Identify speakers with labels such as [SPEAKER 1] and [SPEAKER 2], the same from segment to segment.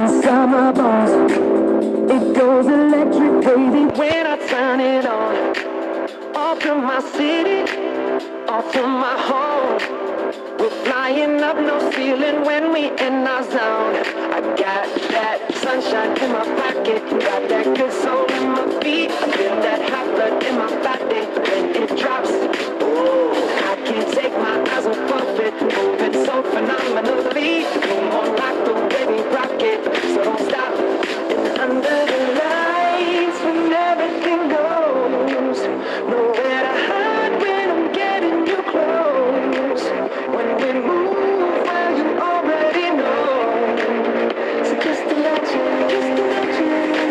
[SPEAKER 1] my boss. It goes electric, baby, when I turn it on. Off to my city, off to my home. We're flying up, no ceiling when we in our zone. I got that sunshine in my pocket, got that good soul in my feet. I feel that hot blood in my body when it drops. Ooh, I can't take my eyes off it, moving so phenomenally. Come on, rock the way we rock it, so don't stop. And under the lights when everything goes, nowhere to hide when I'm getting you close. When we move, well you already know. So just imagine, just imagine.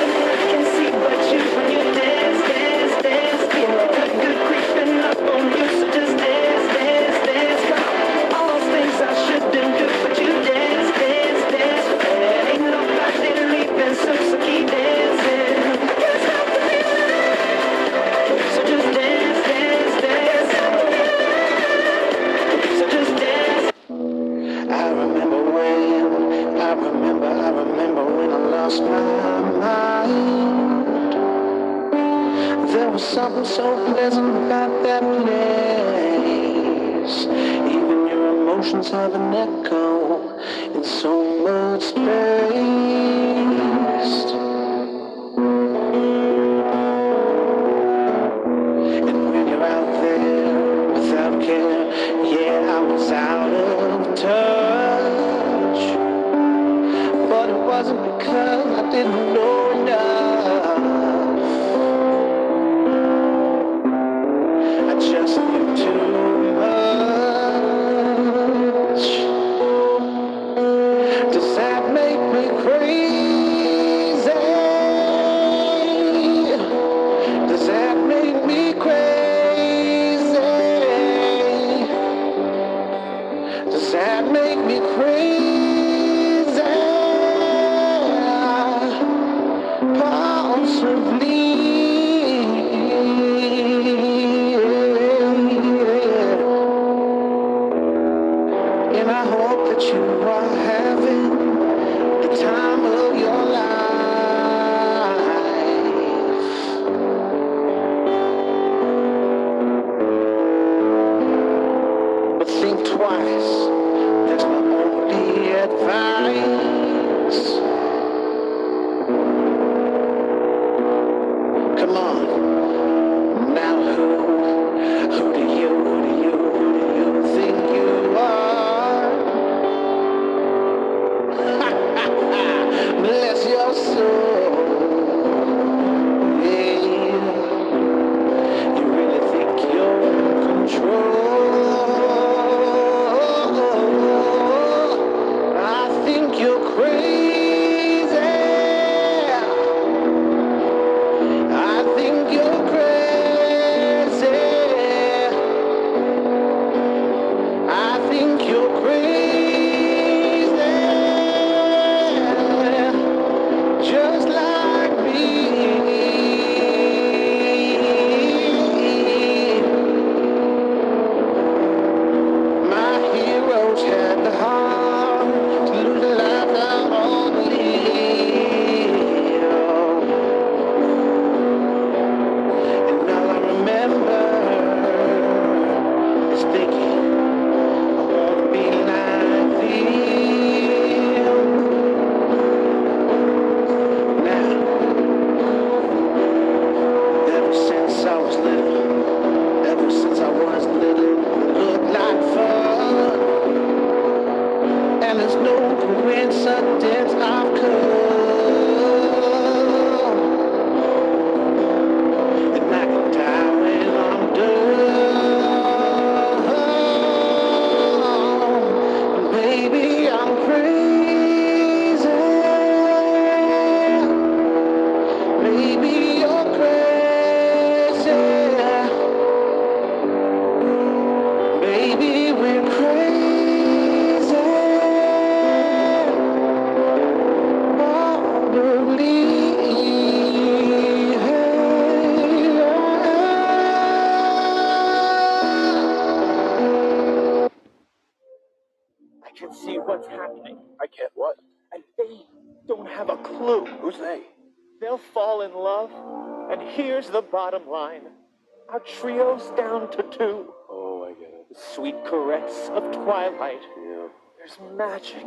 [SPEAKER 1] I can see what you when you dance, dance, dance. Feel that good creeping up on you, so just dance, dance, dance. Girl, all those things I shouldn't do, but you dance, dance, dance. There ain't nobody leaving, so so keep dancing. Can't stop the feeling, so just dance, dance, dance. So just dance. I remember when, I remember, I remember when I lost my mind. There was something so pleasant about that place. Even your emotions have an echo in so much space. And when you're out there without care, yeah, I was out of touch. But it wasn't because I didn't know enough. I just knew too much. Does that make me crazy? Does that make me crazy? Does that make me crazy? Possibly. And I hope that you are having the time of your life. But think twice. That's my only advice. Come on. Now who, who do you, who do you, who do you think you are? Bless your soul. Yeah. You really think you're in control?
[SPEAKER 2] what's happening. I can't what? And they don't have a clue. Who's they? They'll fall in love. And here's the bottom line. Our trio's down to two. Oh, I get it. The sweet caress of twilight. Yeah. There's magic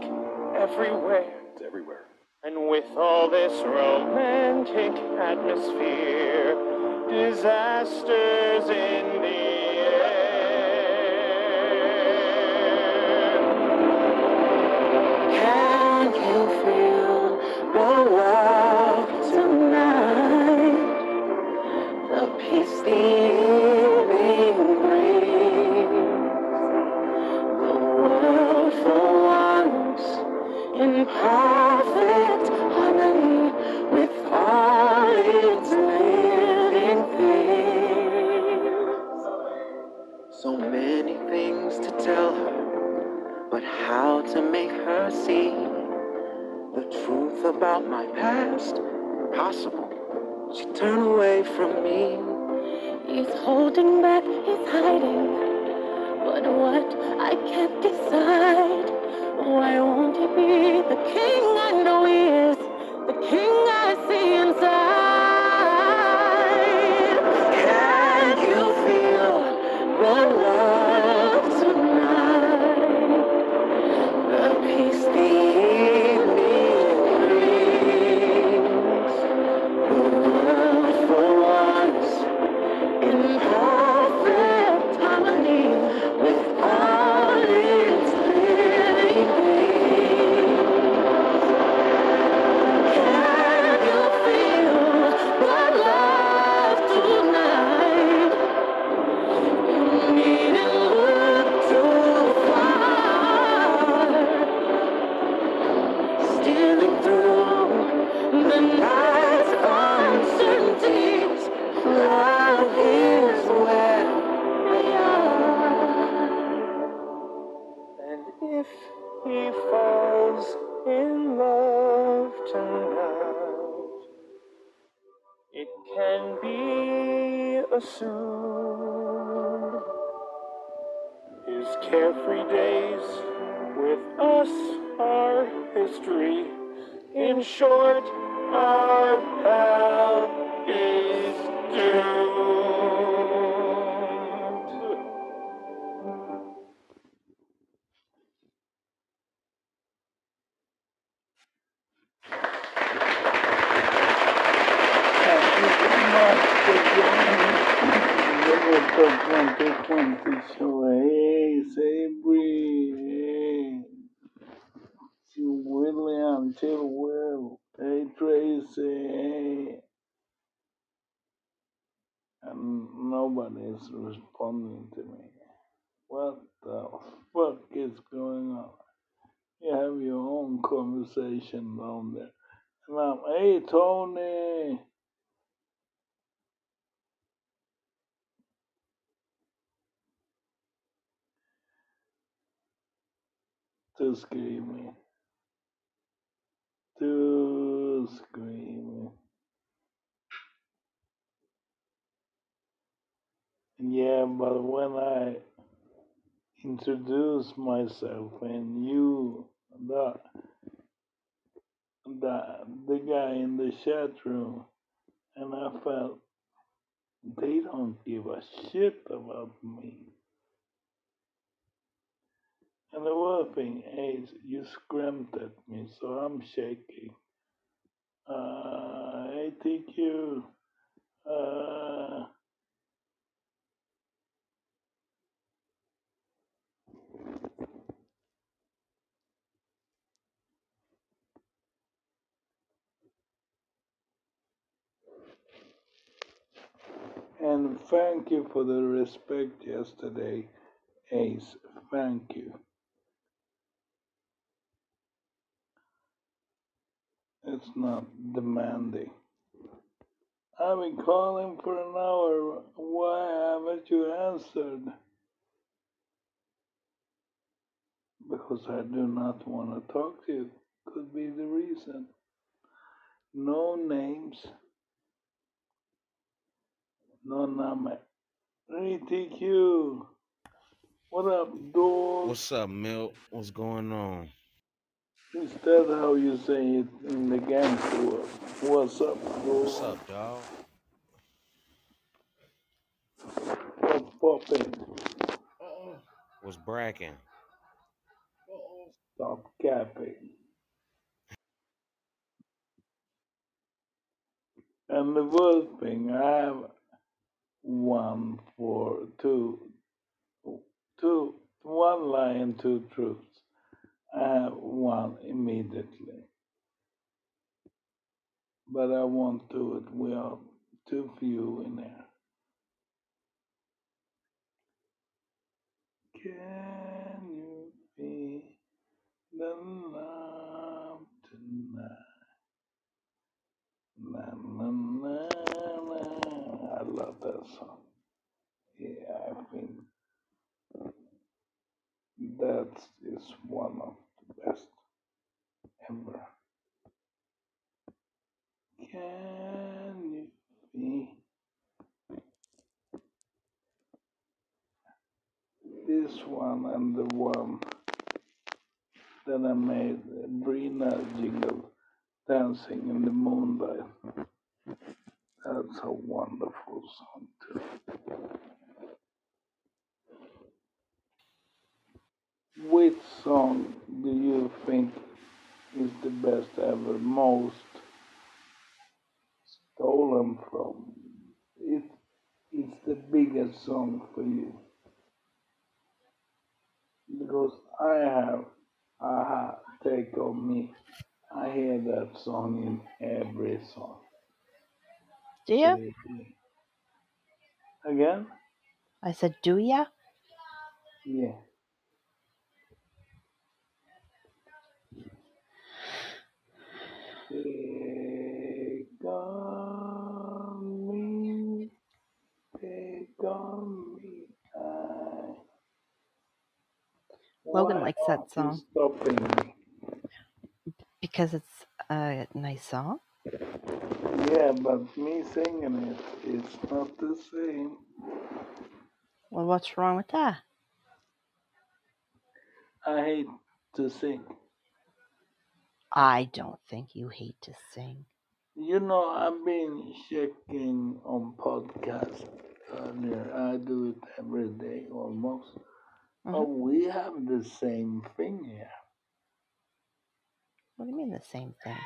[SPEAKER 2] everywhere. It's everywhere. And with all this romantic atmosphere, disasters in the air. Can you feel the love tonight? The peace the evening brings. The world for once in perfect harmony with all its living things. So many things to tell her, but how to make her see the truth about my past? Impossible. She turned away from me. He's holding back, he's hiding. But what I can't decide. Why won't he be the king I know he is? The king I see inside. Can you feel the love tonight? The peace the evening brings. The world for once in perfect harmony with all its living being. Can you feel the love tonight? You needn't look too far. Stealing through the night's uncertainties, love is where we are. And if he falls in love tonight, it can be assumed his carefree days with us are history. In short, our pal is doomed.
[SPEAKER 3] William, Chilwell, hey Tracy, and nobody's responding to me. What the fuck is going on? You have your own conversation down there. And I'm, hey Tony, to screaming, to screaming. Yeah, but when I introduce myself and you, the, the, the guy in the chat room, and I felt they don't give a shit about me. And the other thing is, you screamed at me, so I'm shaking. Uh, ATQ, uh, and thank you for the respect yesterday, Ace. Thank you. It's not demanding. I've been calling for an hour. Why haven't you answered? Because I do not want to talk to you. Could be the reason. No names, no number. ATQ, what up, dude?
[SPEAKER 4] What's up, Milt? What's going on?
[SPEAKER 3] Is that how you say it in the gangster world? What's up,
[SPEAKER 4] What's
[SPEAKER 3] bro?
[SPEAKER 4] up, dog?
[SPEAKER 3] What's poppin'?
[SPEAKER 4] What's bracking?
[SPEAKER 3] Stop capping. And the first thing, I have one, four, two, two, one lie and two truths. I have one immediately, but I won't do it. We are too few in there. Can you be the love tonight? Na, na, na, na. I love that song. Yeah, I think that is one of the best ever. Can you be this one and the one that I made uh, Brina jingle dancing in the moonlight? That's a wonderful song too. Which song do you think is the best ever, most stolen from? It, it's the biggest song for you because I have Aha Take On Me. I hear that song in every song.
[SPEAKER 5] Do you?
[SPEAKER 3] Seriously. Again?
[SPEAKER 5] I said, do ya?
[SPEAKER 3] Yeah. Take on me, take on me. Ah, I,
[SPEAKER 5] Logan
[SPEAKER 3] why
[SPEAKER 5] likes that
[SPEAKER 3] aren't you
[SPEAKER 5] song
[SPEAKER 3] stopping me?
[SPEAKER 5] because it's a nice song.
[SPEAKER 3] Yeah, but me singing it, it's not the same.
[SPEAKER 5] Well, what's wrong with that?
[SPEAKER 3] I hate to sing.
[SPEAKER 5] I don't think you hate to sing.
[SPEAKER 3] You know, I've been checking on podcasts earlier. I do it every day almost.
[SPEAKER 5] hmm
[SPEAKER 3] But we have the same thing here.
[SPEAKER 5] What do you mean the same thing?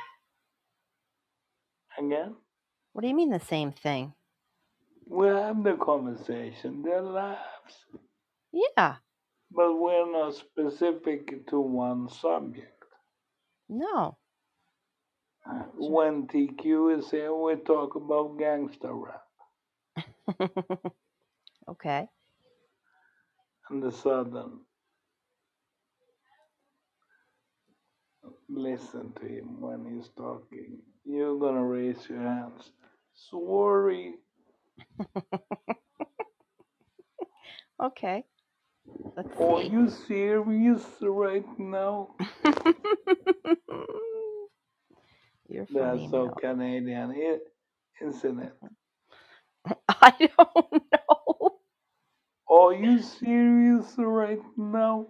[SPEAKER 3] Again?
[SPEAKER 5] What do you mean the same thing?
[SPEAKER 3] We have the conversation, the laughs,
[SPEAKER 5] Yeah.
[SPEAKER 3] but we're not specific to one subject.
[SPEAKER 5] No. That's
[SPEAKER 3] When TQ is here, we talk about gangster rap.
[SPEAKER 5] right. okay.
[SPEAKER 3] And the Southern, listen to him when he's talking. You're gonna raise your hands. Sorry.
[SPEAKER 5] Okay. Let's
[SPEAKER 3] Are
[SPEAKER 5] see.
[SPEAKER 3] you serious right now?
[SPEAKER 5] You're
[SPEAKER 3] That's
[SPEAKER 5] funny,
[SPEAKER 3] so
[SPEAKER 5] Mel.
[SPEAKER 3] Canadian, i- isn't it?
[SPEAKER 5] I don't know.
[SPEAKER 3] Are you serious right now?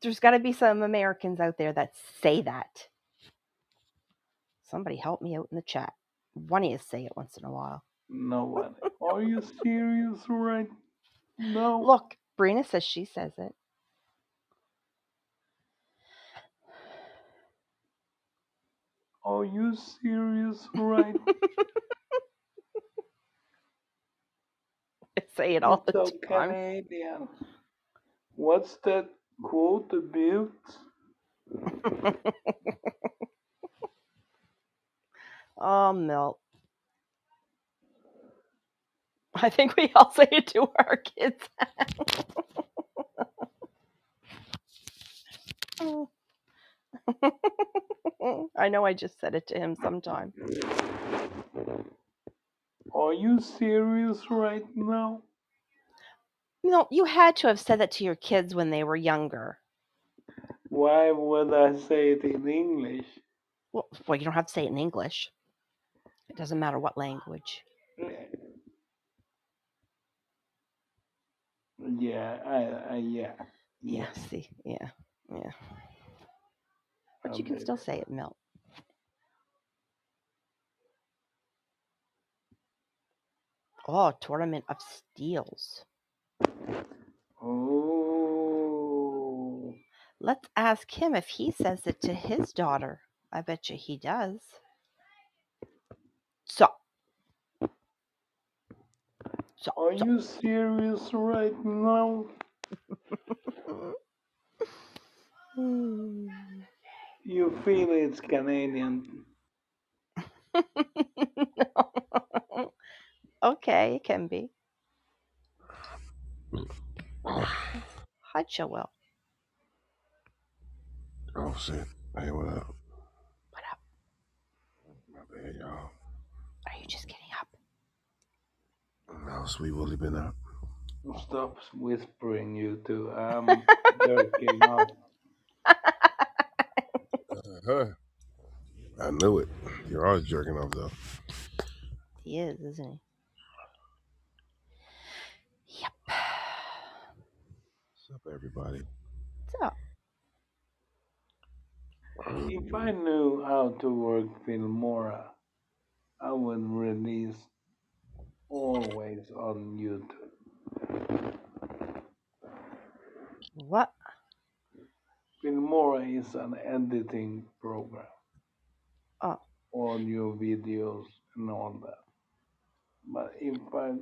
[SPEAKER 5] There's got to be some Americans out there that say that. Somebody help me out in the chat. One of you say it once in a while.
[SPEAKER 3] Nobody. Are you serious right now?
[SPEAKER 5] Look, Brina says she says it.
[SPEAKER 3] Are you serious right?
[SPEAKER 5] I say it all
[SPEAKER 3] It's
[SPEAKER 5] the
[SPEAKER 3] so
[SPEAKER 5] time.
[SPEAKER 3] Canadian. What's that quote about?
[SPEAKER 5] oh, Mel. I think we all say it to our kids. Oh. I know I just said it to him sometime.
[SPEAKER 3] Are you serious right now?
[SPEAKER 5] No, you had to have said that to your kids when they were younger.
[SPEAKER 3] Why would I say it in English?
[SPEAKER 5] Well, well you don't have to say it in English. It doesn't matter what language.
[SPEAKER 3] Yeah, I, I yeah,
[SPEAKER 5] Yeah,
[SPEAKER 3] yeah.
[SPEAKER 5] see, yeah, yeah. But you can
[SPEAKER 3] Okay.
[SPEAKER 5] still say it, Milt. Oh, tournament of steals.
[SPEAKER 3] Oh,
[SPEAKER 5] Let's ask him if he says it to his daughter. I bet you he does. So, so,
[SPEAKER 3] are
[SPEAKER 5] so.
[SPEAKER 3] you serious right now?
[SPEAKER 5] Hmm.
[SPEAKER 3] You feel it's Canadian.
[SPEAKER 5] okay, it can be. Hi, Joel.
[SPEAKER 6] Oh shit. Hey, what up?
[SPEAKER 5] What up?
[SPEAKER 6] My bad, y'all.
[SPEAKER 5] Are you just getting up?
[SPEAKER 6] No, sweet Willie been up.
[SPEAKER 3] Stop whispering, you two. I'm jerking off.
[SPEAKER 6] Uh-huh. I knew it. You're always jerking off though.
[SPEAKER 5] He is, isn't he? Yep.
[SPEAKER 6] What's up, everybody?
[SPEAKER 5] So,
[SPEAKER 3] If I knew how to work Filmora, I would release always on YouTube.
[SPEAKER 5] what?
[SPEAKER 3] Filmora is an editing program.
[SPEAKER 5] Oh.
[SPEAKER 3] All your videos and all that. But if I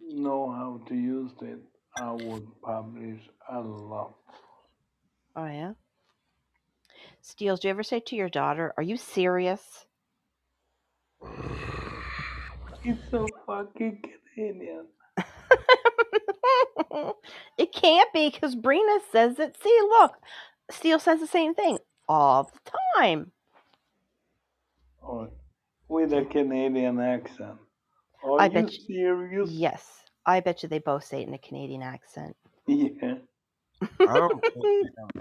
[SPEAKER 3] know how to use it, I would publish a lot.
[SPEAKER 5] Oh, yeah? Steals, do you ever say to your daughter, Are you serious?
[SPEAKER 3] It's so fucking Canadian.
[SPEAKER 5] it can't be because Brina says it. See, look, Steele says the same thing all the time.
[SPEAKER 3] Or with a Canadian accent. Are
[SPEAKER 5] I
[SPEAKER 3] you
[SPEAKER 5] bet you-
[SPEAKER 3] serious?
[SPEAKER 5] Yes, I bet you they both say it in a Canadian accent.
[SPEAKER 3] Yeah.
[SPEAKER 6] I don't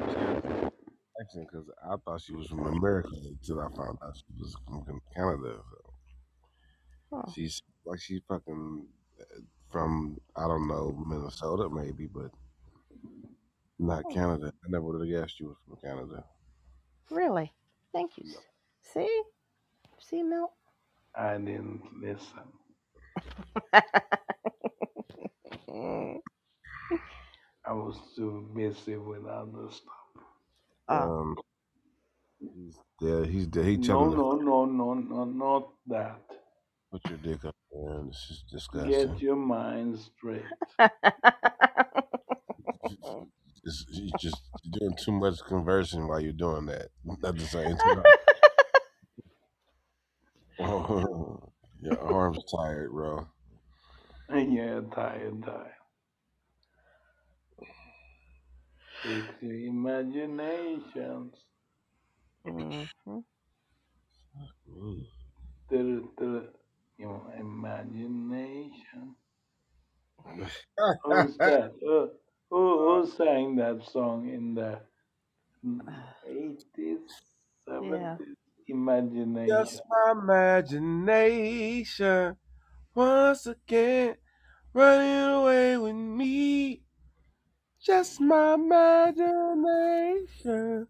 [SPEAKER 6] because I thought she was from America until I found out she was from Can- Canada.
[SPEAKER 5] Oh,
[SPEAKER 6] She's like she's fucking uh, from I don't know Minnesota maybe, but not
[SPEAKER 5] Oh.
[SPEAKER 6] Canada. I never would have guessed she was from Canada.
[SPEAKER 5] really? Thank you.
[SPEAKER 6] No.
[SPEAKER 5] See? See, Mel?
[SPEAKER 3] I didn't listen.
[SPEAKER 5] Mm.
[SPEAKER 3] I was too busy with other stuff.
[SPEAKER 5] Oh,
[SPEAKER 6] Um, he's dead. He's dead. He
[SPEAKER 3] No,
[SPEAKER 6] telling the
[SPEAKER 3] no, no, no, no, not that.
[SPEAKER 6] put your dick up there, and it's just
[SPEAKER 3] Get
[SPEAKER 6] disgusting.
[SPEAKER 3] your mind straight.
[SPEAKER 6] uh, It's, you just you're doing too much conversion while you're doing that at the same time. your arms tired, bro.
[SPEAKER 3] yeah, tired, tired. It's your imaginations.
[SPEAKER 5] Mhm.
[SPEAKER 6] Mm.
[SPEAKER 3] Tr- tr- Your imagination. Who's
[SPEAKER 6] I
[SPEAKER 3] that? Who, who, who sang that song in the eighties,
[SPEAKER 5] Yeah.
[SPEAKER 3] seventies? Imagination.
[SPEAKER 6] Just my imagination once again running away with me. Just my imagination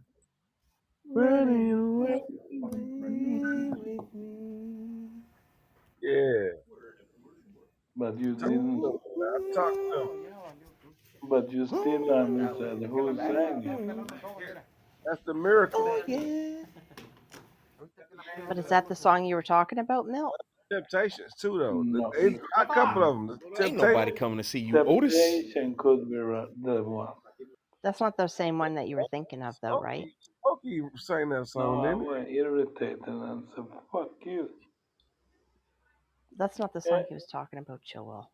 [SPEAKER 6] running away with me. Yeah,
[SPEAKER 3] But you
[SPEAKER 6] talk
[SPEAKER 3] didn't.
[SPEAKER 6] to him. man. Talk to him.
[SPEAKER 3] But you still haven't said who sang it.
[SPEAKER 6] That's the miracle.
[SPEAKER 5] But is that the song you were talking about, Milt?
[SPEAKER 6] Temptations too,
[SPEAKER 5] Mm.
[SPEAKER 6] though. Oh, The-
[SPEAKER 3] No.
[SPEAKER 6] It's a couple of them. The
[SPEAKER 4] Ain't nobody
[SPEAKER 6] Temptations.
[SPEAKER 4] coming to see you, Otis.
[SPEAKER 3] Temptation could be ra- the one.
[SPEAKER 5] That's not the same one that you were thinking of, though, right?
[SPEAKER 6] Smokey, Smokey sang that
[SPEAKER 3] No,
[SPEAKER 6] song,
[SPEAKER 3] Oh, I
[SPEAKER 6] didn't he?
[SPEAKER 3] was irritated and said, fuck you.
[SPEAKER 5] That's not the
[SPEAKER 3] Eh,
[SPEAKER 5] song he was talking about, Joel.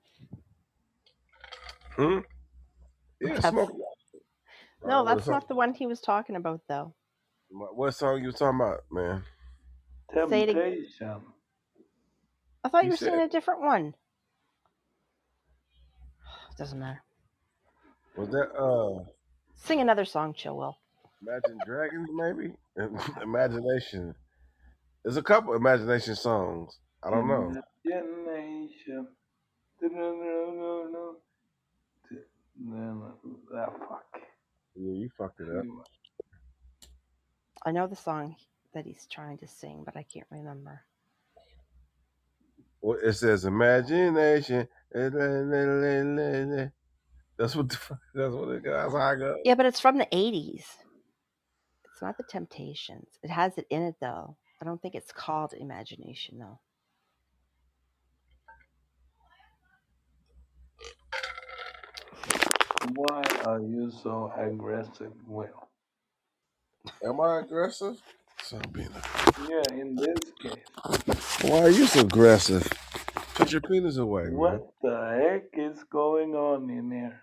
[SPEAKER 6] Hmm? Yeah,
[SPEAKER 5] That's
[SPEAKER 6] Smokey.
[SPEAKER 5] no,
[SPEAKER 6] Uh, what,
[SPEAKER 5] that's
[SPEAKER 6] song,
[SPEAKER 5] not the one he was talking about, though.
[SPEAKER 6] what song you talking about, man?
[SPEAKER 5] Say it. ag-
[SPEAKER 3] Temptation.
[SPEAKER 5] I thought
[SPEAKER 6] You
[SPEAKER 5] you were singing
[SPEAKER 6] said
[SPEAKER 5] a different one. Doesn't matter.
[SPEAKER 6] was that uh
[SPEAKER 5] Sing another song, Joel.
[SPEAKER 6] Imagine Dragons, maybe? Imagination. There's a couple imagination songs. I don't know.
[SPEAKER 5] Mm-hmm.
[SPEAKER 3] Imagination. No, no, fuck.
[SPEAKER 6] Yeah, you fucked it up.
[SPEAKER 5] I know the song that he's trying to sing, but I can't remember.
[SPEAKER 6] Well, it says imagination. That's what. The, fuck- that's what it. That's how I go.
[SPEAKER 5] Yeah, but it's from the 80s. It's not the Temptations. It has it in it, though. I don't think it's called Imagination, though.
[SPEAKER 3] Why are you so aggressive, Will?
[SPEAKER 6] Am I aggressive? So being
[SPEAKER 3] Yeah, in this case.
[SPEAKER 6] Why are you so aggressive? Put your penis away, man.
[SPEAKER 3] What the heck is going on in here?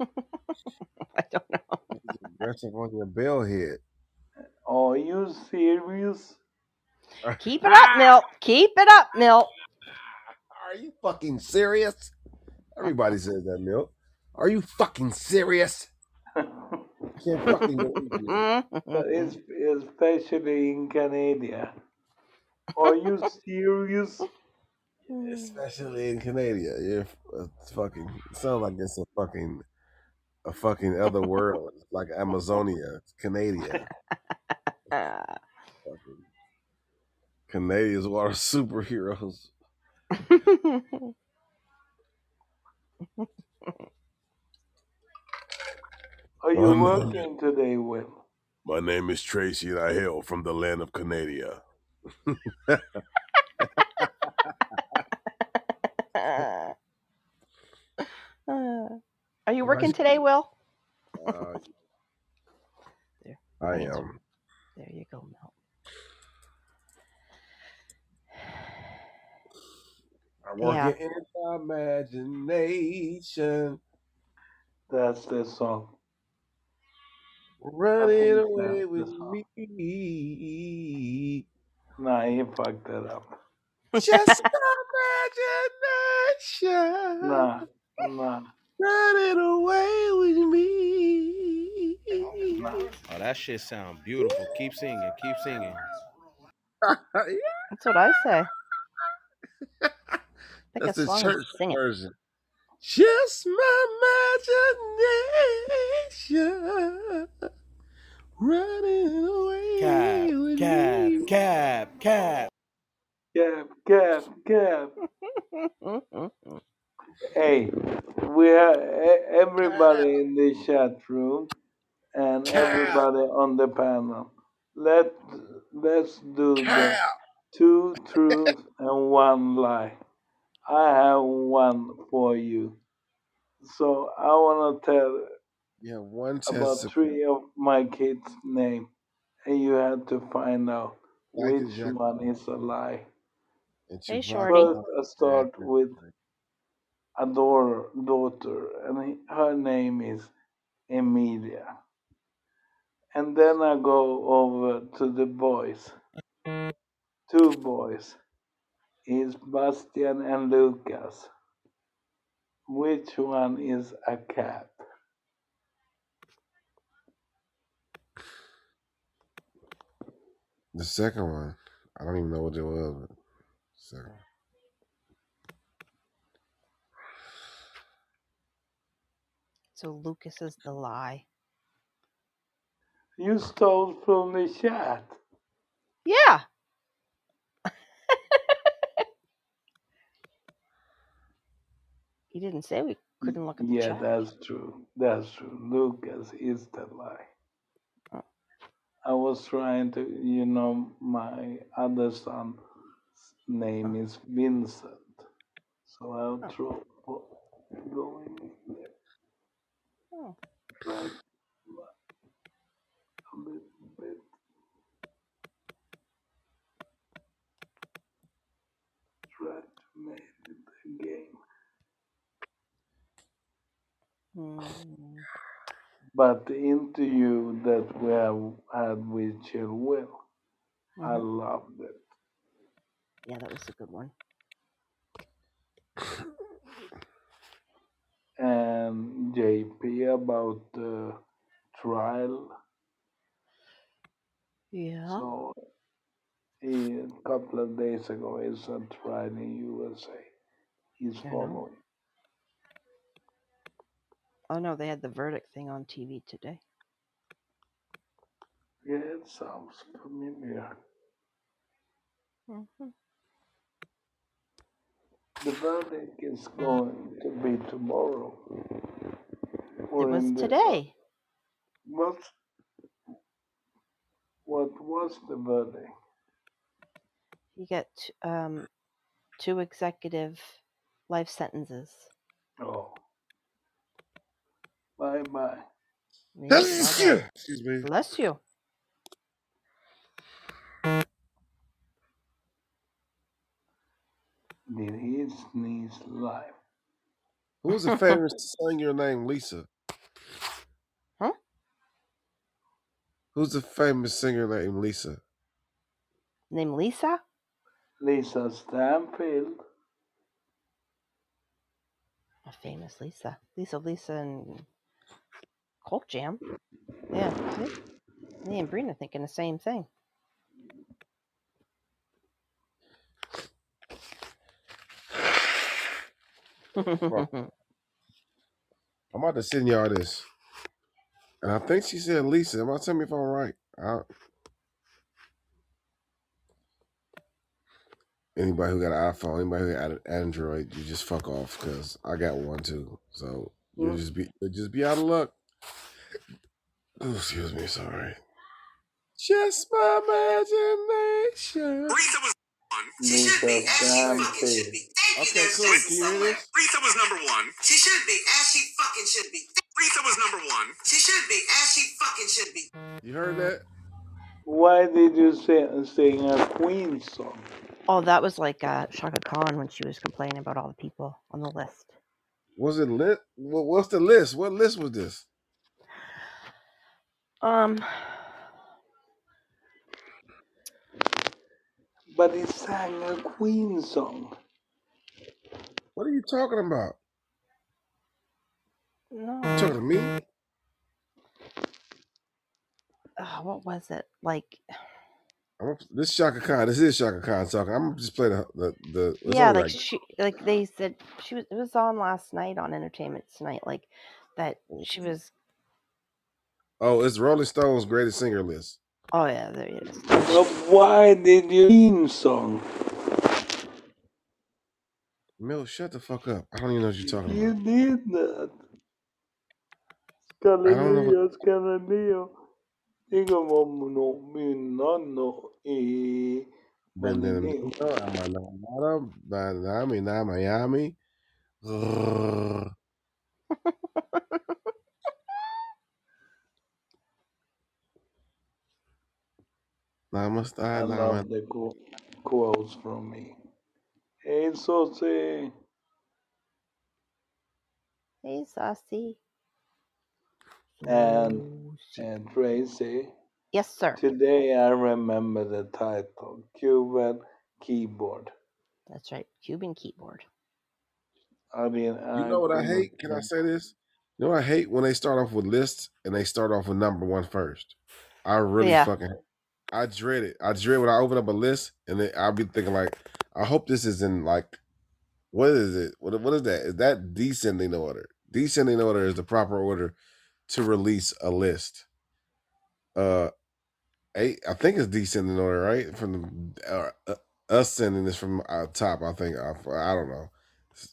[SPEAKER 5] I don't know.
[SPEAKER 6] Aggressive on your bell head.
[SPEAKER 3] Are you serious?
[SPEAKER 5] Keep it
[SPEAKER 6] Ah!
[SPEAKER 5] up, Milt. Keep it up, Milt.
[SPEAKER 6] Are you fucking serious? Everybody says that, Milt. Are you fucking serious?
[SPEAKER 3] but
[SPEAKER 6] I can't fucking believe you.
[SPEAKER 3] it's especially in Canada. Are you serious?
[SPEAKER 6] Especially in Canada. You're a fucking sounds like it's a fucking a fucking other world. Like Amazonia. It's Canada.
[SPEAKER 5] Ah.
[SPEAKER 6] Fucking Canadians are superheroes.
[SPEAKER 3] Are you
[SPEAKER 6] One
[SPEAKER 3] working today, Will?
[SPEAKER 6] My name is Tracy and I hail from the land of Canada.
[SPEAKER 5] Ah. Are you
[SPEAKER 6] Nice.
[SPEAKER 5] working today, Will?
[SPEAKER 6] Uh,
[SPEAKER 5] There.
[SPEAKER 6] I
[SPEAKER 5] Thanks.
[SPEAKER 6] am.
[SPEAKER 5] There you go, Milt.
[SPEAKER 6] I work
[SPEAKER 5] Yeah.
[SPEAKER 6] in imagination.
[SPEAKER 3] That's the song.
[SPEAKER 6] Running
[SPEAKER 3] think
[SPEAKER 6] away
[SPEAKER 3] that's
[SPEAKER 6] with
[SPEAKER 3] the song.
[SPEAKER 6] me.
[SPEAKER 3] Nah, he fucked it up.
[SPEAKER 6] Just imagination.
[SPEAKER 3] Nah, nah.
[SPEAKER 6] Running away with me.
[SPEAKER 4] Oh, that shit sound beautiful. Keep singing. Keep singing.
[SPEAKER 5] That's what I say. I think
[SPEAKER 6] That's
[SPEAKER 5] as
[SPEAKER 6] the
[SPEAKER 5] long as you
[SPEAKER 6] church
[SPEAKER 5] sing it.
[SPEAKER 6] version. Just my imagination. Running away
[SPEAKER 4] Cap,
[SPEAKER 6] with
[SPEAKER 4] cap,
[SPEAKER 6] me.
[SPEAKER 4] cap, cap.
[SPEAKER 3] Gap, gap, gap. Hey, we have e- everybody in the chat room and everybody on the panel. Let let's do the two truths and one lie. I have one for you. So I wanna tell
[SPEAKER 6] Yeah, one test.
[SPEAKER 3] about three of my kids' name, and you had to find out
[SPEAKER 6] Thank you,
[SPEAKER 3] which
[SPEAKER 6] Jack.
[SPEAKER 3] one is a lie.
[SPEAKER 6] It's
[SPEAKER 5] Hey,
[SPEAKER 6] your
[SPEAKER 5] Shorty.
[SPEAKER 3] First,
[SPEAKER 6] brother.
[SPEAKER 3] I start with a daughter, daughter and he- her name is Emilia. And then I go over to the boys, two boys, is Bastian and Lucas. Which one is a cat?
[SPEAKER 6] The second one, I don't even know what it was. But second.
[SPEAKER 5] So Lucas is the lie.
[SPEAKER 3] You stole from the chat.
[SPEAKER 5] Yeah. You didn't say we couldn't look at the
[SPEAKER 3] Yeah,
[SPEAKER 5] chat.
[SPEAKER 3] that's true. That's true. Lucas is the lie.
[SPEAKER 5] Oh.
[SPEAKER 3] I was trying to, you know, my other son's name is Vincent. So I'll
[SPEAKER 5] Oh.
[SPEAKER 3] throw going in there.
[SPEAKER 5] Oh.
[SPEAKER 3] Right, a little bit. Try to make it a game.
[SPEAKER 5] Hmm.
[SPEAKER 3] But the interview that we have had with Chill Will, I
[SPEAKER 5] Mhm.
[SPEAKER 3] loved it.
[SPEAKER 5] Yeah, that was a good one.
[SPEAKER 3] And JP about the trial.
[SPEAKER 5] Yeah.
[SPEAKER 3] So a couple of days ago, it's a trial in USA. He's
[SPEAKER 5] I know.
[SPEAKER 3] following.
[SPEAKER 5] Oh no, they had the verdict thing on TV today.
[SPEAKER 3] Yeah, That sounds familiar.
[SPEAKER 5] Mhm.
[SPEAKER 3] The verdict is going to be tomorrow.
[SPEAKER 5] It
[SPEAKER 3] Or
[SPEAKER 5] was
[SPEAKER 3] in the
[SPEAKER 5] today.
[SPEAKER 3] what? What was the verdict?
[SPEAKER 5] You get t- um, two executive life sentences.
[SPEAKER 3] Oh, bye bye.
[SPEAKER 5] Yep. Bye bye.
[SPEAKER 6] Excuse me.
[SPEAKER 5] Bless you.
[SPEAKER 3] Did he sneeze live?
[SPEAKER 6] Who's the famous singer named Lisa?
[SPEAKER 5] Huh?
[SPEAKER 6] Who's the famous singer named Lisa?
[SPEAKER 5] Name Lisa?
[SPEAKER 3] Lisa Stanfield.
[SPEAKER 5] A famous Lisa. Lisa, Lisa, and Colt Jam. Yeah. see? Me and Brina thinking the same thing.
[SPEAKER 6] I'm about to send y'all this. And I think she said Lisa. Am I telling me if I'm right? I, anybody who got an iPhone, anybody who got an Android, you just fuck off because I got one too. So you'll just be you'll just be out of luck. Ooh, excuse me, sorry. Just my imagination.
[SPEAKER 3] Lisa Stanfield.
[SPEAKER 6] Okay, cool. Can you hear this? You heard that?
[SPEAKER 3] Why did you sing, sing a Queen song?
[SPEAKER 5] oh, that was like uh, Shaka Khan when she was complaining about all the people on the list.
[SPEAKER 6] Was it lit? What, what's the list? What list was this?
[SPEAKER 5] Um,
[SPEAKER 3] But he sang a Queen song.
[SPEAKER 6] What are you talking about? You
[SPEAKER 5] no.
[SPEAKER 6] talking to me?
[SPEAKER 5] Oh, what was it? Like,
[SPEAKER 6] I'm gonna, this Shaka Khan. This is Shaka Khan talking. I'm gonna just play the the. the it's
[SPEAKER 5] yeah,
[SPEAKER 6] only
[SPEAKER 5] like
[SPEAKER 6] like
[SPEAKER 5] she, like they said, she was, it was on last night on Entertainment Tonight, like that she was,
[SPEAKER 6] oh, it's Rolling Stones' greatest singer list.
[SPEAKER 5] oh yeah, there it is.
[SPEAKER 3] But why did you Queen song?
[SPEAKER 6] Mill, shut the fuck up. I don't even know what you're talking
[SPEAKER 3] You
[SPEAKER 6] about.
[SPEAKER 3] did that.
[SPEAKER 6] I don't know.
[SPEAKER 3] Galileo, Galileo. Diga mono mi nonno e
[SPEAKER 6] Bandana
[SPEAKER 3] Galileo.
[SPEAKER 6] Mino, Amanamara, Banami, Na Miami. Grrrr.
[SPEAKER 3] I
[SPEAKER 6] Namaste, Nama.
[SPEAKER 3] love the qu- quotes from me. Hey, Sosie.
[SPEAKER 5] Hey, Saucy.
[SPEAKER 3] And,
[SPEAKER 5] Saucy.
[SPEAKER 3] and Tracy.
[SPEAKER 5] Yes, sir.
[SPEAKER 3] Today I remember the title Cuban Keyboard.
[SPEAKER 5] That's right. Cuban keyboard.
[SPEAKER 3] I mean,
[SPEAKER 6] You
[SPEAKER 3] I
[SPEAKER 6] know what I
[SPEAKER 3] couldn't
[SPEAKER 6] hate? Can I
[SPEAKER 3] think.
[SPEAKER 6] say this? You know what I hate when they start off with lists and they start off with number one first. I really
[SPEAKER 5] Yeah.
[SPEAKER 6] fucking I dread it. I dread when I open up a list and then I'll be thinking like, I hope this is in like what is it? What what is that? Is that descending order? Descending order is the proper order to release a list. Uh, eight, I think it's descending order, right? From the uh, uh, ascending is from uh, top. I think I, I don't know.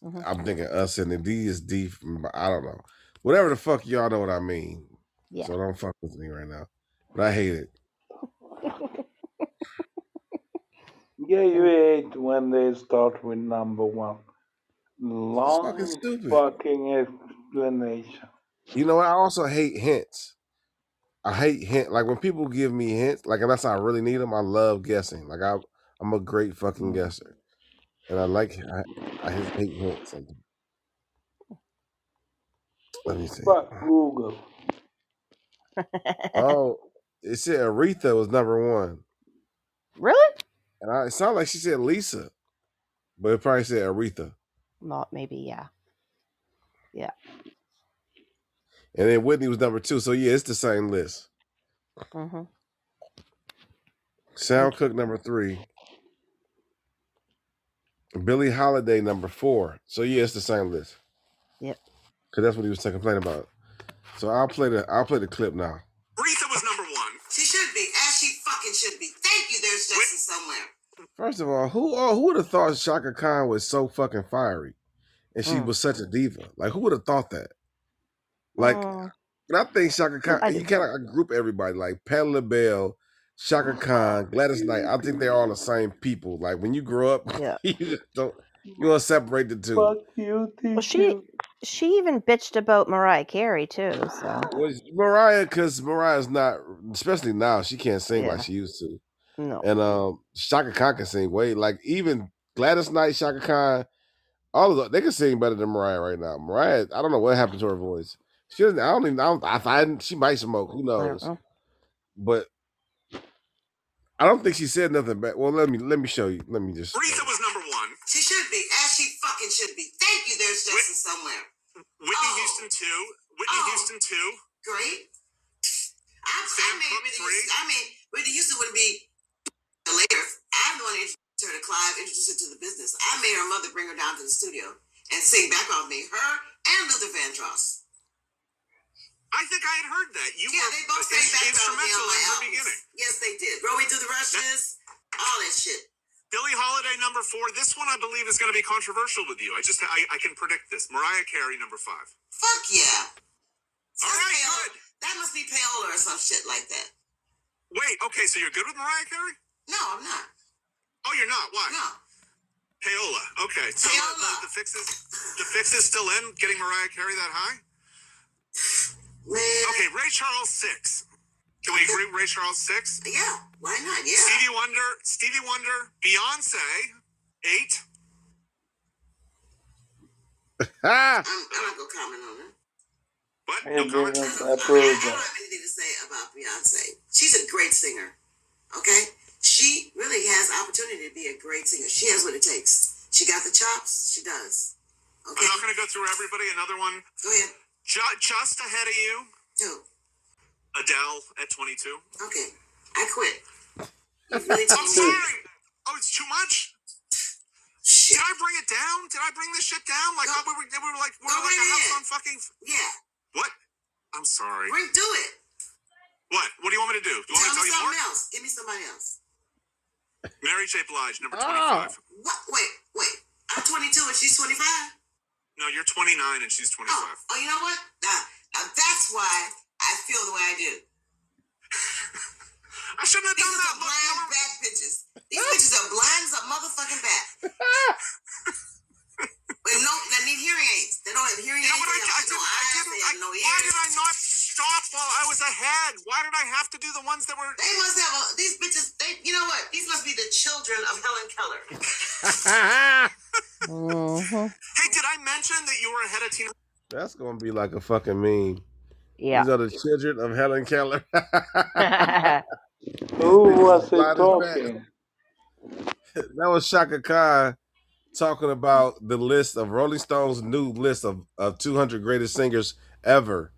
[SPEAKER 5] hmm
[SPEAKER 6] I'm thinking ascending. D is D. From, I don't know. Whatever the fuck y'all know what I mean.
[SPEAKER 5] Yeah.
[SPEAKER 6] So don't fuck with me right now. But I hate it.
[SPEAKER 3] Yeah, you
[SPEAKER 5] Mm.
[SPEAKER 3] hate when they start with number one.
[SPEAKER 6] It's fucking
[SPEAKER 3] Long
[SPEAKER 6] stupid.
[SPEAKER 3] fucking explanation.
[SPEAKER 6] You know what? I also hate hints. I hate hint. Like when people give me hints, like unless I really need them, I love guessing. Like I, I'm a great fucking guesser, and I like. I, I just hate hints. Like, let me see.
[SPEAKER 3] Fuck Google.
[SPEAKER 6] Oh, it said Aretha was number one,
[SPEAKER 5] really?
[SPEAKER 6] and I, it sounded like she said Lisa, but it probably said Aretha.
[SPEAKER 5] Well, maybe. Yeah. Yeah.
[SPEAKER 6] And then Whitney was number two. So yeah, it's the same list.
[SPEAKER 5] hmm
[SPEAKER 6] Sound Cook number three, Billie Holiday number four. So yeah, it's the same list
[SPEAKER 5] Yep.
[SPEAKER 6] because that's what he was complaining about. So I'll play the I'll play the clip now. First of all, who oh, who would have thought Shaka Khan was so fucking fiery, and she
[SPEAKER 5] Mm.
[SPEAKER 6] was such a diva? Like who would have thought that? Like
[SPEAKER 5] Mm,
[SPEAKER 6] when I think Shaka Khan,
[SPEAKER 5] I
[SPEAKER 6] you
[SPEAKER 5] do.
[SPEAKER 6] kind of group everybody like Pat LaBelle,
[SPEAKER 5] Oh,
[SPEAKER 6] Shaka Khan, Gladys Knight. I think they're all the same people. Like when you grow up,
[SPEAKER 5] Yeah.
[SPEAKER 6] you just don't you want to separate the two.
[SPEAKER 3] Fuck you,
[SPEAKER 5] Well,
[SPEAKER 3] TQ.
[SPEAKER 5] she she even bitched about Mariah Carey too. So
[SPEAKER 6] Was Mariah because Mariah's not, especially now, she can't sing like
[SPEAKER 5] Yeah.
[SPEAKER 6] she used to,
[SPEAKER 5] no,
[SPEAKER 6] and um, Shaka Khan can sing way like even Gladys Knight, Shaka Khan, all of the, they can sing better than Mariah right now. Mariah, I don't know what happened to her voice. She doesn't. I don't even. I, don't, I find she might smoke. Who
[SPEAKER 5] I don't
[SPEAKER 6] knows?
[SPEAKER 5] know.
[SPEAKER 6] But I don't think she said nothing back. Well, let me let me show you. Let me just.
[SPEAKER 7] Rita was number one.
[SPEAKER 8] She should be, as she fucking should be. Thank you. There's justice somewhere.
[SPEAKER 7] Whitney
[SPEAKER 8] Oh.
[SPEAKER 7] Houston two. Whitney
[SPEAKER 8] Oh.
[SPEAKER 7] Houston two.
[SPEAKER 8] Great. I, I
[SPEAKER 7] Sam
[SPEAKER 8] made
[SPEAKER 7] Cooke
[SPEAKER 8] Whitney
[SPEAKER 7] three.
[SPEAKER 8] Houston. I mean, Whitney Houston wouldn't be the later. I'm the one who introduced her to Clive, introduced her to the business. I made her mother bring her down to the studio and sing back on me. Her and Luther Vandross.
[SPEAKER 7] I think I had heard that you
[SPEAKER 8] Yeah,
[SPEAKER 7] were
[SPEAKER 8] they both sang
[SPEAKER 7] in-
[SPEAKER 8] back on me on
[SPEAKER 7] instrumental
[SPEAKER 8] my
[SPEAKER 7] in the
[SPEAKER 8] albums.
[SPEAKER 7] beginning.
[SPEAKER 8] Yes, they did. Rowing through the rushes, all that shit.
[SPEAKER 7] Billie Holiday number four. This one I believe is going to be controversial with you. I just I, I can predict this. Mariah Carey number five.
[SPEAKER 8] Fuck yeah.
[SPEAKER 7] All right,
[SPEAKER 8] That's Paola-
[SPEAKER 7] good.
[SPEAKER 8] That must be payola or some shit like that.
[SPEAKER 7] Wait, okay, so you're good with Mariah Carey?
[SPEAKER 8] No, I'm not.
[SPEAKER 7] Oh, you're not. Why?
[SPEAKER 8] No.
[SPEAKER 7] Payola. Okay, so The,
[SPEAKER 8] Paola.
[SPEAKER 7] the, the fix is the fix is still in. Getting Mariah Carey that high?
[SPEAKER 8] Man.
[SPEAKER 7] Okay, Ray Charles six. Can we agree? Ray Charles six.
[SPEAKER 8] Yeah, why not? Yeah.
[SPEAKER 7] Stevie Wonder. Stevie Wonder. Beyonce. Eight.
[SPEAKER 6] Ah,
[SPEAKER 8] I'm, I'm not gonna comment on her.
[SPEAKER 7] What?
[SPEAKER 3] I
[SPEAKER 7] No comment.
[SPEAKER 8] I
[SPEAKER 3] didn't
[SPEAKER 8] don't, I,
[SPEAKER 3] approve
[SPEAKER 8] I don't
[SPEAKER 3] that.
[SPEAKER 8] have anything to say about Beyonce. She's a great singer. Okay, she really has opportunity to be a great singer. She has what it takes. She got the chops. She does. Okay,
[SPEAKER 7] I'm not going to go through everybody. Another one.
[SPEAKER 8] go ahead.
[SPEAKER 7] Ju- just ahead of you.
[SPEAKER 8] No,
[SPEAKER 7] Adele at 22.
[SPEAKER 8] okay. I quit. You really
[SPEAKER 7] I'm
[SPEAKER 8] told me.
[SPEAKER 7] sorry. Oh, it's too much.
[SPEAKER 8] Shit.
[SPEAKER 7] Did I bring it down? Did I bring this shit down? Like
[SPEAKER 8] Go-
[SPEAKER 7] we were, we were like we
[SPEAKER 8] go
[SPEAKER 7] were like a
[SPEAKER 8] right
[SPEAKER 7] house on
[SPEAKER 8] ahead.
[SPEAKER 7] fucking. f-
[SPEAKER 8] Yeah,
[SPEAKER 7] What? I'm sorry.
[SPEAKER 8] bring do it.
[SPEAKER 7] What? What do you want me to do? Do you want
[SPEAKER 8] Tell
[SPEAKER 7] me to tell you more?
[SPEAKER 8] me something else. Give me somebody else.
[SPEAKER 7] Mary J. Blige, number 25.
[SPEAKER 6] Ah.
[SPEAKER 8] What? Wait, wait. I'm 22 and she's 25.
[SPEAKER 7] No, you're 29 and she's 25.
[SPEAKER 8] Oh, oh, you know what? Now, now that's why I feel the way I do.
[SPEAKER 7] I shouldn't have
[SPEAKER 8] These
[SPEAKER 7] done
[SPEAKER 8] are
[SPEAKER 7] that.
[SPEAKER 8] some
[SPEAKER 7] Look, you
[SPEAKER 8] blind
[SPEAKER 7] were-
[SPEAKER 8] bat bitches. These bitches are blind as a motherfucking bat. With no, they need hearing aids. They don't have hearing
[SPEAKER 7] You know what? I, I didn't.
[SPEAKER 8] aids. They have no
[SPEAKER 7] I
[SPEAKER 8] eyes.
[SPEAKER 7] didn't.
[SPEAKER 8] They
[SPEAKER 7] I,
[SPEAKER 8] have no
[SPEAKER 7] why
[SPEAKER 8] ears.
[SPEAKER 7] did I not stop while I was ahead? Why did I have to do the ones that were?
[SPEAKER 8] They must have a, these bitches. They, you know what? These must be the children of Helen Keller.
[SPEAKER 5] Mhm.
[SPEAKER 7] Hey, did I mention that you were ahead of Tina?
[SPEAKER 6] that's gonna be like a fucking meme.
[SPEAKER 5] Yeah.
[SPEAKER 6] These are the children of Helen Keller.
[SPEAKER 5] yeah.
[SPEAKER 3] Who was he
[SPEAKER 6] Slide it back.
[SPEAKER 3] talking?
[SPEAKER 6] That was Shaka Khan talking about the list of Rolling Stones' new list of, of 200 greatest singers ever,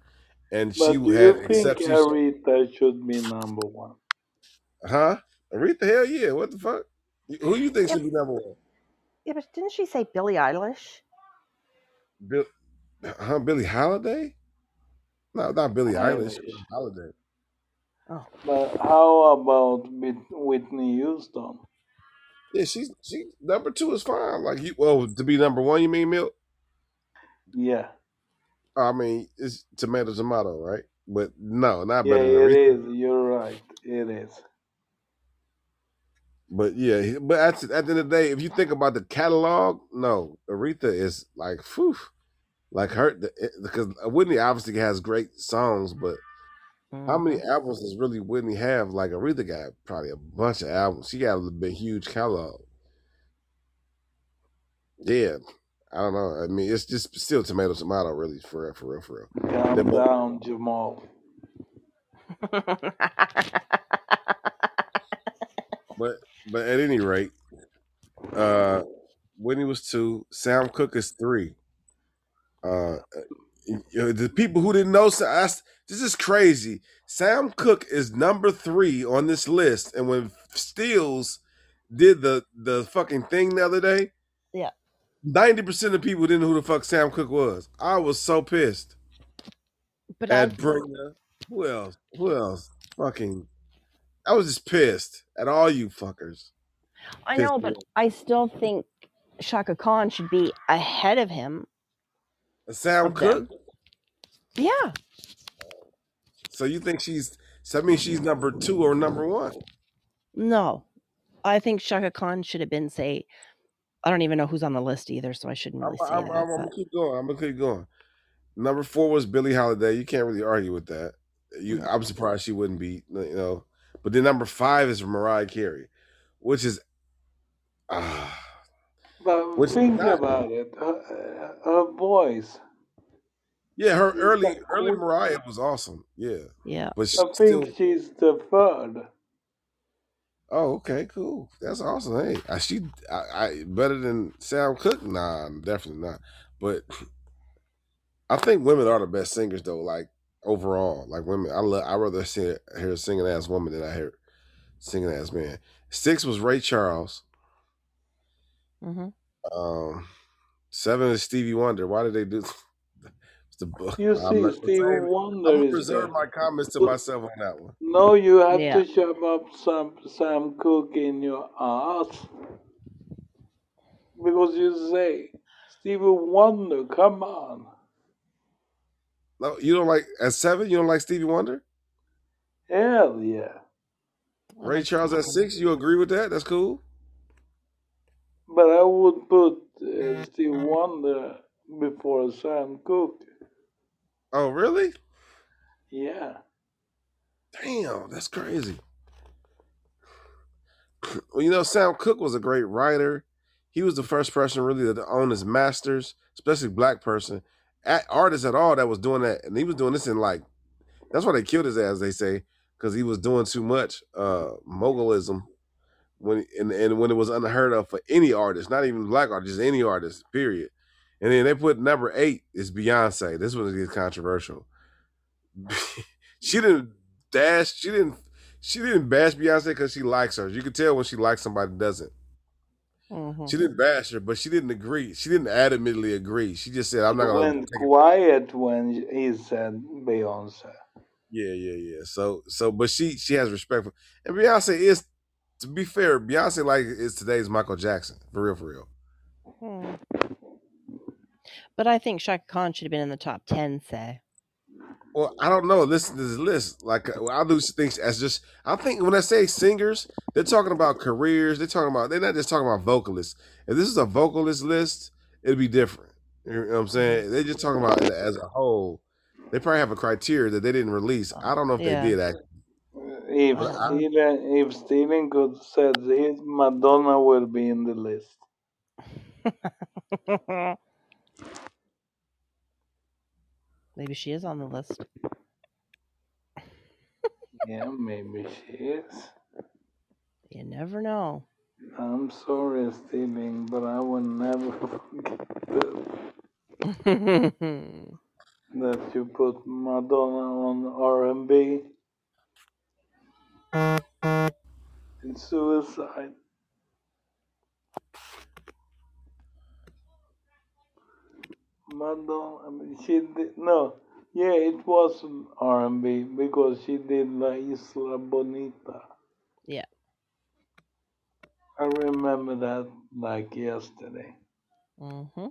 [SPEAKER 6] and she
[SPEAKER 3] But do
[SPEAKER 6] had
[SPEAKER 3] you think
[SPEAKER 6] except she's
[SPEAKER 3] Aretha should be number one?
[SPEAKER 6] huh Aretha. Hell yeah! What the fuck? Who you think should be number one?
[SPEAKER 5] but didn't she say Billie Eilish?
[SPEAKER 6] Bill, huh? Billie Holiday? No, not Billie Eilish.
[SPEAKER 3] Eilish.
[SPEAKER 6] Holiday.
[SPEAKER 5] Oh,
[SPEAKER 3] But how about Whit- Whitney Houston?
[SPEAKER 6] Yeah, she's she number two is fine. Like you, well, to be number one, you mean Milk?
[SPEAKER 3] Yeah,
[SPEAKER 6] I mean, it's tomato, tomato, right? But no, not
[SPEAKER 3] yeah,
[SPEAKER 6] better than
[SPEAKER 3] it
[SPEAKER 6] Aretha.
[SPEAKER 3] is. You're right. It is.
[SPEAKER 6] But yeah, he- but at, at the end of the day, if you think about the catalog, no, Aretha is like, phew, like her the- it- because Whitney obviously has great songs, but how
[SPEAKER 5] hmm
[SPEAKER 6] many albums does really Whitney have? Like Aretha got probably a bunch of albums. She got a big, huge catalog. Yeah, I don't know. I mean, it's just still tomato, tomato, really, for real, for real, for real. They're
[SPEAKER 3] Calm
[SPEAKER 6] both
[SPEAKER 3] down, Jamal.
[SPEAKER 6] But but at any rate, uh Whitney was two, Sam Cooke is three. Uh you know, the people who didn't know Sa- I s- this is crazy. Sam Cooke is number three on this list, and when Steels did the the fucking thing the other day,
[SPEAKER 5] Yeah.
[SPEAKER 6] ninety percent of people didn't know who the fuck Sam Cooke was. I was so pissed
[SPEAKER 5] But I
[SPEAKER 6] at Britney. Who else? Who else? Fucking, I was just pissed at all you fuckers.
[SPEAKER 5] I
[SPEAKER 6] Pissed
[SPEAKER 5] know,
[SPEAKER 6] me
[SPEAKER 5] but
[SPEAKER 6] off.
[SPEAKER 5] I still think Shaka Khan should be ahead of him.
[SPEAKER 6] A sound
[SPEAKER 3] Okay.
[SPEAKER 6] con.
[SPEAKER 5] Yeah.
[SPEAKER 6] So you think she's? So that means she's number two or number one.
[SPEAKER 5] No. I think Shaka Khan should have been, say, I don't even know who's on the list either, so I shouldn't
[SPEAKER 6] I'm,
[SPEAKER 5] really say
[SPEAKER 6] I'm,
[SPEAKER 5] that.
[SPEAKER 6] I'm, I'm gonna
[SPEAKER 5] But
[SPEAKER 6] keep going. I'm gonna keep going. Number four was Billie Holiday. You can't really argue with that. You,
[SPEAKER 5] Mm.
[SPEAKER 6] I'm surprised she wouldn't be. You know, but then number five is Mariah Carey, which is, uh,
[SPEAKER 3] But
[SPEAKER 6] which is
[SPEAKER 3] think
[SPEAKER 6] not.
[SPEAKER 3] about it. Her, her voice.
[SPEAKER 6] Yeah, her
[SPEAKER 3] She's
[SPEAKER 6] early
[SPEAKER 3] the
[SPEAKER 6] early
[SPEAKER 3] fourth.
[SPEAKER 6] Mariah was awesome. Yeah,
[SPEAKER 5] yeah.
[SPEAKER 6] but
[SPEAKER 3] I
[SPEAKER 6] she
[SPEAKER 3] think
[SPEAKER 6] still.
[SPEAKER 3] she's the third.
[SPEAKER 6] Oh, okay, cool. That's awesome. Hey, I, she, I, I better than Sam Cooke. Nah, definitely not. But I think women are the best singers though. Like overall, like women, I love. I rather see, hear a singing ass woman than I hear singing ass man. Six was Ray Charles.
[SPEAKER 5] hmm
[SPEAKER 6] Um, seven is Stevie Wonder. Why did they do? It's the book.
[SPEAKER 3] You
[SPEAKER 6] I'm
[SPEAKER 3] see,
[SPEAKER 6] not gonna
[SPEAKER 3] Stevie
[SPEAKER 6] say. Anything. I'm
[SPEAKER 3] Wonder
[SPEAKER 6] gonna
[SPEAKER 3] is
[SPEAKER 6] reserve
[SPEAKER 3] there.
[SPEAKER 6] my comments to
[SPEAKER 3] So,
[SPEAKER 6] myself on that one.
[SPEAKER 3] no, you have
[SPEAKER 5] Yeah.
[SPEAKER 3] to shove up some some cook in your ass because you say Stevie Wonder. Come on,
[SPEAKER 6] No, you don't like at seven. You don't like Stevie Wonder.
[SPEAKER 3] hell yeah.
[SPEAKER 5] I
[SPEAKER 6] Ray
[SPEAKER 5] like
[SPEAKER 6] Charles
[SPEAKER 5] Stevie
[SPEAKER 6] at
[SPEAKER 5] Wonder.
[SPEAKER 6] six. You agree with that? That's cool.
[SPEAKER 3] But I would put uh, Stevie Wonder before Sam Cooke.
[SPEAKER 6] Oh, really?
[SPEAKER 3] Yeah.
[SPEAKER 6] Damn, that's crazy. Well, you know, Sam Cooke was a great writer. He was the first person really to own his masters, especially black person, at, artist at all that was doing that, and he was doing this in like that's why they killed his ass. They say because he was doing too much uh mogulism when and, and when it was unheard of for any artist, not even black artists, just any artist, period. And then they put number eight is Beyonce. This one gets controversial. she didn't dash. She didn't. She didn't bash Beyonce because she likes her. You can tell when she likes somebody doesn't.
[SPEAKER 5] hmm
[SPEAKER 6] She didn't bash her, but she didn't agree. She didn't adamantly agree. She just said, "I'm
[SPEAKER 3] She
[SPEAKER 6] not gonna
[SPEAKER 3] went
[SPEAKER 6] take it."
[SPEAKER 3] quiet when he said Beyonce.
[SPEAKER 6] Yeah, yeah, yeah. So, so, but she she has respect for. And Beyonce is, to be fair, Beyonce like is today's Michael Jackson for real, for real.
[SPEAKER 5] Hmm. But I think Shaka Khan should have been in the top 10, say.
[SPEAKER 6] Well, I don't know. Listen to this list. Like uh, I do things as just. I think when I say singers, they're talking about careers. They're talking about. They're not just talking about vocalists. If this is a vocalist list, it'd be different. You know what I'm
[SPEAKER 5] hmm
[SPEAKER 6] saying? They're just talking about it as a whole. They probably have a criteria that they didn't release. I don't know if they
[SPEAKER 5] Yeah.
[SPEAKER 6] did actually,
[SPEAKER 3] If
[SPEAKER 5] I
[SPEAKER 6] but
[SPEAKER 5] don't
[SPEAKER 6] I,
[SPEAKER 5] know.
[SPEAKER 3] Steven, if Steven could said his Madonna will be in the list.
[SPEAKER 5] Maybe she is on the list.
[SPEAKER 3] Yeah, maybe she is.
[SPEAKER 5] You never know.
[SPEAKER 3] I'm sorry, Steven, but I will never forget that,
[SPEAKER 5] yeah.
[SPEAKER 3] that you put Madonna on R&B. It's suicide. Madonna, I mean, she did no. Yeah, it was R&B because she did La Isla Bonita. I remember that like yesterday.
[SPEAKER 5] Mm-hmm.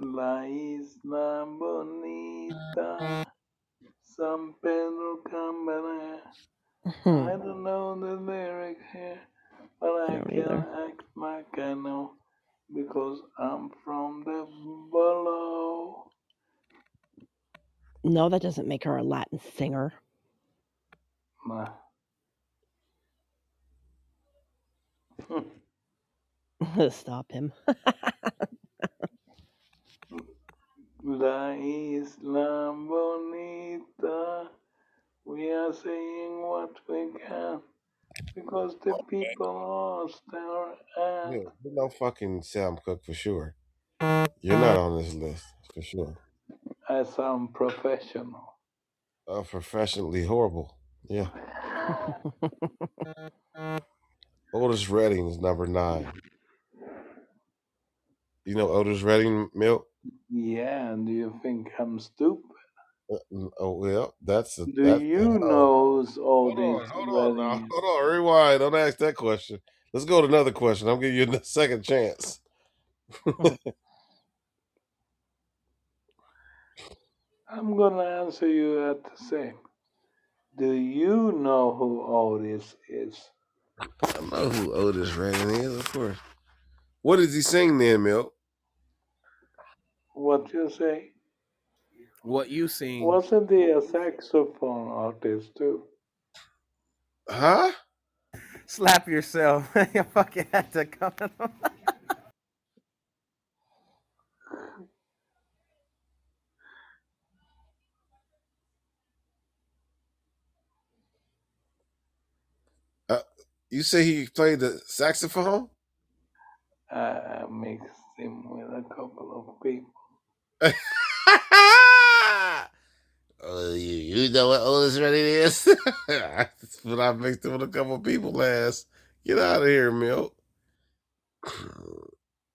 [SPEAKER 3] La Isla Bonita, San Pedro Camara. I
[SPEAKER 5] I
[SPEAKER 3] don't know the lyrics here, but I
[SPEAKER 5] don't
[SPEAKER 3] can
[SPEAKER 5] either.
[SPEAKER 3] act like I know because I'm from the below.
[SPEAKER 5] No, that doesn't make her a Latin singer.
[SPEAKER 3] Nah.
[SPEAKER 5] Stop him.
[SPEAKER 3] La Isla Bonita, we are saying what we can because the people are still at.
[SPEAKER 6] yeah, you're no fucking Sam Cook for sure. You're not on this list for sure.
[SPEAKER 3] I sound professional.
[SPEAKER 6] Uh, professionally horrible. Yeah. Otis Redding is number nine. You know Otis Redding, Milk?
[SPEAKER 3] Yeah, do you think I'm stupid?
[SPEAKER 6] Uh, mm, Oh well, that's a,
[SPEAKER 3] Do
[SPEAKER 6] that.
[SPEAKER 3] you
[SPEAKER 6] Oh,
[SPEAKER 3] know who's all
[SPEAKER 6] hold on,
[SPEAKER 3] these
[SPEAKER 6] hold on, now,
[SPEAKER 3] wedding is?
[SPEAKER 6] hold on. Rewind. Don't ask that question. Let's go to another question. I'm giving you a second chance.
[SPEAKER 3] I'm going to answer you at the same. Do you know who Otis is?
[SPEAKER 6] I know who Otis Redding is, of course. What does he sing then, Milk?
[SPEAKER 3] What you say?
[SPEAKER 4] What you
[SPEAKER 6] Mm.
[SPEAKER 4] seen?
[SPEAKER 3] Wasn't he a saxophone artist too?
[SPEAKER 6] Huh?
[SPEAKER 9] Slap yourself. you fucking had to come.
[SPEAKER 6] Uh, you say he played the saxophone?
[SPEAKER 3] I I mixed him with a Ah, couple of people.
[SPEAKER 6] oh, you, you know what Otis Redding is? That's what I mixed it with a couple people last. Get out of here, Milk.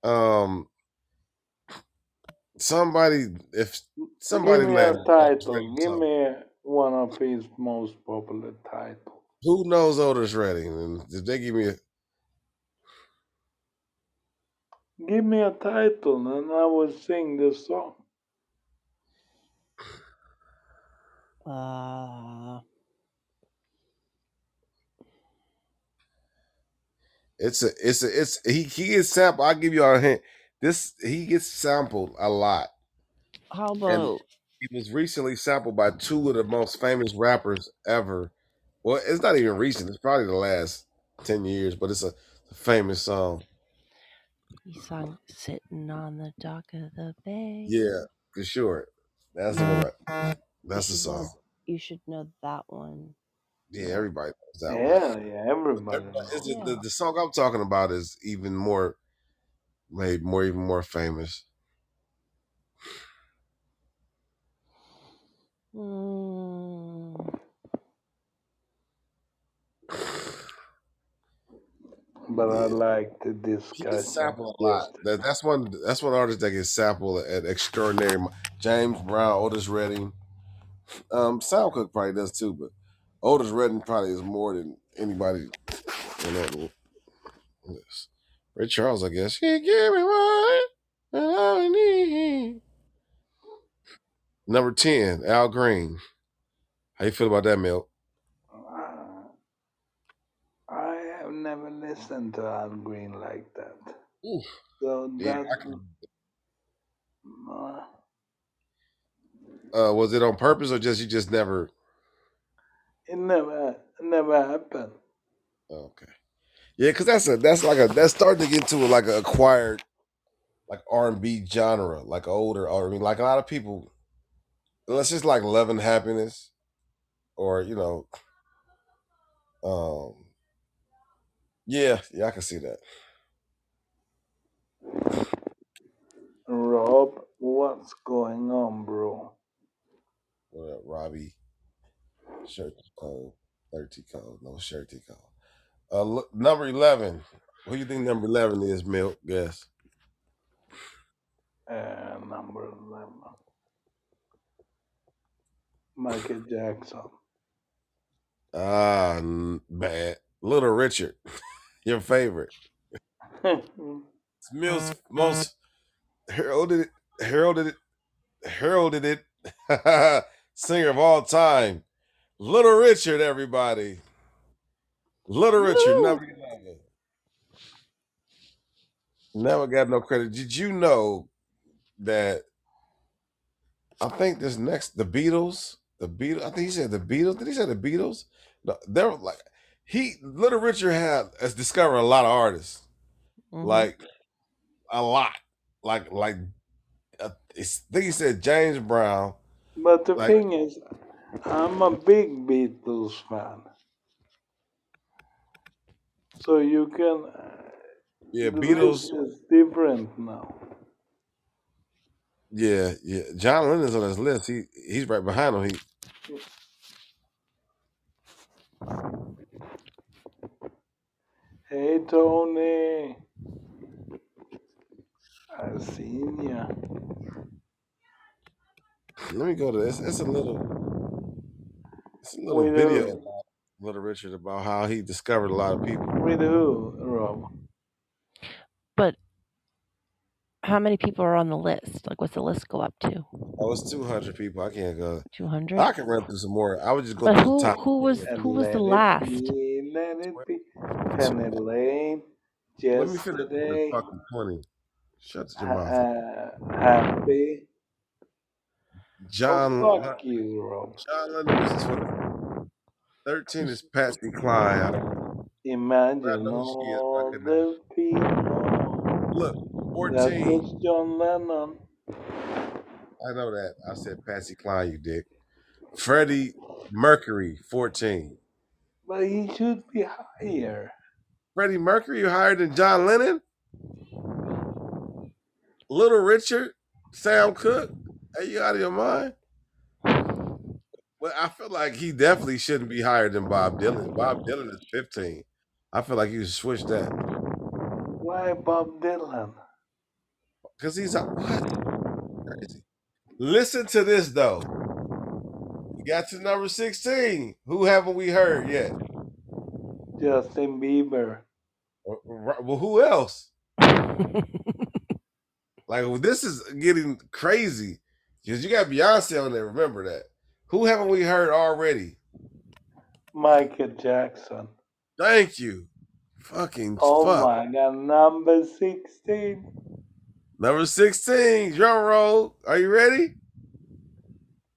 [SPEAKER 6] um, somebody, if
[SPEAKER 3] Give
[SPEAKER 6] somebody
[SPEAKER 3] me a
[SPEAKER 6] last Otis
[SPEAKER 3] title.
[SPEAKER 6] Redding
[SPEAKER 3] Give
[SPEAKER 6] something.
[SPEAKER 3] me one of his most popular titles.
[SPEAKER 6] Who knows Otis Redding? And if they give me a
[SPEAKER 3] Give me a title and I will sing the song.
[SPEAKER 5] Uh,
[SPEAKER 6] It's a, it's a, it's he he gets sampled. I'll give you all a hint. This he gets sampled a lot,
[SPEAKER 5] how
[SPEAKER 6] and
[SPEAKER 5] about
[SPEAKER 6] he was recently sampled by two of the most famous rappers ever. Well, it's not even recent. It's probably the last ten years, but it's a, famous song.
[SPEAKER 5] he sung "Sitting on the Dock of the Bay"?
[SPEAKER 6] Yeah, for sure. That's the one. right-
[SPEAKER 5] You
[SPEAKER 6] That's the
[SPEAKER 5] should know.
[SPEAKER 6] song.
[SPEAKER 5] You should know that one,
[SPEAKER 6] Yeah,
[SPEAKER 5] Milk.
[SPEAKER 6] everybody knows that one.
[SPEAKER 3] Yeah, yeah, everybody
[SPEAKER 6] Everybody, it's
[SPEAKER 3] knows
[SPEAKER 6] just,
[SPEAKER 5] Yeah.
[SPEAKER 6] the, the song I'm talking about is even more, made more, even more famous.
[SPEAKER 5] Mm,
[SPEAKER 3] it. But I
[SPEAKER 6] Yeah.
[SPEAKER 3] like the
[SPEAKER 6] He gets
[SPEAKER 3] discussion
[SPEAKER 6] sampled a lot.
[SPEAKER 3] yesterday.
[SPEAKER 6] That, that's one. That's one artist that gets sampled at extraordinary. mo- James Brown, Otis Redding, um, Sam Cooke probably does too, but Otis Redding probably is more than anybody in that l- list. Ray Charles, I guess. He gave me what I need. Number ten, Al Green. How you feel about that, Mel?
[SPEAKER 3] Ah, I have never listened to Al Green like that.
[SPEAKER 6] Ooh.
[SPEAKER 3] So
[SPEAKER 6] Yeah,
[SPEAKER 3] that
[SPEAKER 6] I can.
[SPEAKER 3] uh,
[SPEAKER 6] Uh, was it on purpose or just you just never?
[SPEAKER 3] it never never happened.
[SPEAKER 6] oh, okay. Yeah, because that's a that's like a that's starting to get to like an acquired like R and B genre, like older R and B. Like a lot of people, unless it's like Love and Happiness, or you know, um, yeah, yeah, I can see that.
[SPEAKER 3] Rob, what's going on, bro?
[SPEAKER 6] What up, Robbie? Shirt code, thirty code, no shirt code. Uh, look, number eleven. Who you think number eleven is, Milk? Yes.
[SPEAKER 3] Uh, number 11. Michael Jackson.
[SPEAKER 6] Ah, n- bad. Little Richard, your favorite. It's Milk's most Uh, heralded, heralded, heralded it singer of all time. Little Richard, everybody. Little Richard,
[SPEAKER 5] Woo!
[SPEAKER 6] number 11. Never got no credit. Did you know that I think this next, the Beatles, the Beatles, I think he said the Beatles. Did he say the Beatles? No, they're like, he, Little Richard had, has discovered a lot of artists.
[SPEAKER 5] Mm-hmm.
[SPEAKER 6] Like, a lot. Like, like, uh, it's- I think he said James Brown.
[SPEAKER 3] but the
[SPEAKER 6] Like,
[SPEAKER 3] thing is, I'm a big Beatles fan. So you can. Uh,
[SPEAKER 6] yeah,
[SPEAKER 3] the
[SPEAKER 6] Beatles.
[SPEAKER 3] list is different now.
[SPEAKER 6] Yeah, yeah. John Lennon's on his list. He he's right behind him. He
[SPEAKER 3] Hey, Tony. I seen ya.
[SPEAKER 6] let me go to this. It's a little it's a little
[SPEAKER 3] With
[SPEAKER 6] video
[SPEAKER 3] a,
[SPEAKER 6] of that. Little Richard about how he discovered a lot of people.
[SPEAKER 3] With who, Rob?
[SPEAKER 5] But how many people are on the list? Like, what's the list go up to?
[SPEAKER 6] Oh, it's two hundred people. I can't go.
[SPEAKER 5] Two hundred.
[SPEAKER 6] I can run through some more. I would just go
[SPEAKER 5] But
[SPEAKER 6] through the
[SPEAKER 5] who
[SPEAKER 6] top.
[SPEAKER 5] who was
[SPEAKER 3] And
[SPEAKER 5] who was
[SPEAKER 3] let
[SPEAKER 5] the
[SPEAKER 3] it
[SPEAKER 5] last?
[SPEAKER 3] be, let it be. Penny Lane,
[SPEAKER 6] Let me finish the
[SPEAKER 3] yesterday,
[SPEAKER 6] fucking twenty. Shut your
[SPEAKER 3] ha-
[SPEAKER 6] mouth.
[SPEAKER 3] uh, happy. Oh,
[SPEAKER 6] John Lon-
[SPEAKER 3] fuck you, Rob.
[SPEAKER 6] John London was twenty. Thirteen is Patsy Cline. I don't I
[SPEAKER 3] Imagine
[SPEAKER 6] know she is
[SPEAKER 3] all
[SPEAKER 6] fucking
[SPEAKER 3] the people
[SPEAKER 6] look.
[SPEAKER 3] that
[SPEAKER 6] Fourteen.
[SPEAKER 3] was John Lennon.
[SPEAKER 6] I know that. I said Patsy Cline. You dick. Freddie Mercury. Fourteen.
[SPEAKER 3] But he should be higher.
[SPEAKER 6] Freddie Mercury. You higher than John Lennon? Little Richard. Sam Cooke. Are you out of your mind? Well, I feel like he definitely shouldn't be higher than Bob Dylan. Bob Dylan is 15. I feel like you should switch that
[SPEAKER 3] Why Bob Dylan?
[SPEAKER 6] because he's a what? Crazy. Listen to this though. We got to number 16. Who haven't we heard yet?
[SPEAKER 3] Justin Bieber.
[SPEAKER 6] Uh, uh, Well, who else? Like well, this is getting crazy because you got Beyonce on there. Remember that. Who haven't we heard already?
[SPEAKER 3] Michael Jackson.
[SPEAKER 6] Thank you. Fucking
[SPEAKER 3] Oh
[SPEAKER 6] fuck.
[SPEAKER 3] my god, number 16.
[SPEAKER 6] Number 16. Drum roll. Are you ready?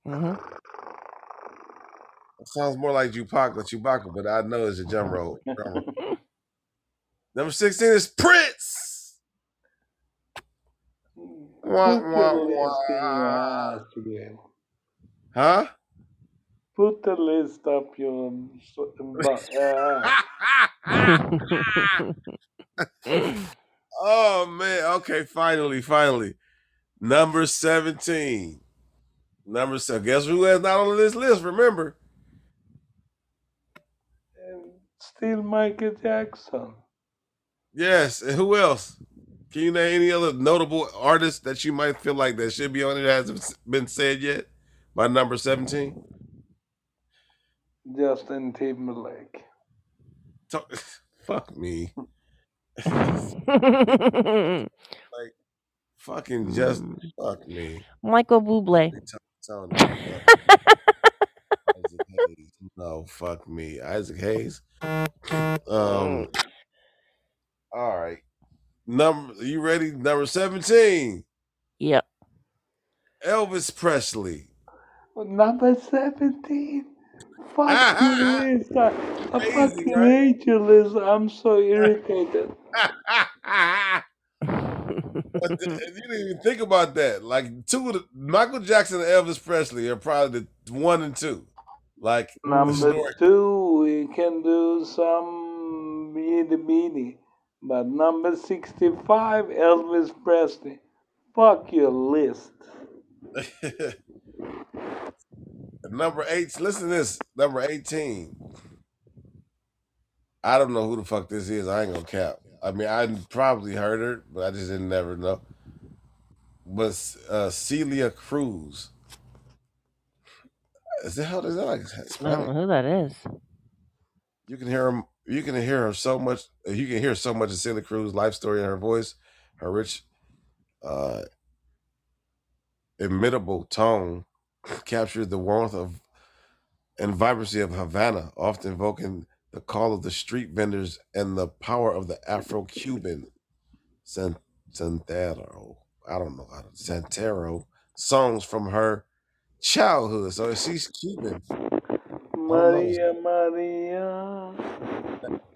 [SPEAKER 5] hmm
[SPEAKER 6] It sounds more like Chewbacca, Chewbacca, but I know it's a drum
[SPEAKER 3] Uh-huh.
[SPEAKER 6] roll. Drum roll. Number 16 is Prince. Wah,
[SPEAKER 3] Put the
[SPEAKER 6] wah,
[SPEAKER 3] list in your
[SPEAKER 6] wah.
[SPEAKER 3] ass again.
[SPEAKER 6] Huh?
[SPEAKER 3] Put the list up your so- butt. Uh,
[SPEAKER 6] oh, man. Okay, finally, finally. Number 17. Number so guess who is not on this list? Remember,
[SPEAKER 3] um, still Michael Jackson.
[SPEAKER 6] yes. And who else? Can you name any other notable artists that you might feel like that should be on it that hasn't been said yet by number seventeen?
[SPEAKER 3] Justin Timberlake.
[SPEAKER 6] Talk- Fuck me. like fucking
[SPEAKER 5] Mm.
[SPEAKER 6] just fuck me.
[SPEAKER 5] Michael Bublé.
[SPEAKER 6] They tell- telling me fuck Isaac Hayes. No, fuck me, Isaac Hayes. Um, all right. Number, you ready? Number seventeen,
[SPEAKER 5] Yep.
[SPEAKER 6] Elvis Presley.
[SPEAKER 3] Number 17.
[SPEAKER 6] Ah,
[SPEAKER 3] Fuck you, list. I, I
[SPEAKER 6] Crazy,
[SPEAKER 3] fucking
[SPEAKER 6] right?
[SPEAKER 3] hate your list. I'm so irritated.
[SPEAKER 6] But th- you didn't even think about that. Like two, of the, Michael Jackson and Elvis Presley are probably the one and two. Like
[SPEAKER 3] Number
[SPEAKER 6] historic.
[SPEAKER 3] two, we can do some itty bitty. But number 65, Elvis Presley. Fuck your list.
[SPEAKER 6] number eight. Listen to this. Number eighteen. I don't know who the fuck this is. I ain't gonna cap. I mean, I probably heard her, but I just didn't never know. But uh, Celia Cruz. Is that how is that
[SPEAKER 5] I
[SPEAKER 6] like
[SPEAKER 5] don't
[SPEAKER 6] Hispanic?
[SPEAKER 5] know who that is.
[SPEAKER 6] You can hear him. You can hear her so much. You can hear so much of Celia Cruz's life story in her voice, her rich, uh, imitable tone captured the warmth of and vibrancy of Havana, often evoking the call of the street vendors and the power of the Afro-Cuban San- Santero. I don't know how to Santero songs from her childhood. So she's Cuban. I don't know.
[SPEAKER 3] Maria, Maria.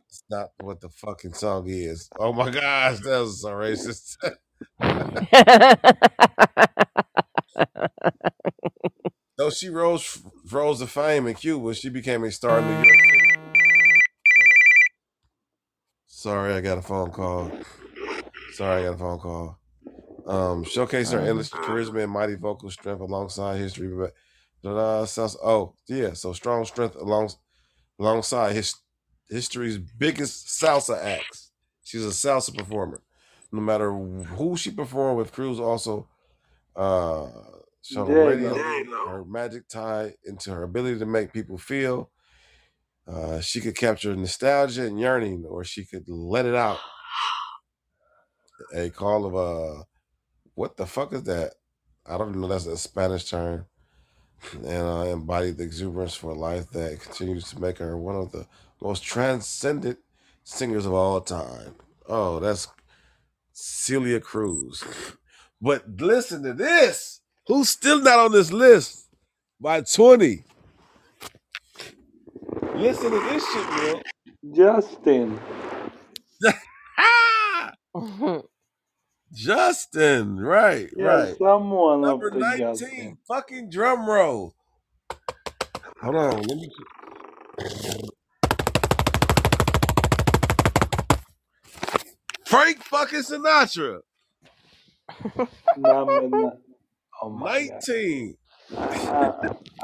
[SPEAKER 6] It's not what the fucking song is. Oh my gosh, that was so racist. Though she rose rose to fame in Cuba, she became a star in New York City. Sorry, I got a phone call. Sorry, I got a phone call. Um, showcase her endless charisma and mighty vocal strength alongside history. But da-da, sounds- oh yeah, so strong strength along alongside his history's biggest salsa acts. She's a salsa performer. No matter who she performed with, Cruz also uh, shone a
[SPEAKER 3] There you
[SPEAKER 6] radiant
[SPEAKER 3] go.
[SPEAKER 6] her magic tie into her ability to make people feel Uh, she could capture nostalgia and yearning, or she could let it out. A call of uh, what the fuck is that? I don't even know. That's a Spanish term. And uh, embodied the exuberance for life that continues to make her one of the most transcendent singers of all time. Oh, that's Celia Cruz. But listen to this. Who's still not on this list by 20? Listen to this shit, man.
[SPEAKER 3] Justin.
[SPEAKER 6] Ah! Justin, right,
[SPEAKER 3] Yeah,
[SPEAKER 6] right.
[SPEAKER 3] someone
[SPEAKER 6] Number
[SPEAKER 3] up to
[SPEAKER 6] 19,
[SPEAKER 3] Justin.
[SPEAKER 6] fucking drum roll. Hold on, let me. Frank fucking Sinatra,
[SPEAKER 3] Number nine. Oh my God.
[SPEAKER 6] 19.
[SPEAKER 3] I,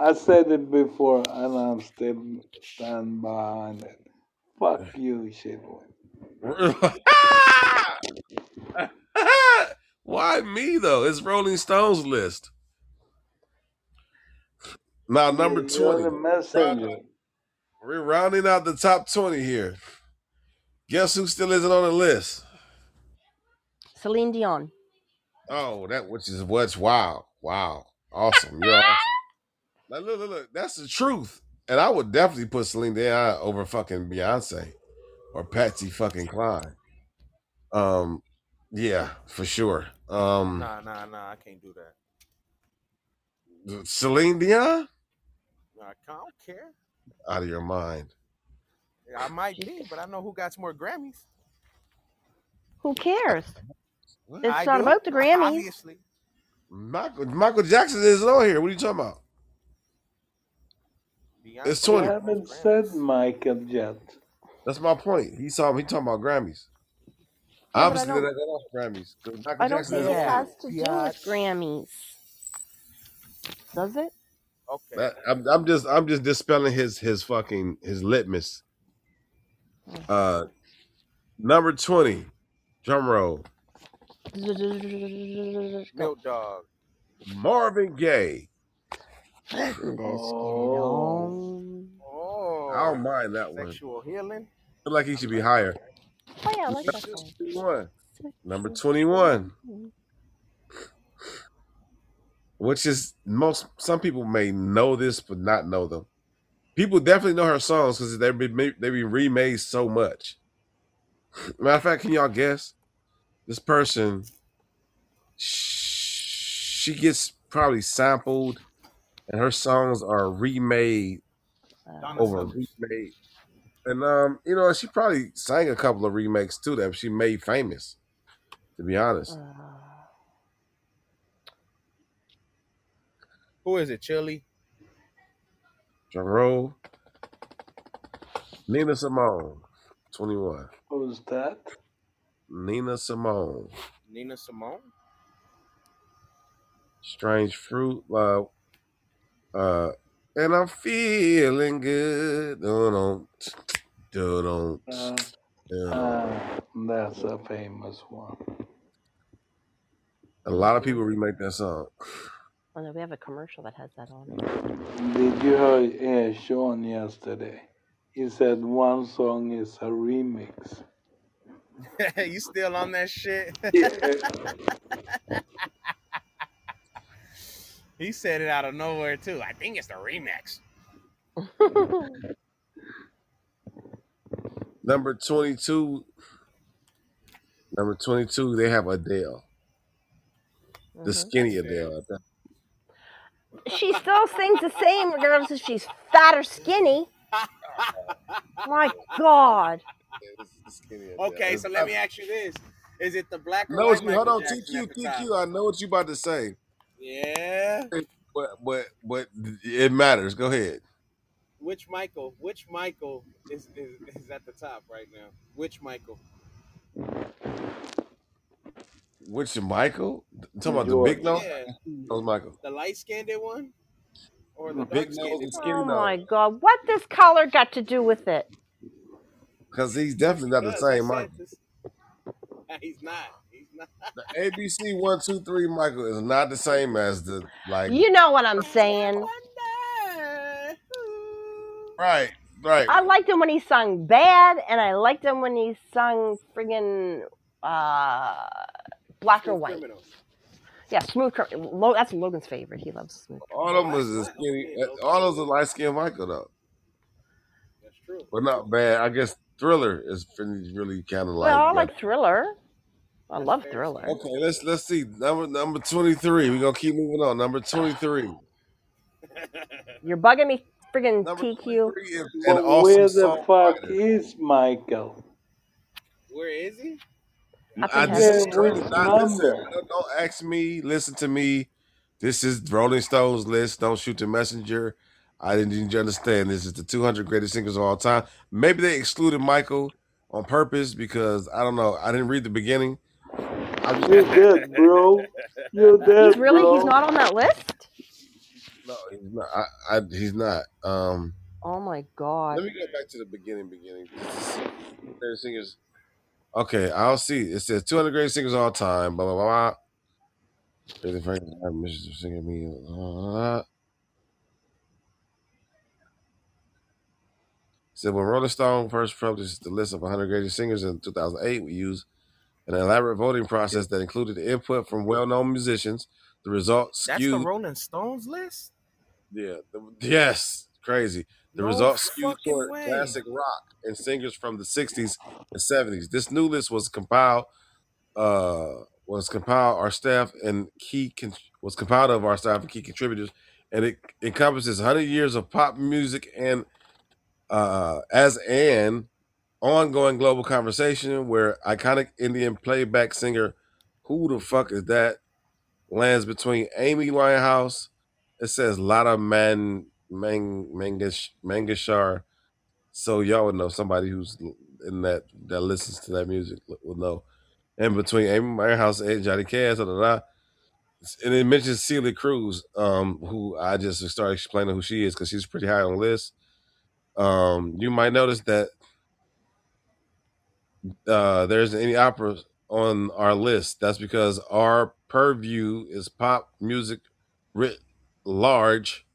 [SPEAKER 3] I, I said it before and I'm still stand behind it. Fuck you, shitwin.
[SPEAKER 6] Why me though? It's Rolling Stones list. Now number
[SPEAKER 3] You, you're
[SPEAKER 6] 20.
[SPEAKER 3] the
[SPEAKER 6] Round-
[SPEAKER 3] messenger.
[SPEAKER 6] We're rounding out the top 20 here. Guess who still isn't on the list?
[SPEAKER 5] Celine Dion.
[SPEAKER 6] Oh, that which is what's wow. Wow. Awesome. You're awesome. Like, look, look, look. That's the truth. And I would definitely put Celine Dion over fucking Beyonce or Patsy fucking Cline. Um, yeah, for sure. Um,
[SPEAKER 4] Nah, nah, nah. I can't do that.
[SPEAKER 6] Celine Dion,
[SPEAKER 4] Nah, I don't care.
[SPEAKER 6] out of your mind.
[SPEAKER 4] I might
[SPEAKER 5] She-
[SPEAKER 4] be, but I know who got more Grammys.
[SPEAKER 5] Who cares?
[SPEAKER 6] What?
[SPEAKER 5] It's
[SPEAKER 4] I
[SPEAKER 5] not
[SPEAKER 4] do,
[SPEAKER 5] about the Grammys.
[SPEAKER 4] obviously.
[SPEAKER 6] Michael Michael Jackson isn't on here. What are you talking about?
[SPEAKER 4] Beyonce
[SPEAKER 6] It's
[SPEAKER 4] got
[SPEAKER 3] You
[SPEAKER 6] 20.
[SPEAKER 4] the most
[SPEAKER 3] haven't said
[SPEAKER 4] Grammys.
[SPEAKER 3] Michael yet.
[SPEAKER 6] That's my point. He saw he talking about Grammys.
[SPEAKER 5] Yeah, but I
[SPEAKER 6] Obviously, they're
[SPEAKER 5] don't.
[SPEAKER 6] not going off Grammys because Michael
[SPEAKER 5] I don't
[SPEAKER 6] Jackson
[SPEAKER 5] think
[SPEAKER 6] is
[SPEAKER 5] it
[SPEAKER 6] on
[SPEAKER 4] Yeah,
[SPEAKER 6] here.
[SPEAKER 5] has to do with
[SPEAKER 4] biatch.
[SPEAKER 5] Grammys, does it?
[SPEAKER 4] Okay.
[SPEAKER 6] That- I'm, I'm just I'm just dispelling his his fucking his litmus. Uh, number twenty, drum roll.
[SPEAKER 5] Go.
[SPEAKER 4] Milk Dog.
[SPEAKER 6] Marvin Gaye.
[SPEAKER 5] Let's get it
[SPEAKER 3] Oh,
[SPEAKER 5] on.
[SPEAKER 6] I
[SPEAKER 4] Oh,
[SPEAKER 6] don't mind that one.
[SPEAKER 4] sexual healing.
[SPEAKER 6] feel like he
[SPEAKER 4] I
[SPEAKER 6] should be
[SPEAKER 4] like
[SPEAKER 6] higher.
[SPEAKER 4] that.
[SPEAKER 5] Oh yeah, I like
[SPEAKER 6] Number
[SPEAKER 5] that song.
[SPEAKER 6] 21. Number
[SPEAKER 5] Sexual
[SPEAKER 6] 21,
[SPEAKER 5] healing.
[SPEAKER 6] which is most some people may know this but not know them. People definitely know her songs because they've been ma- they've been remade so much. Matter of fact, can y'all guess this person? She gets probably sampled, and her songs are remade
[SPEAKER 4] Donna
[SPEAKER 6] over
[SPEAKER 5] Um,
[SPEAKER 4] Summers.
[SPEAKER 6] remade. And um, you know, she probably sang a couple of remakes too that she made famous. To be honest,
[SPEAKER 5] uh,
[SPEAKER 4] Who is it? Chili?
[SPEAKER 6] drum roll. Nina Simone, twenty-one.
[SPEAKER 3] who's that?
[SPEAKER 6] Nina Simone.
[SPEAKER 4] Nina Simone?
[SPEAKER 6] Strange Fruit Love. Uh, and I'm feeling good. Dun-dun, dun-dun,
[SPEAKER 3] Uh,
[SPEAKER 6] dun-dun.
[SPEAKER 3] uh, that's a famous one.
[SPEAKER 6] A
[SPEAKER 5] yeah,
[SPEAKER 6] lot of
[SPEAKER 5] we
[SPEAKER 6] people remake that song.
[SPEAKER 5] oh no, we have a commercial that has that on it.
[SPEAKER 3] Did you hear hear Sean yesterday? He said one song is a remix.
[SPEAKER 4] you still on that shit?
[SPEAKER 3] Yeah.
[SPEAKER 4] he said it out of nowhere, too. I think it's the remix.
[SPEAKER 6] Number 22, number 22, they have Adele. The
[SPEAKER 5] hmm
[SPEAKER 6] skinny
[SPEAKER 4] Adele.
[SPEAKER 6] Adele. I think.
[SPEAKER 5] She still sings the same, regardless if she's fat or skinny. My God.
[SPEAKER 6] Yeah, this is the skinny Adele.
[SPEAKER 4] okay,
[SPEAKER 6] It's
[SPEAKER 4] so let
[SPEAKER 6] not-
[SPEAKER 4] me ask you this. Is it the black
[SPEAKER 6] I
[SPEAKER 4] or
[SPEAKER 6] know what
[SPEAKER 4] white
[SPEAKER 6] you, hold
[SPEAKER 4] Michael
[SPEAKER 6] on,
[SPEAKER 4] Jackson at
[SPEAKER 6] TQ,
[SPEAKER 4] the top?
[SPEAKER 6] TQ, I know what you about to say.
[SPEAKER 4] Yeah.
[SPEAKER 6] But, but, but it matters. Go ahead.
[SPEAKER 4] Which Michael? Which Michael is, is, is at the top right now? Which Michael?
[SPEAKER 6] Which Michael? You talking about the big
[SPEAKER 3] George.
[SPEAKER 6] nose?
[SPEAKER 4] Yeah.
[SPEAKER 6] Nose Michael.
[SPEAKER 4] The light skinned one or the
[SPEAKER 6] Big
[SPEAKER 4] dark
[SPEAKER 6] nose
[SPEAKER 4] skinned
[SPEAKER 6] and
[SPEAKER 4] one?
[SPEAKER 6] skinny
[SPEAKER 5] Oh
[SPEAKER 6] nose.
[SPEAKER 5] my God. What this color got to do with it?
[SPEAKER 6] Because he's definitely not the
[SPEAKER 4] Cause he
[SPEAKER 6] same
[SPEAKER 4] said
[SPEAKER 6] Michael.
[SPEAKER 4] this. He's not. He's not.
[SPEAKER 6] The ABC one two three Michael is not the same as the like
[SPEAKER 5] You know what I'm
[SPEAKER 4] I
[SPEAKER 5] saying.
[SPEAKER 4] wanna know.
[SPEAKER 6] right. Right.
[SPEAKER 5] I liked him when he sung Bad, and I liked him when he sung friggin' uh, Black or
[SPEAKER 4] Smooth
[SPEAKER 5] White.
[SPEAKER 4] criminal.
[SPEAKER 5] Yeah, Smooth Criminal. Lo- that's Logan's favorite. He loves Smooth Criminal.
[SPEAKER 6] All
[SPEAKER 4] Oh,
[SPEAKER 6] of them
[SPEAKER 4] I,
[SPEAKER 6] was a
[SPEAKER 4] I
[SPEAKER 6] skinny.
[SPEAKER 4] okay,
[SPEAKER 6] uh,
[SPEAKER 4] Logan.
[SPEAKER 6] All those are light skinned Michael though,
[SPEAKER 4] That's true.
[SPEAKER 6] but not bad. I guess Thriller is fin- really kind of
[SPEAKER 5] Well,
[SPEAKER 6] like.
[SPEAKER 5] I
[SPEAKER 6] That.
[SPEAKER 5] like Thriller. I
[SPEAKER 4] That's
[SPEAKER 5] love
[SPEAKER 4] fair to say.
[SPEAKER 5] Thriller.
[SPEAKER 6] Okay, let's let's see number number twenty three. We gonna keep moving on. Number twenty three.
[SPEAKER 5] You're bugging me, friggin'
[SPEAKER 6] Number twenty
[SPEAKER 5] TQ.
[SPEAKER 6] three is an
[SPEAKER 3] But
[SPEAKER 6] awesome
[SPEAKER 3] where the fuck
[SPEAKER 6] songwriter.
[SPEAKER 3] is Michael?
[SPEAKER 4] Where is he?
[SPEAKER 5] Up in
[SPEAKER 6] I,
[SPEAKER 3] Is
[SPEAKER 6] this
[SPEAKER 5] heaven.
[SPEAKER 3] there
[SPEAKER 6] is
[SPEAKER 3] which
[SPEAKER 6] Rolling. Not listen.
[SPEAKER 3] number?
[SPEAKER 6] Don't, don't ask me. Listen to me. This is Rolling Stones list. Don't shoot the messenger. I didn't need you to understand. This is the 200 greatest singers of all time. Maybe they excluded Michael on purpose because I don't know. I didn't read the beginning. I just
[SPEAKER 3] You're dead, bro. You're
[SPEAKER 5] He's
[SPEAKER 3] dead,
[SPEAKER 5] really, he's
[SPEAKER 3] bro.
[SPEAKER 5] not on that list?
[SPEAKER 6] no, he's not. I, I, he's not. Um,
[SPEAKER 5] Oh my
[SPEAKER 6] let
[SPEAKER 5] god.
[SPEAKER 6] me go back to the beginning. Beginning. This is greatest singers. Okay, I'll see. It says 200 greatest singers of all time. Blah blah blah. blah. Billy Franklin, I'm Mr. Singing Me. uh, Said when Rolling Stone first published the list of 100 greatest singers in 2008, we used an elaborate voting process that included input from well-known musicians. The result
[SPEAKER 9] That's the
[SPEAKER 6] skewed,
[SPEAKER 9] Rolling Stones list?
[SPEAKER 6] yeah, the, yes, crazy. The
[SPEAKER 9] No
[SPEAKER 6] result skewed
[SPEAKER 9] fucking
[SPEAKER 6] toward
[SPEAKER 9] way.
[SPEAKER 6] classic rock and singers from the 60s and 70s. This new list was compiled, uh, was compiled our staff and key con- was compiled of our staff and key contributors, and it encompasses 100 years of pop music and uh, as an ongoing global conversation where iconic Indian playback singer, who the fuck is that, lands between Amy Winehouse. It says Lata Man Mang Mangash Mangashar. So y'all would know somebody who's in that that listens to that music will know. And between Amy Winehouse and Johnny Cash, da, da, da. and it mentions Celia Cruz, um, who I just started explaining who she is because she's pretty high on the list. Um, you might notice that uh there's any opera on our list. That's because our purview is pop music writ large,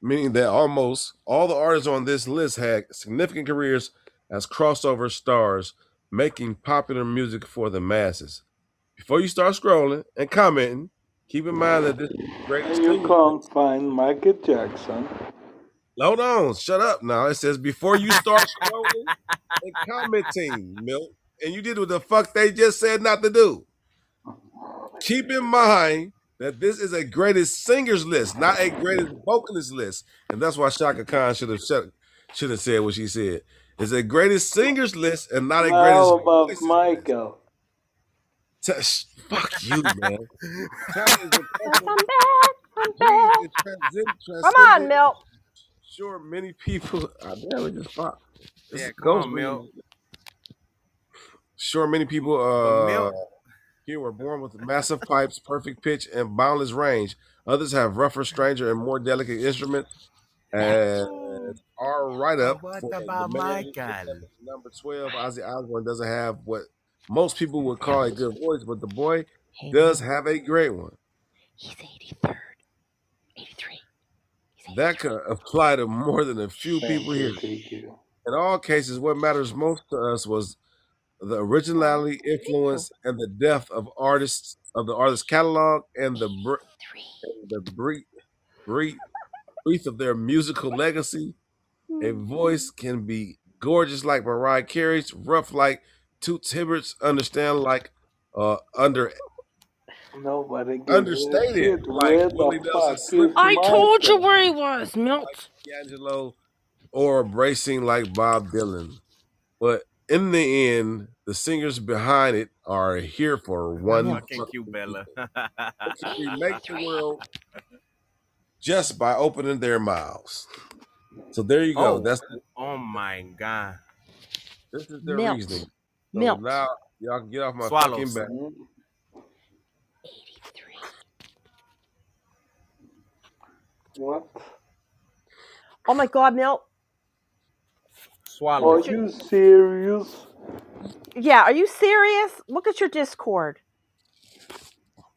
[SPEAKER 6] meaning that almost all the artists on this list had significant careers as crossover stars, making popular music for the masses. Before you start scrolling and commenting, keep in mind that this
[SPEAKER 3] And
[SPEAKER 6] greatest
[SPEAKER 3] you
[SPEAKER 6] singers
[SPEAKER 3] can't
[SPEAKER 6] list.
[SPEAKER 3] find Michael Jackson.
[SPEAKER 6] Hold on, shut up now. It says before you start scrolling and commenting, Milk. And you did what the fuck they just said not to do. keep in mind that this is a greatest singers list, not a greatest vocalist list, and that's why Shaka Khan should have shut, should have said what she said. It's a greatest singers list and not a
[SPEAKER 3] Now
[SPEAKER 6] greatest
[SPEAKER 3] about
[SPEAKER 6] voices list.
[SPEAKER 3] Michael.
[SPEAKER 6] Ta- sh- fuck you, man. Time is
[SPEAKER 5] Cause
[SPEAKER 6] impersonal.
[SPEAKER 5] I'm bad, I'm
[SPEAKER 6] Dreams
[SPEAKER 5] bad.
[SPEAKER 6] is transcend-
[SPEAKER 5] Come on,
[SPEAKER 6] transcendent.
[SPEAKER 5] Milt.
[SPEAKER 6] Sure, many people. I damn it, just fuck. This
[SPEAKER 9] yeah,
[SPEAKER 6] is
[SPEAKER 9] come
[SPEAKER 6] ghost
[SPEAKER 9] on,
[SPEAKER 6] reading.
[SPEAKER 9] Milt.
[SPEAKER 6] Sure, many people.
[SPEAKER 9] But
[SPEAKER 6] Uh,
[SPEAKER 9] Milt,
[SPEAKER 6] Here were born with massive pipes, perfect pitch, and boundless range. Others have rougher, stranger, and more delicate instruments. As
[SPEAKER 9] ooh,
[SPEAKER 6] our write
[SPEAKER 9] but
[SPEAKER 6] up
[SPEAKER 9] what
[SPEAKER 6] for the
[SPEAKER 9] about
[SPEAKER 6] man who picked up
[SPEAKER 9] Michael?
[SPEAKER 6] number 12, Ozzy Osbourne, doesn't have what most people would call a good voice, but the boy
[SPEAKER 5] Hey,
[SPEAKER 6] does
[SPEAKER 5] Milt.
[SPEAKER 6] have a great one.
[SPEAKER 5] He's 83rd. 83. He's 83.
[SPEAKER 6] That could apply to more than a few people
[SPEAKER 3] Thank you,
[SPEAKER 6] here.
[SPEAKER 3] TQ.
[SPEAKER 6] In all cases, what matters most to us was the
[SPEAKER 5] Well,
[SPEAKER 6] originality,
[SPEAKER 5] you.
[SPEAKER 6] influence, and the depth of artists of the artist's catalog and the br-
[SPEAKER 5] 83.
[SPEAKER 6] and the breed breed breadth of their musical legacy. A
[SPEAKER 5] Hmm.
[SPEAKER 6] voice can be gorgeous like Mariah Carey's, rough like Toots Hibbert's, understand like uh under
[SPEAKER 3] Nobody gives a
[SPEAKER 6] understated
[SPEAKER 3] shit
[SPEAKER 6] like
[SPEAKER 3] where the
[SPEAKER 6] Willie Nelson's
[SPEAKER 3] fuck is
[SPEAKER 6] slippery
[SPEAKER 5] I
[SPEAKER 6] voice,
[SPEAKER 5] told you
[SPEAKER 3] Michael.
[SPEAKER 5] where he was,
[SPEAKER 6] like
[SPEAKER 5] Milt.
[SPEAKER 6] D'Angelo, or bracing like Bob Dylan. But in the end, the singers behind it are here for
[SPEAKER 9] I'm
[SPEAKER 6] one
[SPEAKER 5] Milt.
[SPEAKER 9] fucking
[SPEAKER 6] fucking
[SPEAKER 9] cute, Bella.
[SPEAKER 6] reason. They can remake the
[SPEAKER 5] 83.
[SPEAKER 6] world just by opening their mouths. So there you go.
[SPEAKER 9] oh,
[SPEAKER 6] That's
[SPEAKER 9] oh my God.
[SPEAKER 6] This is their
[SPEAKER 5] Milt.
[SPEAKER 6] reasoning. So
[SPEAKER 5] Milt.
[SPEAKER 6] now y'all can get off my fucking
[SPEAKER 9] Swallows.
[SPEAKER 6] back.
[SPEAKER 3] Hmm?
[SPEAKER 5] 83.
[SPEAKER 3] What?
[SPEAKER 5] Oh my god, Milt. Look
[SPEAKER 3] Are
[SPEAKER 5] at
[SPEAKER 9] Swallows.
[SPEAKER 5] your.
[SPEAKER 3] you serious?
[SPEAKER 5] Yeah, are you serious? Look at your Discord.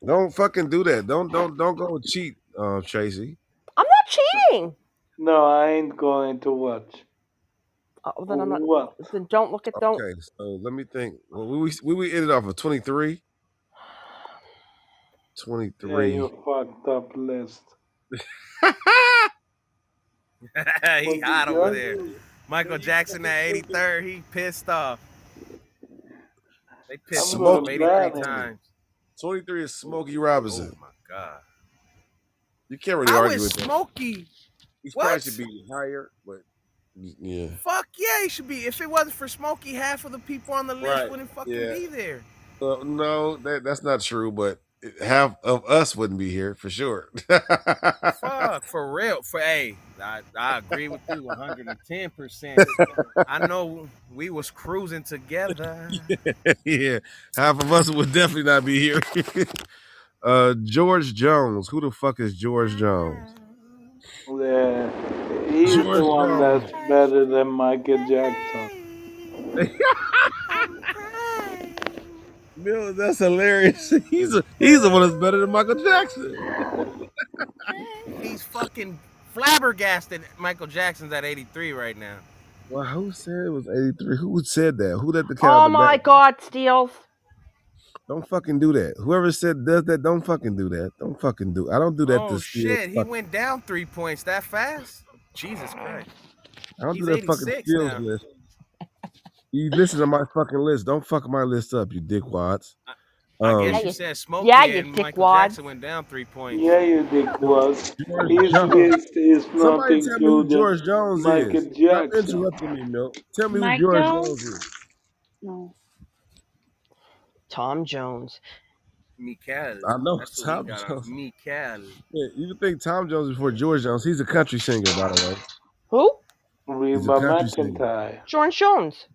[SPEAKER 6] Don't fucking do that. Don't don't don't go and cheat, um, Tracy.
[SPEAKER 5] I'm not cheating.
[SPEAKER 3] No, I ain't going to watch.
[SPEAKER 5] Oh, then I'm not.
[SPEAKER 3] What?
[SPEAKER 5] Then don't look at don't.
[SPEAKER 6] Okay, so let me think. Well, we we- we, we ended off with 23.
[SPEAKER 3] Yeah,
[SPEAKER 6] 23.
[SPEAKER 3] you fucked up list.
[SPEAKER 9] he
[SPEAKER 3] What
[SPEAKER 9] hot
[SPEAKER 3] you
[SPEAKER 9] over
[SPEAKER 3] got?
[SPEAKER 9] there. Michael Jackson at 83rd, he pissed off. They pissed him
[SPEAKER 6] gonna
[SPEAKER 9] off 83
[SPEAKER 3] ban him.
[SPEAKER 9] times.
[SPEAKER 6] 23 is Smokey
[SPEAKER 9] Oh
[SPEAKER 6] Robinson.
[SPEAKER 9] my god.
[SPEAKER 6] You can't really
[SPEAKER 9] How
[SPEAKER 6] argue
[SPEAKER 9] is
[SPEAKER 6] with that.
[SPEAKER 9] Smokey?
[SPEAKER 6] He
[SPEAKER 9] What?
[SPEAKER 6] probably should be higher, but yeah.
[SPEAKER 9] Fuck yeah, he should be. If it wasn't for Smokey, half of the people on the list
[SPEAKER 6] Right,
[SPEAKER 9] wouldn't fucking
[SPEAKER 6] yeah.
[SPEAKER 9] be there.
[SPEAKER 6] Well, Uh, no, that, that's not true, but it- half of us wouldn't be here for sure.
[SPEAKER 9] Fuck, for real. For hey, I, I agree with you 110%. I know we was cruising together.
[SPEAKER 6] yeah, half of us would definitely not be here. uh, George Jones. Who the fuck is George Jones?
[SPEAKER 3] Yeah, he's the
[SPEAKER 6] George
[SPEAKER 3] one
[SPEAKER 6] Jones.
[SPEAKER 3] that's better than Michael Jackson.
[SPEAKER 6] Bill, that's hilarious. He's a, he's the one that's better than Michael Jackson.
[SPEAKER 9] He's fucking flabbergasted Michael Jackson's at 83 right now.
[SPEAKER 6] Well, who said it was 83? Who said that? Who let the cat out
[SPEAKER 5] Oh
[SPEAKER 6] the
[SPEAKER 5] my
[SPEAKER 6] bag?
[SPEAKER 5] God, Steels.
[SPEAKER 6] Don't fucking do that. Whoever said does that, don't fucking do that. Don't fucking do. I don't do that
[SPEAKER 9] Oh
[SPEAKER 6] to steal.
[SPEAKER 9] shit, he
[SPEAKER 6] Fuck,
[SPEAKER 9] went down three points that fast? Jesus Christ.
[SPEAKER 6] I don't do
[SPEAKER 9] He's
[SPEAKER 6] that fucking
[SPEAKER 9] 86
[SPEAKER 6] steals
[SPEAKER 9] now.
[SPEAKER 6] list. You listen to my fucking list. Don't fuck my list up, you dickwads.
[SPEAKER 9] I
[SPEAKER 6] Um,
[SPEAKER 5] Yeah,
[SPEAKER 9] guess you
[SPEAKER 5] you.
[SPEAKER 9] said
[SPEAKER 5] Yeah,
[SPEAKER 9] Smokey
[SPEAKER 5] you
[SPEAKER 9] and Michael
[SPEAKER 5] dickwads.
[SPEAKER 9] Jackson went down three points.
[SPEAKER 3] Yeah, you dickwad.
[SPEAKER 6] George
[SPEAKER 3] His
[SPEAKER 6] Jones.
[SPEAKER 3] list is not
[SPEAKER 6] Somebody tell me who
[SPEAKER 3] including
[SPEAKER 6] George Jones is.
[SPEAKER 3] Michael
[SPEAKER 6] Stop
[SPEAKER 3] Jackson.
[SPEAKER 6] interrupting me, Milt. Tell me who
[SPEAKER 7] Mike
[SPEAKER 6] George Jones
[SPEAKER 7] Jones?
[SPEAKER 6] is.
[SPEAKER 7] No.
[SPEAKER 5] Tom Jones.
[SPEAKER 9] Mikael.
[SPEAKER 6] I know
[SPEAKER 9] That's what we
[SPEAKER 6] Tom
[SPEAKER 9] got on.
[SPEAKER 6] Jones.
[SPEAKER 9] Mikael.
[SPEAKER 6] Yeah, you would think Tom Jones before George Jones. He's a country singer, by the way.
[SPEAKER 5] Who?
[SPEAKER 6] He's
[SPEAKER 3] Reba
[SPEAKER 6] a country singer.
[SPEAKER 3] McIntyre.
[SPEAKER 5] George Jones.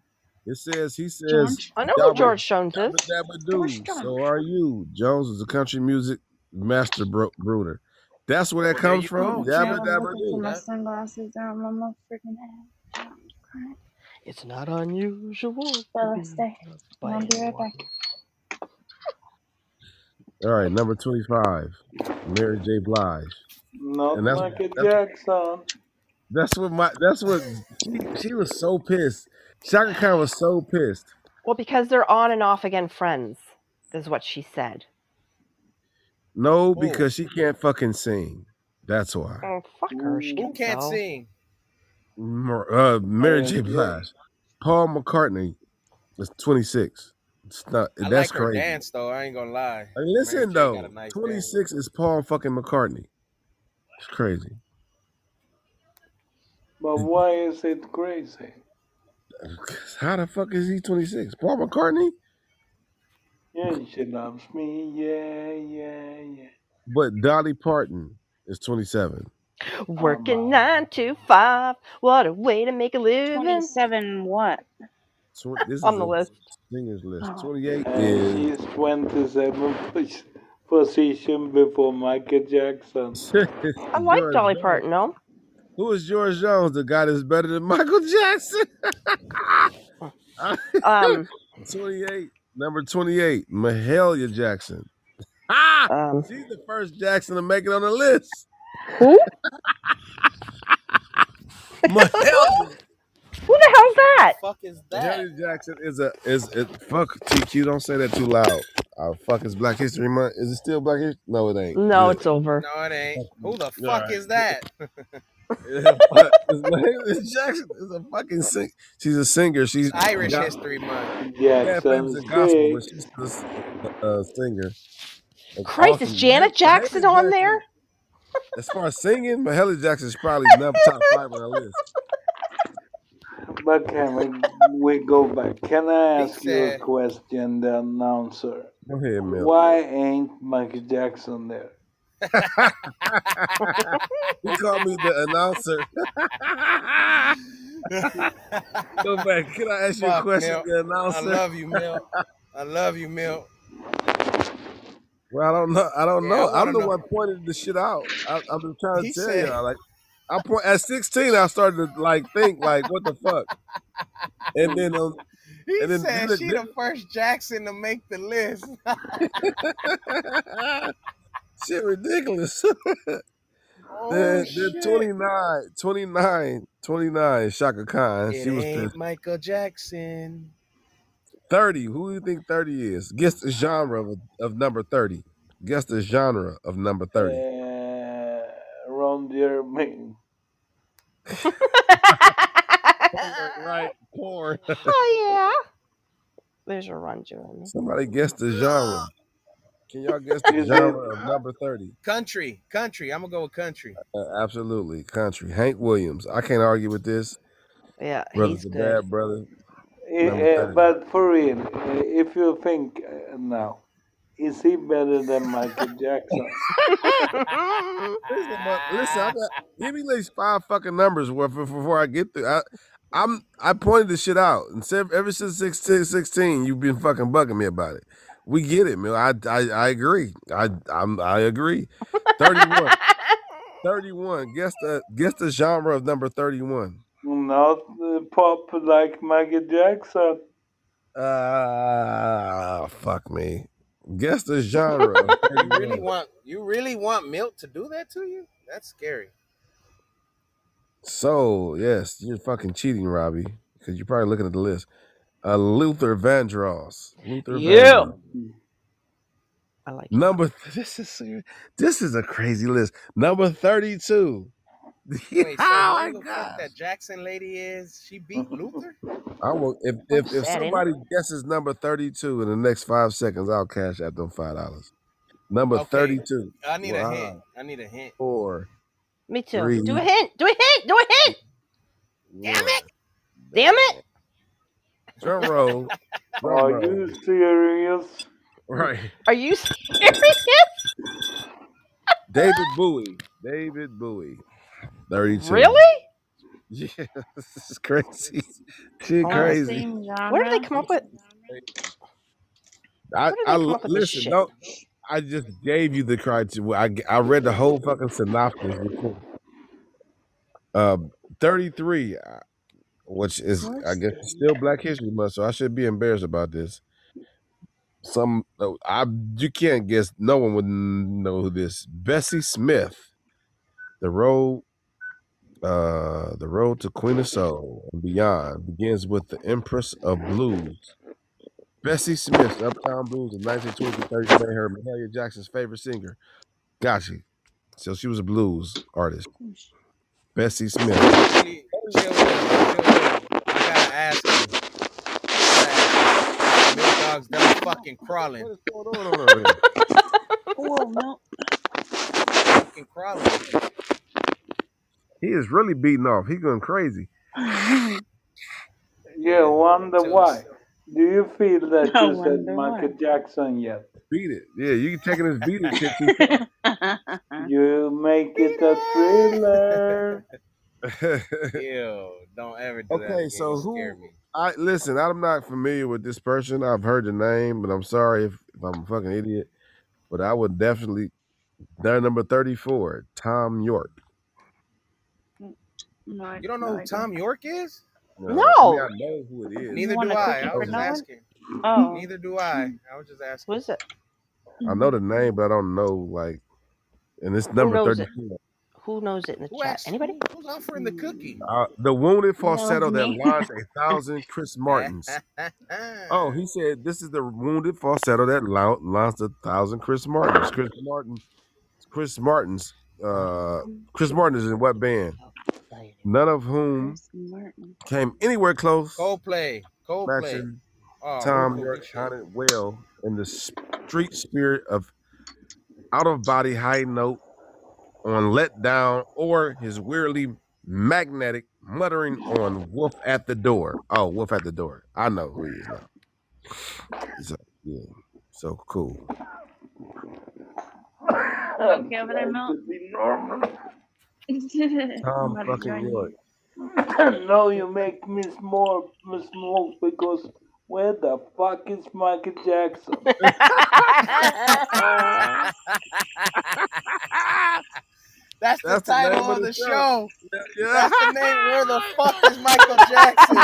[SPEAKER 6] It says he says
[SPEAKER 7] George?
[SPEAKER 5] I know who
[SPEAKER 6] Dabba
[SPEAKER 5] George Jones is.
[SPEAKER 6] Dabba Dabba
[SPEAKER 7] George
[SPEAKER 6] Doo. So
[SPEAKER 7] Jones.
[SPEAKER 6] are you? Jones is a country music master bro- brooder. That's where that
[SPEAKER 9] Well, there
[SPEAKER 6] comes
[SPEAKER 9] you
[SPEAKER 6] from.
[SPEAKER 9] go,
[SPEAKER 7] Now
[SPEAKER 6] Dabba
[SPEAKER 9] champ.
[SPEAKER 7] I'm
[SPEAKER 6] Dabba
[SPEAKER 7] looking for
[SPEAKER 6] Doo.
[SPEAKER 7] my
[SPEAKER 9] That
[SPEAKER 7] sunglasses down my motherfucking ass. I'm crying.
[SPEAKER 5] It's not unusual to
[SPEAKER 7] Bella,
[SPEAKER 5] be
[SPEAKER 7] stay.
[SPEAKER 5] loved
[SPEAKER 7] And
[SPEAKER 5] by
[SPEAKER 7] I'll be right
[SPEAKER 5] anyone.
[SPEAKER 7] back.
[SPEAKER 6] All right, number twenty-five, Mary J. Blige,
[SPEAKER 3] Not
[SPEAKER 6] and that's
[SPEAKER 3] Michael
[SPEAKER 6] that's
[SPEAKER 3] Jackson.
[SPEAKER 6] that's what my that's what she she was so pissed. Shaka Khan was so pissed.
[SPEAKER 5] Well, because they're on and off again friends, is what she said.
[SPEAKER 6] No,
[SPEAKER 9] who?
[SPEAKER 6] because she can't fucking sing. That's why.
[SPEAKER 5] Oh, fuck her. She
[SPEAKER 9] Who
[SPEAKER 5] can
[SPEAKER 3] Ooh,
[SPEAKER 9] can't
[SPEAKER 5] go.
[SPEAKER 9] sing?
[SPEAKER 6] Mar- Uh,
[SPEAKER 9] Oh,
[SPEAKER 6] Mary
[SPEAKER 3] Mary
[SPEAKER 6] J.
[SPEAKER 3] J.
[SPEAKER 6] Blige, Paul McCartney is twenty-six. It's not
[SPEAKER 9] I
[SPEAKER 6] that's
[SPEAKER 9] like her
[SPEAKER 6] crazy.
[SPEAKER 9] dance though. I ain't gonna lie.
[SPEAKER 6] I
[SPEAKER 9] Mary
[SPEAKER 6] mean, listen
[SPEAKER 9] J. got a
[SPEAKER 6] though,
[SPEAKER 9] nice
[SPEAKER 6] twenty
[SPEAKER 9] dance.
[SPEAKER 6] six is Paul fucking McCartney. It's crazy.
[SPEAKER 3] But why is it crazy?
[SPEAKER 6] How the fuck is he twenty six? Paul McCartney?
[SPEAKER 3] Yeah, she loves me. Yeah, yeah, yeah.
[SPEAKER 6] But Dolly Parton is twenty seven.
[SPEAKER 3] I'm
[SPEAKER 5] Working
[SPEAKER 3] out.
[SPEAKER 5] nine to five. What a way to make a living.
[SPEAKER 7] 27 what?
[SPEAKER 6] Tw- this
[SPEAKER 5] On
[SPEAKER 6] is
[SPEAKER 5] the
[SPEAKER 6] a
[SPEAKER 5] list.
[SPEAKER 6] singers list.
[SPEAKER 7] Oh.
[SPEAKER 6] Twenty eight
[SPEAKER 3] And
[SPEAKER 6] is
[SPEAKER 3] she's 27 pos- position before Michael Jackson.
[SPEAKER 5] I like
[SPEAKER 6] George
[SPEAKER 5] Dolly
[SPEAKER 6] Jones.
[SPEAKER 5] Parton, though.
[SPEAKER 6] Who is George Jones? The guy that's better than Michael Jackson.
[SPEAKER 5] Um,
[SPEAKER 6] twenty eight. Number twenty eight, Mahalia Jackson. Ah,
[SPEAKER 5] um,
[SPEAKER 6] she's the first Jackson to make it on the list.
[SPEAKER 5] who?
[SPEAKER 6] Mahalia.
[SPEAKER 5] Who the hell's
[SPEAKER 9] The
[SPEAKER 5] that?
[SPEAKER 9] fuck is that?
[SPEAKER 6] Mahalia Jackson is a is it fuck TQ. Don't say that too loud. Uh, fuck is Black History Month. Is it still Black History? No, it ain't.
[SPEAKER 5] No,
[SPEAKER 6] Good.
[SPEAKER 5] it's over.
[SPEAKER 9] No, it ain't.
[SPEAKER 6] Fuck you.
[SPEAKER 9] Who the
[SPEAKER 6] All
[SPEAKER 9] fuck
[SPEAKER 6] right.
[SPEAKER 9] is that?
[SPEAKER 6] Yeah, fuck. It's Mahalia Jackson is a fucking sing. She's a singer. She's
[SPEAKER 9] It's Irish
[SPEAKER 6] got
[SPEAKER 9] History Month.
[SPEAKER 6] mad
[SPEAKER 3] Jackson
[SPEAKER 6] famous in gospel, but
[SPEAKER 3] 6.
[SPEAKER 6] she's still a s- a, a singer. It's
[SPEAKER 5] Christ, is
[SPEAKER 6] awesome. Mah-
[SPEAKER 5] Janet Jackson
[SPEAKER 6] Mahalia
[SPEAKER 5] on there?
[SPEAKER 6] Jackson, as far as singing, Mahalia Jackson is probably number top five on the list.
[SPEAKER 3] But can we, we go back? Can I
[SPEAKER 9] He
[SPEAKER 3] ask you a
[SPEAKER 9] said,
[SPEAKER 3] question, the announcer?
[SPEAKER 6] Go ahead, Mel.
[SPEAKER 3] Why ain't Michael Jackson there?
[SPEAKER 6] he called me the announcer. Go back. Can I ask you a
[SPEAKER 9] "Fuck,
[SPEAKER 6] question,
[SPEAKER 9] Milt.
[SPEAKER 6] the
[SPEAKER 9] I
[SPEAKER 6] announcer?
[SPEAKER 9] love you, Milt. I love you, Milt.
[SPEAKER 6] Well, I don't know. I don't
[SPEAKER 9] Yeah, I
[SPEAKER 6] know.
[SPEAKER 9] want
[SPEAKER 6] I'm
[SPEAKER 9] to
[SPEAKER 6] the
[SPEAKER 9] know."
[SPEAKER 6] one pointed the shit out. I, I'm just trying to
[SPEAKER 9] He
[SPEAKER 6] tell
[SPEAKER 9] said,
[SPEAKER 6] y'all. Like, I point at 16. I started to like think, like, what the fuck? And then, um,
[SPEAKER 9] "He
[SPEAKER 6] and then,
[SPEAKER 9] said
[SPEAKER 6] then,
[SPEAKER 9] she the first Jackson to make the list."
[SPEAKER 6] then shit, ridiculous. They're,
[SPEAKER 9] Oh
[SPEAKER 6] they're
[SPEAKER 9] shit!
[SPEAKER 6] 29, 29, 29. Shaka Khan.
[SPEAKER 9] It
[SPEAKER 6] She was pissed.
[SPEAKER 9] ain't Michael Jackson.
[SPEAKER 6] 30. Who do you think 30 is? Guess the genre of, of number 30. Guess the genre of number 30.
[SPEAKER 3] Uh, Ron Jeremy.
[SPEAKER 9] Porn, right? Porn.
[SPEAKER 5] oh yeah. There's a run joining me.
[SPEAKER 6] Somebody guess the genre. Can y'all guess the
[SPEAKER 3] Is it
[SPEAKER 6] genre of number 30?
[SPEAKER 9] Country, country. I'm gonna go with country.
[SPEAKER 6] Uh, absolutely. Country. Hank Williams. I can't argue with this.
[SPEAKER 5] Yeah,
[SPEAKER 6] Brother's
[SPEAKER 5] he's
[SPEAKER 6] a
[SPEAKER 5] good.
[SPEAKER 6] bad brother. Number
[SPEAKER 3] Eh, eh,
[SPEAKER 6] 30.
[SPEAKER 3] but for real, eh, if you think uh, now, is he better than Michael Jackson?
[SPEAKER 6] Listen, but listen, I got, give me at least five fucking numbers where, for, before I get through. I, I'm I pointed this shit out, and said ever since 16, 16, you've been fucking bugging me about it. We get it, man. I I, I agree. I I'm, I agree. 31. 31. Guess the guess the genre of number 31.
[SPEAKER 3] Not uh, pop like Michael Jackson.
[SPEAKER 6] Ah, fuck me. Guess the genre of
[SPEAKER 9] You really
[SPEAKER 6] 31.
[SPEAKER 9] want you really want milk to do that to you? That's scary.
[SPEAKER 6] So, yes, you're fucking cheating, Robbie, because you're probably looking at the list. Uh, Luther Vandross. Luther
[SPEAKER 3] Yeah.
[SPEAKER 6] Vandross.
[SPEAKER 5] I like him.
[SPEAKER 6] Number this is this is a crazy list. Number thirty-two. oh
[SPEAKER 9] Wait, so
[SPEAKER 6] my
[SPEAKER 9] whoever the fuck
[SPEAKER 6] gosh!
[SPEAKER 9] that Jackson lady is, she beat Luther?
[SPEAKER 6] I will if
[SPEAKER 5] I'm
[SPEAKER 6] if if
[SPEAKER 5] sad, ain't
[SPEAKER 6] somebody guesses number thirty-two in the next five seconds, I'll cash out them five dollars. Number
[SPEAKER 9] Okay,
[SPEAKER 6] thirty-two.
[SPEAKER 9] I need a hint.
[SPEAKER 6] Wow.
[SPEAKER 9] I need a hint.
[SPEAKER 6] Four,
[SPEAKER 5] I? Me too. Do a
[SPEAKER 6] three,
[SPEAKER 5] hint. Do a hint. Do a hint. Damn
[SPEAKER 6] one.
[SPEAKER 5] it. Damn it.
[SPEAKER 6] Drum roll. Drum
[SPEAKER 3] Are
[SPEAKER 6] roll.
[SPEAKER 3] Oh, you serious?
[SPEAKER 6] Right.
[SPEAKER 5] Are you serious?
[SPEAKER 6] David Bowie. David Bowie. Thirty-two.
[SPEAKER 5] Really?
[SPEAKER 6] Yeah, this is crazy. Shit,
[SPEAKER 5] Oh,
[SPEAKER 7] All the
[SPEAKER 6] crazy.
[SPEAKER 7] same
[SPEAKER 5] where do they
[SPEAKER 7] genre.
[SPEAKER 5] come up with?
[SPEAKER 6] I
[SPEAKER 5] Where do
[SPEAKER 6] I
[SPEAKER 5] they come
[SPEAKER 6] lo-
[SPEAKER 5] up with this
[SPEAKER 6] listen.
[SPEAKER 5] shit?
[SPEAKER 6] Don't I just gave you the criteria. I, g- I read the whole fucking synopsis. real quick. Um, 33, uh, which is, I
[SPEAKER 7] What's
[SPEAKER 6] guess, still Black History Month, so I should be embarrassed about this. Some, no, I you can't guess. No one would n- know who this. Bessie Smith, the road, uh, the road to Queen of Soul and beyond begins with the Empress of Blues. Bessie Smith's Uptown Blues in 1923 made her Mahalia Jackson's favorite singer. Gotcha. So she was a blues artist. Bessie Smith.
[SPEAKER 9] She, chill with me, chill with me. I gotta ask you. I gotta ask you. Milk dog's done fucking crawling,
[SPEAKER 6] What is going on over here?
[SPEAKER 7] Whoa, milk.
[SPEAKER 9] fucking crawling.
[SPEAKER 6] He is really beating off. He going crazy.
[SPEAKER 7] no
[SPEAKER 3] You
[SPEAKER 9] Yeah,
[SPEAKER 3] wonder
[SPEAKER 9] tell us.
[SPEAKER 3] why. Do you feel that you said
[SPEAKER 7] wonder why.
[SPEAKER 3] Michael Jackson yet?
[SPEAKER 6] Beat it. Yeah, you taking this beat it shit too far.
[SPEAKER 3] You make it a thriller.
[SPEAKER 9] Ew, don't ever do that
[SPEAKER 6] okay,
[SPEAKER 9] again. You
[SPEAKER 6] so
[SPEAKER 9] scare
[SPEAKER 6] who
[SPEAKER 9] me.
[SPEAKER 6] I listen, I'm not familiar with this person. I've heard the name, but I'm sorry if, if I'm a fucking idiot. But I would definitely they're number 34, Tom York.
[SPEAKER 7] no, I
[SPEAKER 9] You don't know
[SPEAKER 7] no
[SPEAKER 9] who
[SPEAKER 7] idea.
[SPEAKER 9] Tom York is?
[SPEAKER 6] No, I mean I
[SPEAKER 5] No.
[SPEAKER 6] know who it is.
[SPEAKER 7] You
[SPEAKER 9] Neither
[SPEAKER 7] want
[SPEAKER 9] do
[SPEAKER 7] a
[SPEAKER 9] I. I
[SPEAKER 7] cookie
[SPEAKER 6] I
[SPEAKER 9] was just
[SPEAKER 6] don't
[SPEAKER 7] for no
[SPEAKER 6] know.
[SPEAKER 7] one?
[SPEAKER 9] asking.
[SPEAKER 7] Oh.
[SPEAKER 9] Neither do I. I was just
[SPEAKER 5] Who
[SPEAKER 9] asking.
[SPEAKER 5] is it?
[SPEAKER 6] I know the name, but I don't know like and it's
[SPEAKER 5] Who
[SPEAKER 6] number
[SPEAKER 5] knows it?
[SPEAKER 6] 34.
[SPEAKER 5] Who knows it in the
[SPEAKER 9] Who
[SPEAKER 5] chat?
[SPEAKER 9] asked?
[SPEAKER 5] Anybody?
[SPEAKER 9] Who, who's offering the cookie?
[SPEAKER 6] Uh, the wounded
[SPEAKER 7] That was
[SPEAKER 6] falsetto that
[SPEAKER 7] me.
[SPEAKER 6] launched a thousand Chris Martins. Oh, he said this is the wounded falsetto that lou- launched a thousand Chris Martins. Chris Martin, Chris Martins, uh, Chris Martin is in what band? None of whom
[SPEAKER 7] Chris Martin.
[SPEAKER 6] came anywhere close
[SPEAKER 9] Coldplay. Coldplay.
[SPEAKER 6] matching
[SPEAKER 9] Oh, we're
[SPEAKER 6] Tom
[SPEAKER 9] cool.
[SPEAKER 6] York
[SPEAKER 9] Good shit.
[SPEAKER 6] sounded well in the s- street spirit of out of body high note on let down or his weirdly magnetic muttering on wolf at the door. Oh, wolf at the door. I know who he is now. So, yeah, so cool.
[SPEAKER 7] You
[SPEAKER 3] I'm
[SPEAKER 7] okay over there,
[SPEAKER 3] trying
[SPEAKER 7] milk?
[SPEAKER 3] to be normal.
[SPEAKER 7] I'm
[SPEAKER 6] Tom
[SPEAKER 7] about to
[SPEAKER 6] fucking
[SPEAKER 7] join
[SPEAKER 6] York.
[SPEAKER 7] you.
[SPEAKER 3] no, you make me small, smoke because where the fuck is Michael Jackson?
[SPEAKER 7] Uh,
[SPEAKER 9] That's the
[SPEAKER 6] That's the
[SPEAKER 9] title
[SPEAKER 6] name
[SPEAKER 9] of
[SPEAKER 6] of the
[SPEAKER 9] the
[SPEAKER 6] show.
[SPEAKER 9] show.
[SPEAKER 6] Yeah.
[SPEAKER 9] That's the name. Where the fuck is Michael Jackson?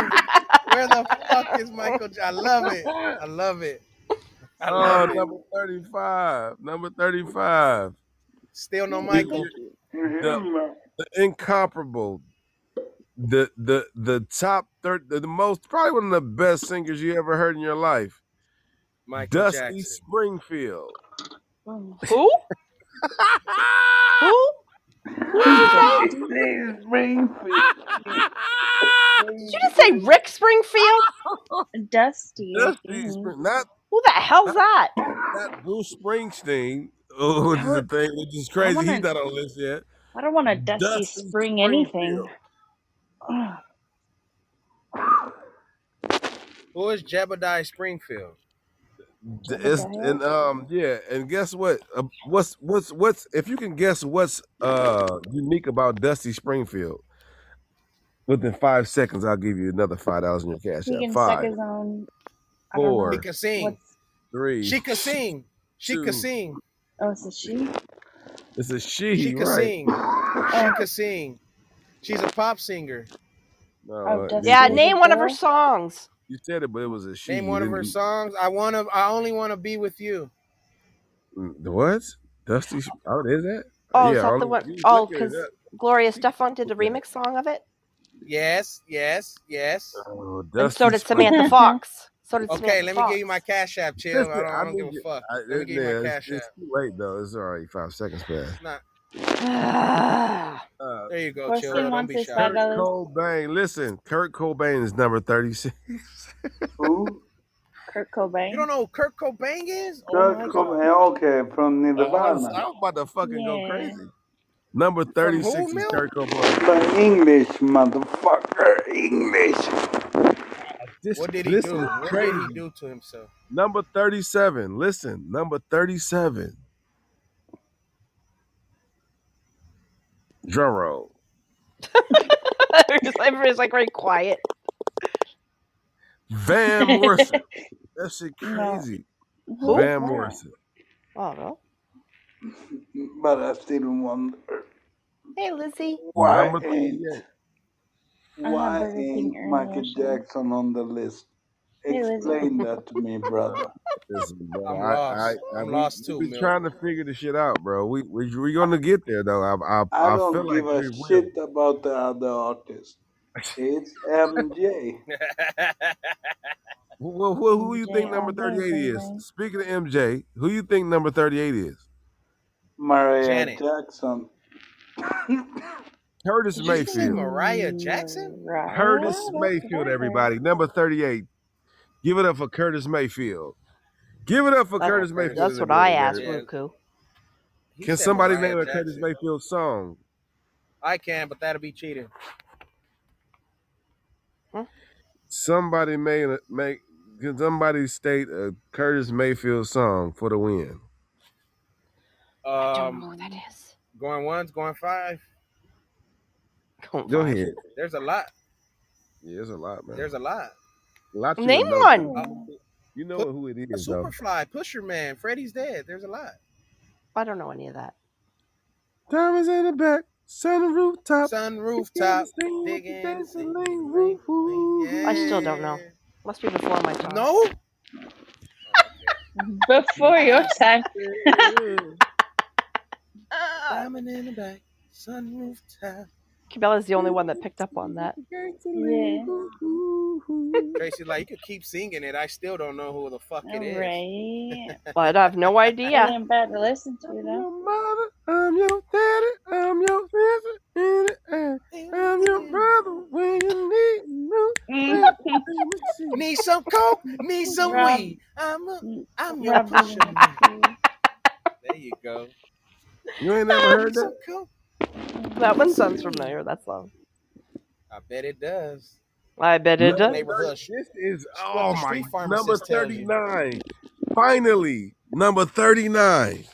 [SPEAKER 9] Where the fuck is Michael? Ja- I love it. I love it. I love
[SPEAKER 6] oh,
[SPEAKER 9] it.
[SPEAKER 6] number 35. Number 35.
[SPEAKER 9] Still no
[SPEAKER 3] You
[SPEAKER 9] Michael.
[SPEAKER 3] hear me?
[SPEAKER 6] the incomparable, the the the top third, the, the most probably one of the best singers you ever heard in your life,
[SPEAKER 9] Michael
[SPEAKER 6] Dusty
[SPEAKER 9] Jackson.
[SPEAKER 6] Springfield.
[SPEAKER 7] Boom.
[SPEAKER 5] Who? Who? Who did you say?
[SPEAKER 3] Dusty Springfield.
[SPEAKER 5] Did you just say Rick Springfield?
[SPEAKER 7] Dusty.
[SPEAKER 6] Dusty Spring, not
[SPEAKER 5] Who the hell's
[SPEAKER 6] not
[SPEAKER 5] that?
[SPEAKER 6] not Bruce Springsteen, oh, which
[SPEAKER 7] I
[SPEAKER 6] is a
[SPEAKER 7] would.
[SPEAKER 6] thing, which is
[SPEAKER 7] I
[SPEAKER 6] crazy.
[SPEAKER 7] want
[SPEAKER 6] He's
[SPEAKER 7] to.
[SPEAKER 6] not on this yet.
[SPEAKER 7] I don't want a dusty
[SPEAKER 6] Dusty
[SPEAKER 7] spring anything.
[SPEAKER 6] Springfield.
[SPEAKER 7] Ugh.
[SPEAKER 9] Who is Jebediah Springfield?
[SPEAKER 6] D- It's
[SPEAKER 7] Jebediah.
[SPEAKER 6] and um yeah, and guess what? Uh, what's what's what's if you can guess what's uh unique about Dusty Springfield? Within five seconds, I'll give you another five dollars in your cash
[SPEAKER 7] He
[SPEAKER 6] app.
[SPEAKER 7] can suck
[SPEAKER 6] Five,
[SPEAKER 7] his own. I
[SPEAKER 9] She
[SPEAKER 7] don't know.
[SPEAKER 6] four,
[SPEAKER 9] can sing.
[SPEAKER 7] What's.
[SPEAKER 6] three,
[SPEAKER 9] She can sing. She can
[SPEAKER 6] two.
[SPEAKER 9] sing.
[SPEAKER 7] Oh, it's a she?
[SPEAKER 6] It's a she,
[SPEAKER 9] She can
[SPEAKER 6] right?
[SPEAKER 9] sing. She
[SPEAKER 7] Oh,
[SPEAKER 9] can sing. She's a pop singer.
[SPEAKER 7] oh,
[SPEAKER 6] No, uh, you
[SPEAKER 7] Dusty
[SPEAKER 5] Yeah,
[SPEAKER 6] said
[SPEAKER 7] is a
[SPEAKER 5] name one of her
[SPEAKER 7] girl?
[SPEAKER 5] songs.
[SPEAKER 6] you said it, but it was a she.
[SPEAKER 9] Name
[SPEAKER 6] You
[SPEAKER 9] one of her
[SPEAKER 6] didn't.
[SPEAKER 9] songs. I wanna. I only wanna be with you.
[SPEAKER 6] mm, What? Dusty? Sp- Oh, is that?
[SPEAKER 5] Oh, is that
[SPEAKER 6] Yeah,
[SPEAKER 5] the
[SPEAKER 6] only
[SPEAKER 5] one?
[SPEAKER 6] you was
[SPEAKER 5] Oh,
[SPEAKER 6] looking it
[SPEAKER 5] because
[SPEAKER 6] up.
[SPEAKER 5] Gloria
[SPEAKER 6] You was
[SPEAKER 5] Stefan did a
[SPEAKER 6] looking it
[SPEAKER 5] remix song of it,
[SPEAKER 9] Yes. Yes. Yes.
[SPEAKER 6] up. Oh,
[SPEAKER 5] and so
[SPEAKER 6] Dusty
[SPEAKER 5] did
[SPEAKER 6] Spring.
[SPEAKER 5] Samantha Fox. So did
[SPEAKER 9] Okay.
[SPEAKER 5] Samantha
[SPEAKER 9] Let me give you my
[SPEAKER 5] Fox.
[SPEAKER 9] cash app. Chill. I
[SPEAKER 6] Listen,
[SPEAKER 9] don't.
[SPEAKER 6] I
[SPEAKER 9] I don't give
[SPEAKER 6] need
[SPEAKER 9] a
[SPEAKER 6] you.
[SPEAKER 9] fuck.
[SPEAKER 6] I,
[SPEAKER 9] Let me
[SPEAKER 6] it,
[SPEAKER 9] give you my
[SPEAKER 6] yeah, it's,
[SPEAKER 9] cash
[SPEAKER 6] it's
[SPEAKER 9] app.
[SPEAKER 6] too late though. It's already five seconds past.
[SPEAKER 9] It's not.
[SPEAKER 5] Who
[SPEAKER 6] Uh,
[SPEAKER 9] There you go,
[SPEAKER 7] All she
[SPEAKER 9] Chill. Don't
[SPEAKER 7] wants
[SPEAKER 9] be
[SPEAKER 7] is
[SPEAKER 9] shy.
[SPEAKER 7] $5.
[SPEAKER 6] Kurt
[SPEAKER 7] dollars.
[SPEAKER 6] Cobain. Listen, Kurt Cobain is number thirty-six.
[SPEAKER 3] Who?
[SPEAKER 7] Kurt
[SPEAKER 9] You
[SPEAKER 7] Cobain.
[SPEAKER 9] don't know who Kurt Cobain is? Oh
[SPEAKER 3] Kurt
[SPEAKER 9] my god.
[SPEAKER 3] Cobain. Okay, from
[SPEAKER 6] I was,
[SPEAKER 3] Nirvana.
[SPEAKER 6] I was about to fucking go
[SPEAKER 7] Yeah.
[SPEAKER 6] crazy. Number
[SPEAKER 9] From who,
[SPEAKER 6] 36 is
[SPEAKER 9] Mill?
[SPEAKER 6] Kurt Cobain.
[SPEAKER 3] The English motherfucker. English.
[SPEAKER 6] This,
[SPEAKER 9] What did he
[SPEAKER 6] this
[SPEAKER 9] do?
[SPEAKER 6] is
[SPEAKER 9] What did he
[SPEAKER 6] crazy.
[SPEAKER 9] do to himself?
[SPEAKER 6] Number 37. Listen, number 37. Drum roll.
[SPEAKER 5] Everybody's like very quiet.
[SPEAKER 6] Van Morrison. That shit
[SPEAKER 7] no.
[SPEAKER 6] crazy.
[SPEAKER 7] Who
[SPEAKER 5] Who?
[SPEAKER 7] is
[SPEAKER 6] Van
[SPEAKER 7] that?
[SPEAKER 6] Morrison.
[SPEAKER 5] Oh no.
[SPEAKER 3] But I still wonder
[SPEAKER 5] Hey, Lizzie.
[SPEAKER 3] why
[SPEAKER 6] Number
[SPEAKER 3] ain't
[SPEAKER 6] 38.
[SPEAKER 7] I had
[SPEAKER 3] why
[SPEAKER 7] Burger King
[SPEAKER 3] ain't
[SPEAKER 7] earlier,
[SPEAKER 3] Michael
[SPEAKER 7] Sean.
[SPEAKER 3] Jackson on the list?
[SPEAKER 7] Hey, Lizzie.
[SPEAKER 3] Explain that to me, brother.
[SPEAKER 6] Listen, bro.
[SPEAKER 9] I'm
[SPEAKER 6] I, I,
[SPEAKER 9] lost.
[SPEAKER 6] I
[SPEAKER 9] I'm
[SPEAKER 6] we,
[SPEAKER 9] lost
[SPEAKER 6] we
[SPEAKER 9] too,
[SPEAKER 6] be
[SPEAKER 9] Mill.
[SPEAKER 6] trying to figure this shit out, bro. We, we, we gonna get there though. I,
[SPEAKER 3] I
[SPEAKER 6] I, I feel
[SPEAKER 3] don't
[SPEAKER 6] like
[SPEAKER 3] give a
[SPEAKER 6] we will.
[SPEAKER 3] shit about the other artists. It's MJ.
[SPEAKER 6] Who, who, who who you think
[SPEAKER 7] MJ
[SPEAKER 6] number
[SPEAKER 7] all day,
[SPEAKER 6] 38 is?
[SPEAKER 7] baby.
[SPEAKER 6] Speaking of MJ, who you think number 38 is?
[SPEAKER 3] Maria
[SPEAKER 9] Janet.
[SPEAKER 3] Jackson.
[SPEAKER 6] Curtis
[SPEAKER 9] Did you just say
[SPEAKER 6] Mayfield.
[SPEAKER 9] Mariah Jackson?
[SPEAKER 7] Mariah,
[SPEAKER 6] Curtis
[SPEAKER 7] that's
[SPEAKER 6] Mayfield,
[SPEAKER 7] her.
[SPEAKER 6] everybody. Number 38. Give it up for Curtis Mayfield. Give it up for
[SPEAKER 5] That,
[SPEAKER 9] Oh, Curtis.
[SPEAKER 6] Curtis Mayfield in
[SPEAKER 5] that's
[SPEAKER 6] the
[SPEAKER 5] what I
[SPEAKER 6] building,
[SPEAKER 5] asked,
[SPEAKER 6] man.
[SPEAKER 9] Yeah,
[SPEAKER 5] Wuku.
[SPEAKER 9] he
[SPEAKER 6] Can
[SPEAKER 9] said
[SPEAKER 6] somebody
[SPEAKER 9] Mariah
[SPEAKER 6] name a Curtis
[SPEAKER 9] Jackson.
[SPEAKER 6] Mayfield song?
[SPEAKER 9] I can, but that'll be cheating.
[SPEAKER 5] Hmm?
[SPEAKER 6] Somebody made a, make can somebody state a Curtis Mayfield song for the win?
[SPEAKER 5] I don't know
[SPEAKER 9] Um,
[SPEAKER 5] who that is.
[SPEAKER 9] going once, going five.
[SPEAKER 5] Going
[SPEAKER 6] Go
[SPEAKER 5] five.
[SPEAKER 6] ahead.
[SPEAKER 9] There's a lot.
[SPEAKER 6] Yeah, there's a lot, man.
[SPEAKER 9] There's a lot.
[SPEAKER 6] A lot you
[SPEAKER 5] Name
[SPEAKER 6] don't know.
[SPEAKER 5] one.
[SPEAKER 9] Uh,
[SPEAKER 7] Hmm.
[SPEAKER 6] You know
[SPEAKER 9] put
[SPEAKER 6] who it is though.
[SPEAKER 9] Superfly, Pusher Man, Freddy's dead. There's a lot.
[SPEAKER 5] I don't know any of that.
[SPEAKER 6] Diamonds in the back, sun rooftop.
[SPEAKER 9] Sun
[SPEAKER 6] Begin to
[SPEAKER 9] rooftop,
[SPEAKER 6] sing with the
[SPEAKER 9] digging, singing,
[SPEAKER 6] dancing lane. Woo,
[SPEAKER 9] link, link,
[SPEAKER 6] woo,
[SPEAKER 5] I
[SPEAKER 6] woo.
[SPEAKER 5] still don't know.
[SPEAKER 9] yeah.
[SPEAKER 5] Must be before my time.
[SPEAKER 9] No. Oh, okay.
[SPEAKER 7] Before your time.
[SPEAKER 5] Ah.
[SPEAKER 9] Diamond in the back, sun rooftop.
[SPEAKER 5] Cabela's the only one that picked up on that.
[SPEAKER 7] Yeah.
[SPEAKER 9] Tracy, like you could keep singing it. I still don't know who the fuck it
[SPEAKER 7] All
[SPEAKER 9] is.
[SPEAKER 7] right.
[SPEAKER 5] But I have no
[SPEAKER 7] It
[SPEAKER 5] idea.
[SPEAKER 7] ain't bad to listen to,
[SPEAKER 6] I'm
[SPEAKER 7] though.
[SPEAKER 6] your mother, I'm your daddy, I'm your sister, in the air. I'm your brother when you need me, when you see.
[SPEAKER 9] Need some coke, need some
[SPEAKER 7] Rob,
[SPEAKER 9] weed. I'm a,
[SPEAKER 7] n-
[SPEAKER 9] I'm your
[SPEAKER 7] Rob
[SPEAKER 9] pusher man.
[SPEAKER 7] Zelinski.
[SPEAKER 9] There you go.
[SPEAKER 6] You ain't never heard
[SPEAKER 9] Need
[SPEAKER 6] that?
[SPEAKER 9] some coke,
[SPEAKER 5] that
[SPEAKER 9] need
[SPEAKER 5] one
[SPEAKER 9] some
[SPEAKER 5] sounds
[SPEAKER 9] weed.
[SPEAKER 5] familiar, that song.
[SPEAKER 9] I bet it does.
[SPEAKER 5] I bet it
[SPEAKER 9] What the
[SPEAKER 6] Number
[SPEAKER 5] does.
[SPEAKER 9] neighborhood,
[SPEAKER 6] 30, this is,
[SPEAKER 9] sh- what
[SPEAKER 6] oh
[SPEAKER 9] the
[SPEAKER 6] my,
[SPEAKER 9] street
[SPEAKER 6] number
[SPEAKER 9] pharmacist tells you.
[SPEAKER 6] 39. Finally, number 39.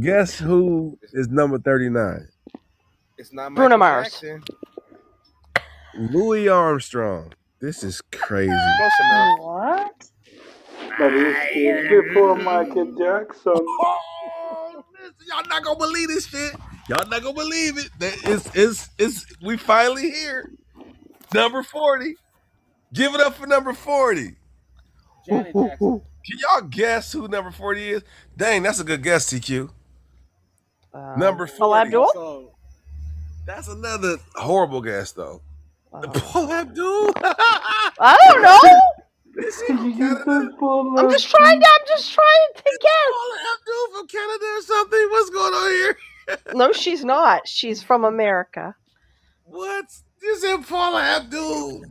[SPEAKER 6] Guess who
[SPEAKER 9] It's,
[SPEAKER 6] is number 39?
[SPEAKER 9] it's not
[SPEAKER 5] Bruno
[SPEAKER 9] Michael
[SPEAKER 5] Mars.
[SPEAKER 9] Jackson.
[SPEAKER 6] Louis Armstrong. This is crazy.
[SPEAKER 9] Close enough.
[SPEAKER 7] What?
[SPEAKER 3] But it's still before Michael Jackson.
[SPEAKER 6] Oh, listen, y'all not gonna believe this shit. Y'all not gonna believe it. That it's it's it's we finally here. Number 40. Give it up for number 40.
[SPEAKER 9] Janet Jackson.
[SPEAKER 6] Can y'all guess who number 40 is? Dang, that's a good guess, TQ.
[SPEAKER 5] Um,
[SPEAKER 6] Number
[SPEAKER 5] Paul
[SPEAKER 6] 40.
[SPEAKER 5] Abdul.
[SPEAKER 4] So
[SPEAKER 6] That's another horrible guess, though.
[SPEAKER 5] Wow.
[SPEAKER 6] The Paul Abdul.
[SPEAKER 5] I don't know.
[SPEAKER 6] Is he
[SPEAKER 3] Did
[SPEAKER 6] from
[SPEAKER 3] you get
[SPEAKER 6] Canada?
[SPEAKER 3] that, Paul?
[SPEAKER 5] I'm just trying.
[SPEAKER 3] Abdul?
[SPEAKER 5] To, I'm just trying to guess.
[SPEAKER 6] Paula Abdul from Canada or something? What's going on here?
[SPEAKER 5] No, she's not. She's from America.
[SPEAKER 6] What? You said Paula Abdul.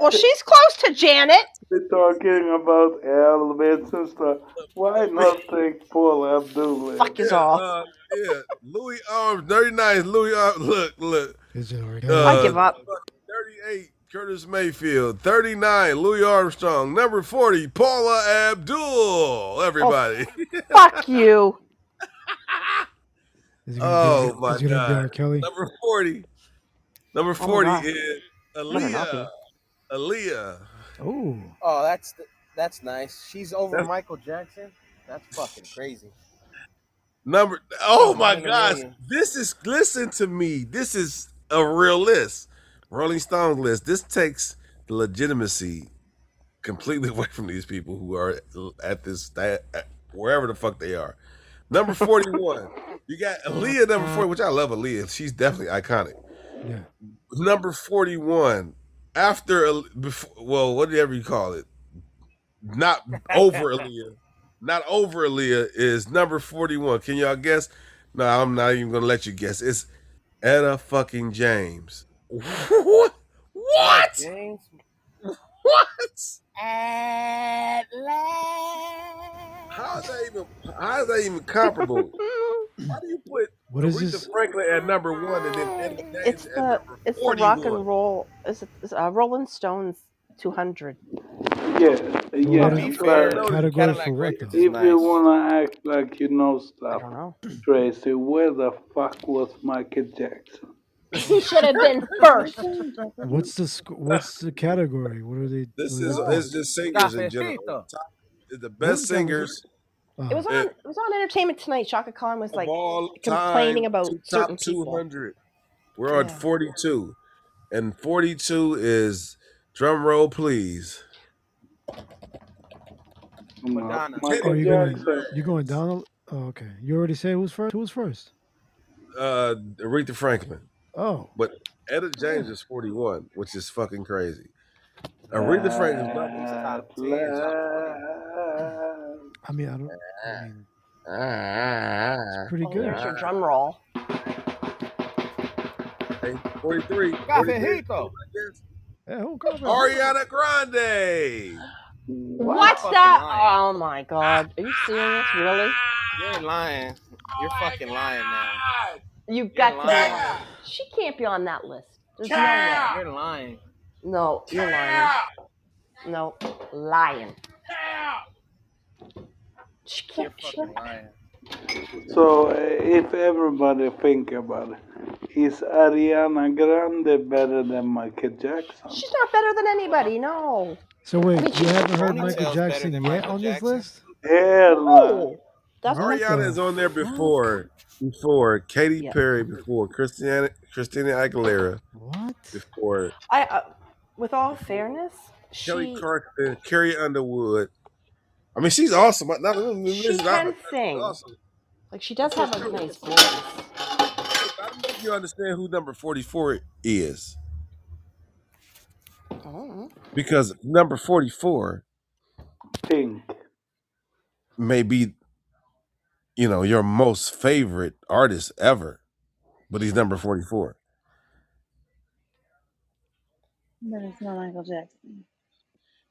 [SPEAKER 5] Well, she's close to Janet.
[SPEAKER 3] We're talking about Elvis and stuff. Why not take Paul Abdul? in?
[SPEAKER 5] Fuck is off.
[SPEAKER 6] Uh, yeah, Louis Arms, 39 is Louis Arms. Look, look.
[SPEAKER 10] Is it already?
[SPEAKER 6] Uh,
[SPEAKER 5] I give up.
[SPEAKER 6] 38, Curtis Mayfield. 39, Louis Armstrong. Number 40, Paula Abdul. Everybody.
[SPEAKER 5] Oh. Fuck you.
[SPEAKER 10] Is it
[SPEAKER 6] Oh,
[SPEAKER 10] gonna be,
[SPEAKER 6] my
[SPEAKER 10] is it gonna be
[SPEAKER 6] God.
[SPEAKER 10] R. Kelly?
[SPEAKER 6] Number 40. Number
[SPEAKER 5] Oh my
[SPEAKER 6] 40
[SPEAKER 5] God.
[SPEAKER 6] is
[SPEAKER 5] Better not be.
[SPEAKER 6] Aaliyah. Aaliyah.
[SPEAKER 10] Oh,
[SPEAKER 9] Oh, that's th- that's nice. She's over
[SPEAKER 6] That's-
[SPEAKER 9] Michael Jackson. That's fucking crazy.
[SPEAKER 6] Number Oh
[SPEAKER 9] Over
[SPEAKER 6] my
[SPEAKER 9] Leonard
[SPEAKER 6] gosh.
[SPEAKER 9] Williams.
[SPEAKER 6] This is listen to me. This is a real list. Rolling Stones list. This takes the legitimacy completely away from these people who are at this that wherever the fuck they are. Number 41. You got Aaliyah number 40, which I love Aaliyah. She's definitely iconic.
[SPEAKER 10] yeah.
[SPEAKER 6] Number 41. After Aal- before, well, whatever you call it. Not over Aaliyah. Not over Aaliyah is number 41. Can y'all guess? No, I'm not even gonna let you guess. It's Etta fucking James. What?
[SPEAKER 9] Etta
[SPEAKER 6] What?
[SPEAKER 9] James.
[SPEAKER 6] What?
[SPEAKER 9] At
[SPEAKER 6] How is
[SPEAKER 9] last.
[SPEAKER 6] that even? How is that even comparable? Why do you put
[SPEAKER 10] What is
[SPEAKER 6] Aretha
[SPEAKER 10] this?
[SPEAKER 6] Franklin at number one and then Etta
[SPEAKER 5] It's
[SPEAKER 6] James at
[SPEAKER 5] the
[SPEAKER 6] number
[SPEAKER 5] it's the rock
[SPEAKER 6] forty-one?
[SPEAKER 5] and roll. Is it is, uh, Rolling Stones 200?
[SPEAKER 3] Yeah,
[SPEAKER 10] Well,
[SPEAKER 3] yeah.
[SPEAKER 10] what
[SPEAKER 9] To
[SPEAKER 10] is
[SPEAKER 9] be
[SPEAKER 10] it?
[SPEAKER 3] But
[SPEAKER 9] fair,
[SPEAKER 6] No,
[SPEAKER 10] Category
[SPEAKER 9] Cadillac
[SPEAKER 10] for what
[SPEAKER 9] Records
[SPEAKER 10] though?
[SPEAKER 9] is
[SPEAKER 3] if you
[SPEAKER 9] nice.
[SPEAKER 3] wanna act like you know
[SPEAKER 5] I
[SPEAKER 3] stuff,
[SPEAKER 5] don't know.
[SPEAKER 3] Tracy, where the fuck was Michael Jackson?
[SPEAKER 5] He should have been first.
[SPEAKER 7] Michael Jackson.
[SPEAKER 10] What's the sc- What's the category? What are they?
[SPEAKER 6] This
[SPEAKER 10] What are
[SPEAKER 6] is
[SPEAKER 10] they
[SPEAKER 9] No.
[SPEAKER 6] it's
[SPEAKER 10] playing?
[SPEAKER 6] just singers in general.
[SPEAKER 9] Cafecito.
[SPEAKER 6] Top- The
[SPEAKER 10] What was
[SPEAKER 6] best
[SPEAKER 10] that? Was it?
[SPEAKER 6] singers
[SPEAKER 5] It
[SPEAKER 10] Oh,
[SPEAKER 5] was on
[SPEAKER 6] eh,
[SPEAKER 5] it was on Entertainment Tonight. Shaka Khan was
[SPEAKER 6] of
[SPEAKER 5] like
[SPEAKER 6] all time,
[SPEAKER 5] complaining about
[SPEAKER 6] two,
[SPEAKER 5] certain
[SPEAKER 6] top two
[SPEAKER 5] people.
[SPEAKER 6] hundred. We're on
[SPEAKER 5] Yeah.
[SPEAKER 6] forty-two, and forty-two is drum roll, please.
[SPEAKER 3] Come on,
[SPEAKER 9] Madonna.
[SPEAKER 10] oh,
[SPEAKER 6] Teddy
[SPEAKER 3] Michael
[SPEAKER 10] you going?
[SPEAKER 3] Jackson.
[SPEAKER 10] You going down? a- Oh, okay. You already say who was first. Who was first?
[SPEAKER 6] Uh, Aretha Franklin,
[SPEAKER 10] Oh,
[SPEAKER 6] but Etta James
[SPEAKER 10] yeah.
[SPEAKER 6] is forty-one, which is fucking crazy. Aretha Franklin's not
[SPEAKER 9] These
[SPEAKER 3] At
[SPEAKER 9] top ten, top twenty.
[SPEAKER 3] last.
[SPEAKER 10] I mean, I don't. I mean, it's pretty
[SPEAKER 5] Oh, there's
[SPEAKER 10] good.
[SPEAKER 5] your drum roll.
[SPEAKER 6] Hey, 43. 43.
[SPEAKER 9] Cafecito.
[SPEAKER 10] Hey, who got that?
[SPEAKER 6] Ariana Grande.
[SPEAKER 3] What?
[SPEAKER 9] You
[SPEAKER 5] What's
[SPEAKER 9] fucking
[SPEAKER 5] that?
[SPEAKER 9] lying.
[SPEAKER 5] Oh my god. Are you serious? Really?
[SPEAKER 9] You ain't lying. You're fucking lying now.
[SPEAKER 5] You've
[SPEAKER 9] You're
[SPEAKER 5] got to be lying.
[SPEAKER 9] lying now.
[SPEAKER 5] She can't be on that list. There's no way.
[SPEAKER 9] You're lying.
[SPEAKER 5] No, you're lying. No, lying. She
[SPEAKER 9] You're
[SPEAKER 5] can't. She,
[SPEAKER 9] fucking lying.
[SPEAKER 3] So, uh, if everybody think about it, is Ariana Grande better than Michael Jackson?
[SPEAKER 5] she's not better than anybody. No.
[SPEAKER 10] So
[SPEAKER 5] I mean,
[SPEAKER 10] wait, you
[SPEAKER 5] she's
[SPEAKER 10] haven't heard Michael
[SPEAKER 9] Ponytail's better
[SPEAKER 10] Jackson
[SPEAKER 9] than
[SPEAKER 10] yet
[SPEAKER 9] Michael
[SPEAKER 10] on this
[SPEAKER 9] Jackson.
[SPEAKER 10] list?
[SPEAKER 3] Hell no.
[SPEAKER 5] no. That's what I'm.
[SPEAKER 10] What
[SPEAKER 6] Ariana
[SPEAKER 10] the
[SPEAKER 6] is on there
[SPEAKER 10] fuck?
[SPEAKER 6] before before Katy
[SPEAKER 5] Yeah.
[SPEAKER 6] Perry, before Christiana Christina Aguilera,
[SPEAKER 10] What?
[SPEAKER 6] before
[SPEAKER 5] I. Uh, with all fairness,
[SPEAKER 6] Kelly
[SPEAKER 5] she
[SPEAKER 6] Clarkson, Carrie Underwood. I mean, she's awesome. Now,
[SPEAKER 5] she
[SPEAKER 6] listen, I,
[SPEAKER 5] can
[SPEAKER 6] she's
[SPEAKER 5] sing.
[SPEAKER 6] awesome.
[SPEAKER 5] Like she does
[SPEAKER 6] That's
[SPEAKER 5] have a
[SPEAKER 6] true.
[SPEAKER 5] nice voice.
[SPEAKER 6] I don't think you understand who number 44 is.
[SPEAKER 5] Oh.
[SPEAKER 6] Because number 44
[SPEAKER 3] Pink.
[SPEAKER 6] may be, you know, your most favorite artist ever, but he's number 44.
[SPEAKER 7] But it's not Michael Jackson.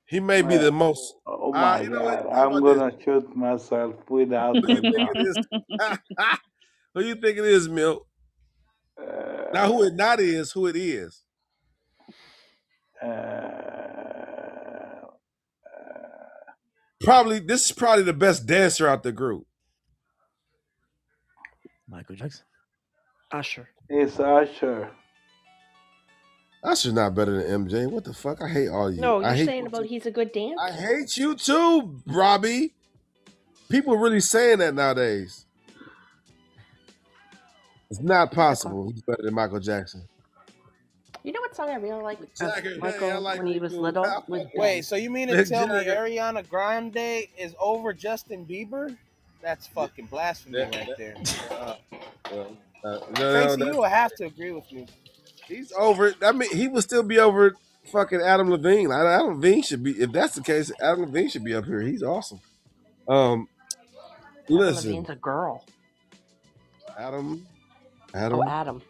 [SPEAKER 6] He may be
[SPEAKER 3] Well,
[SPEAKER 6] the most.
[SPEAKER 3] oh
[SPEAKER 6] Uh,
[SPEAKER 3] my
[SPEAKER 6] you know what?
[SPEAKER 3] God,
[SPEAKER 6] How
[SPEAKER 3] I'm
[SPEAKER 6] about
[SPEAKER 3] gonna
[SPEAKER 6] this?
[SPEAKER 3] shoot myself without
[SPEAKER 6] Who
[SPEAKER 3] a
[SPEAKER 6] you think it
[SPEAKER 3] doubt.
[SPEAKER 6] is? who you think it is, Mill? Now, who
[SPEAKER 3] Uh,
[SPEAKER 6] it not is, who it is?
[SPEAKER 3] uh,
[SPEAKER 6] Probably this is probably the best dancer out the group.
[SPEAKER 10] Michael Jackson.
[SPEAKER 5] Usher.
[SPEAKER 3] it's Usher.
[SPEAKER 6] Usher's not better than MJ. What the fuck? I hate all you.
[SPEAKER 5] No,
[SPEAKER 6] I
[SPEAKER 5] you're
[SPEAKER 6] hate
[SPEAKER 5] saying
[SPEAKER 6] you
[SPEAKER 5] about
[SPEAKER 6] too.
[SPEAKER 5] he's a good
[SPEAKER 6] I
[SPEAKER 5] dancer.
[SPEAKER 6] hate you too, Robbie. People really saying that nowadays. It's not
[SPEAKER 5] Shaka Khan.
[SPEAKER 6] possible. He's better than Michael Jackson.
[SPEAKER 5] You know what song I really liked of
[SPEAKER 6] Jack and Jay, I
[SPEAKER 5] Michael
[SPEAKER 6] like
[SPEAKER 5] when he
[SPEAKER 6] that
[SPEAKER 5] was
[SPEAKER 6] dude.
[SPEAKER 5] little uh,
[SPEAKER 6] I
[SPEAKER 5] was
[SPEAKER 6] fuck with
[SPEAKER 9] Wait,
[SPEAKER 5] Bad.
[SPEAKER 9] so you mean to
[SPEAKER 6] Mick
[SPEAKER 9] tell me
[SPEAKER 6] Jagger.
[SPEAKER 9] Ariana Grande is over Justin Bieber? That's fucking blasphemy
[SPEAKER 6] That-
[SPEAKER 9] right
[SPEAKER 6] that-
[SPEAKER 9] there. Shut up.
[SPEAKER 6] Well, uh, no, no,
[SPEAKER 9] Tracy,
[SPEAKER 6] no.
[SPEAKER 9] you will have to agree with me.
[SPEAKER 6] He's over it. I mean, he would still be over fucking Adam Levine. Like, Adam Levine should be. If that's the case, Adam Levine should be up here. He's awesome.
[SPEAKER 5] Adam
[SPEAKER 6] Um, listen,
[SPEAKER 5] Levine's a girl.
[SPEAKER 6] Adam,
[SPEAKER 5] Oh,
[SPEAKER 6] Adam.
[SPEAKER 5] Adam.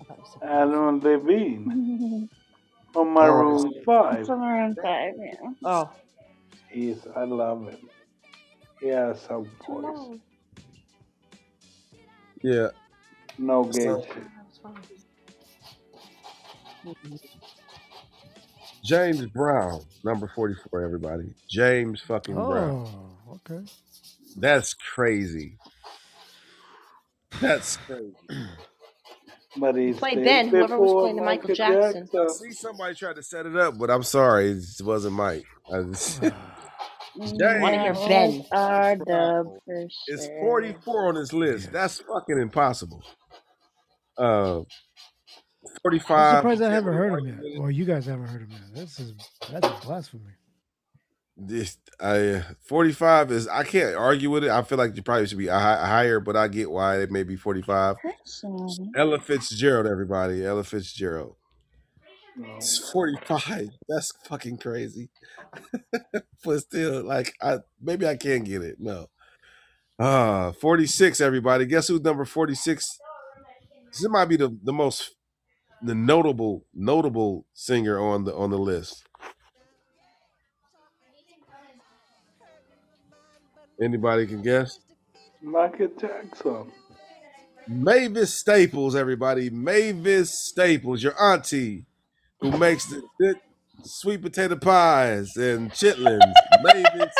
[SPEAKER 5] I thought you said girls.
[SPEAKER 3] Adam Levine from
[SPEAKER 6] Oh,
[SPEAKER 3] Maroon 5.
[SPEAKER 7] it's a maroon five, yeah.
[SPEAKER 5] Oh,
[SPEAKER 3] Yes, I love him. He has some voice.
[SPEAKER 5] tomorrow.
[SPEAKER 6] yeah.
[SPEAKER 3] No gay
[SPEAKER 6] So
[SPEAKER 3] shit.
[SPEAKER 5] Tomorrow's fine.
[SPEAKER 6] James Brown, number forty-four. Everybody, James fucking Brown.
[SPEAKER 1] Oh, okay.
[SPEAKER 6] That's crazy. That's crazy.
[SPEAKER 3] But
[SPEAKER 5] He
[SPEAKER 3] he
[SPEAKER 5] played
[SPEAKER 3] stayed
[SPEAKER 5] then. Whoever was
[SPEAKER 3] before
[SPEAKER 5] playing the Michael
[SPEAKER 3] Michael
[SPEAKER 5] Jackson.
[SPEAKER 6] I
[SPEAKER 3] Jackson.
[SPEAKER 6] see somebody tried to set it up, but I'm sorry, it wasn't Mike. I just-
[SPEAKER 5] I want to hear Ben.
[SPEAKER 6] James
[SPEAKER 7] That was our dub
[SPEAKER 6] Brown
[SPEAKER 7] for
[SPEAKER 6] is
[SPEAKER 7] sure.
[SPEAKER 6] 44 on this list. That's
[SPEAKER 1] Yes.
[SPEAKER 6] fucking impossible. Uh,
[SPEAKER 1] I'm
[SPEAKER 6] 45.
[SPEAKER 1] surprised I
[SPEAKER 6] Can't
[SPEAKER 1] haven't
[SPEAKER 6] really
[SPEAKER 1] heard him
[SPEAKER 6] argue
[SPEAKER 1] yet.
[SPEAKER 6] with it.
[SPEAKER 1] Well, you guys haven't heard him yet. This is that's blasphemy.
[SPEAKER 6] This I 45 is I can't argue with it. I feel like you probably should be a hi- higher, but I get why it may be 45.
[SPEAKER 7] Personally.
[SPEAKER 6] Ella Fitzgerald, everybody, Ella Fitzgerald. It's
[SPEAKER 3] No.
[SPEAKER 6] 45. That's fucking crazy. but still, like, I maybe I can get it. No. Uh 46, everybody. Guess who's number 46? This might be the, the most the notable notable singer on the on the list. Anybody can guess?
[SPEAKER 3] Michael Jackson.
[SPEAKER 6] Mavis Staples, everybody. Mavis Staples, your auntie who makes the good sweet potato pies and chitlins. Mavis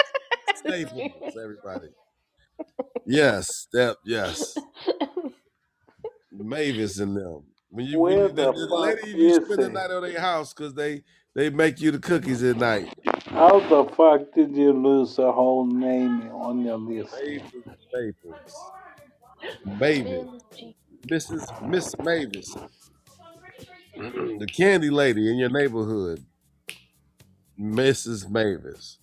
[SPEAKER 6] Staples, everybody. Yes, that yes. Mavis and them. When you when
[SPEAKER 3] Where
[SPEAKER 6] you the,
[SPEAKER 3] the
[SPEAKER 6] the
[SPEAKER 3] fuck
[SPEAKER 6] lady you
[SPEAKER 3] is
[SPEAKER 6] spend the
[SPEAKER 3] he?
[SPEAKER 6] night at their house because they they make you the cookies at night.
[SPEAKER 3] How the fuck did you lose the whole name on your list?
[SPEAKER 6] Mavis Staples. Mavis.
[SPEAKER 5] Billie Jean.
[SPEAKER 6] Mrs. Miss Mavis. the candy lady in your neighborhood. Mrs. Mavis.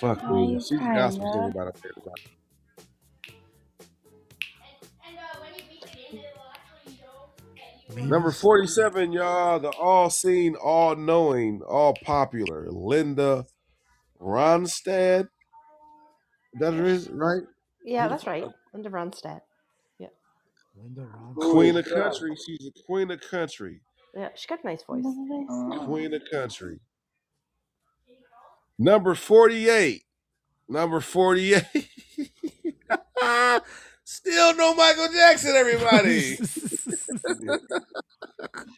[SPEAKER 6] Fuck
[SPEAKER 7] Now
[SPEAKER 6] me.
[SPEAKER 7] you
[SPEAKER 6] She's a
[SPEAKER 7] kind
[SPEAKER 6] gospel singer
[SPEAKER 7] of.
[SPEAKER 6] by the way, everybody. Number
[SPEAKER 1] Mavis.
[SPEAKER 6] 47, y'all, the all seen, all knowing, all popular, Linda Ronstadt. That
[SPEAKER 5] Yes.
[SPEAKER 6] is right.
[SPEAKER 5] Yeah,
[SPEAKER 6] Who the
[SPEAKER 5] that's
[SPEAKER 6] fuck?
[SPEAKER 5] right. Linda Ronstadt. Yeah.
[SPEAKER 1] Linda
[SPEAKER 3] Who
[SPEAKER 6] Queen
[SPEAKER 3] is
[SPEAKER 1] Ronstadt.
[SPEAKER 6] of
[SPEAKER 3] that?
[SPEAKER 6] country. She's a queen of country.
[SPEAKER 5] Yeah, she got a nice voice.
[SPEAKER 7] What did I say?
[SPEAKER 3] Uh,
[SPEAKER 6] Queen of country. Number 48. Number 48. Still no Michael Jackson, everybody.
[SPEAKER 3] shove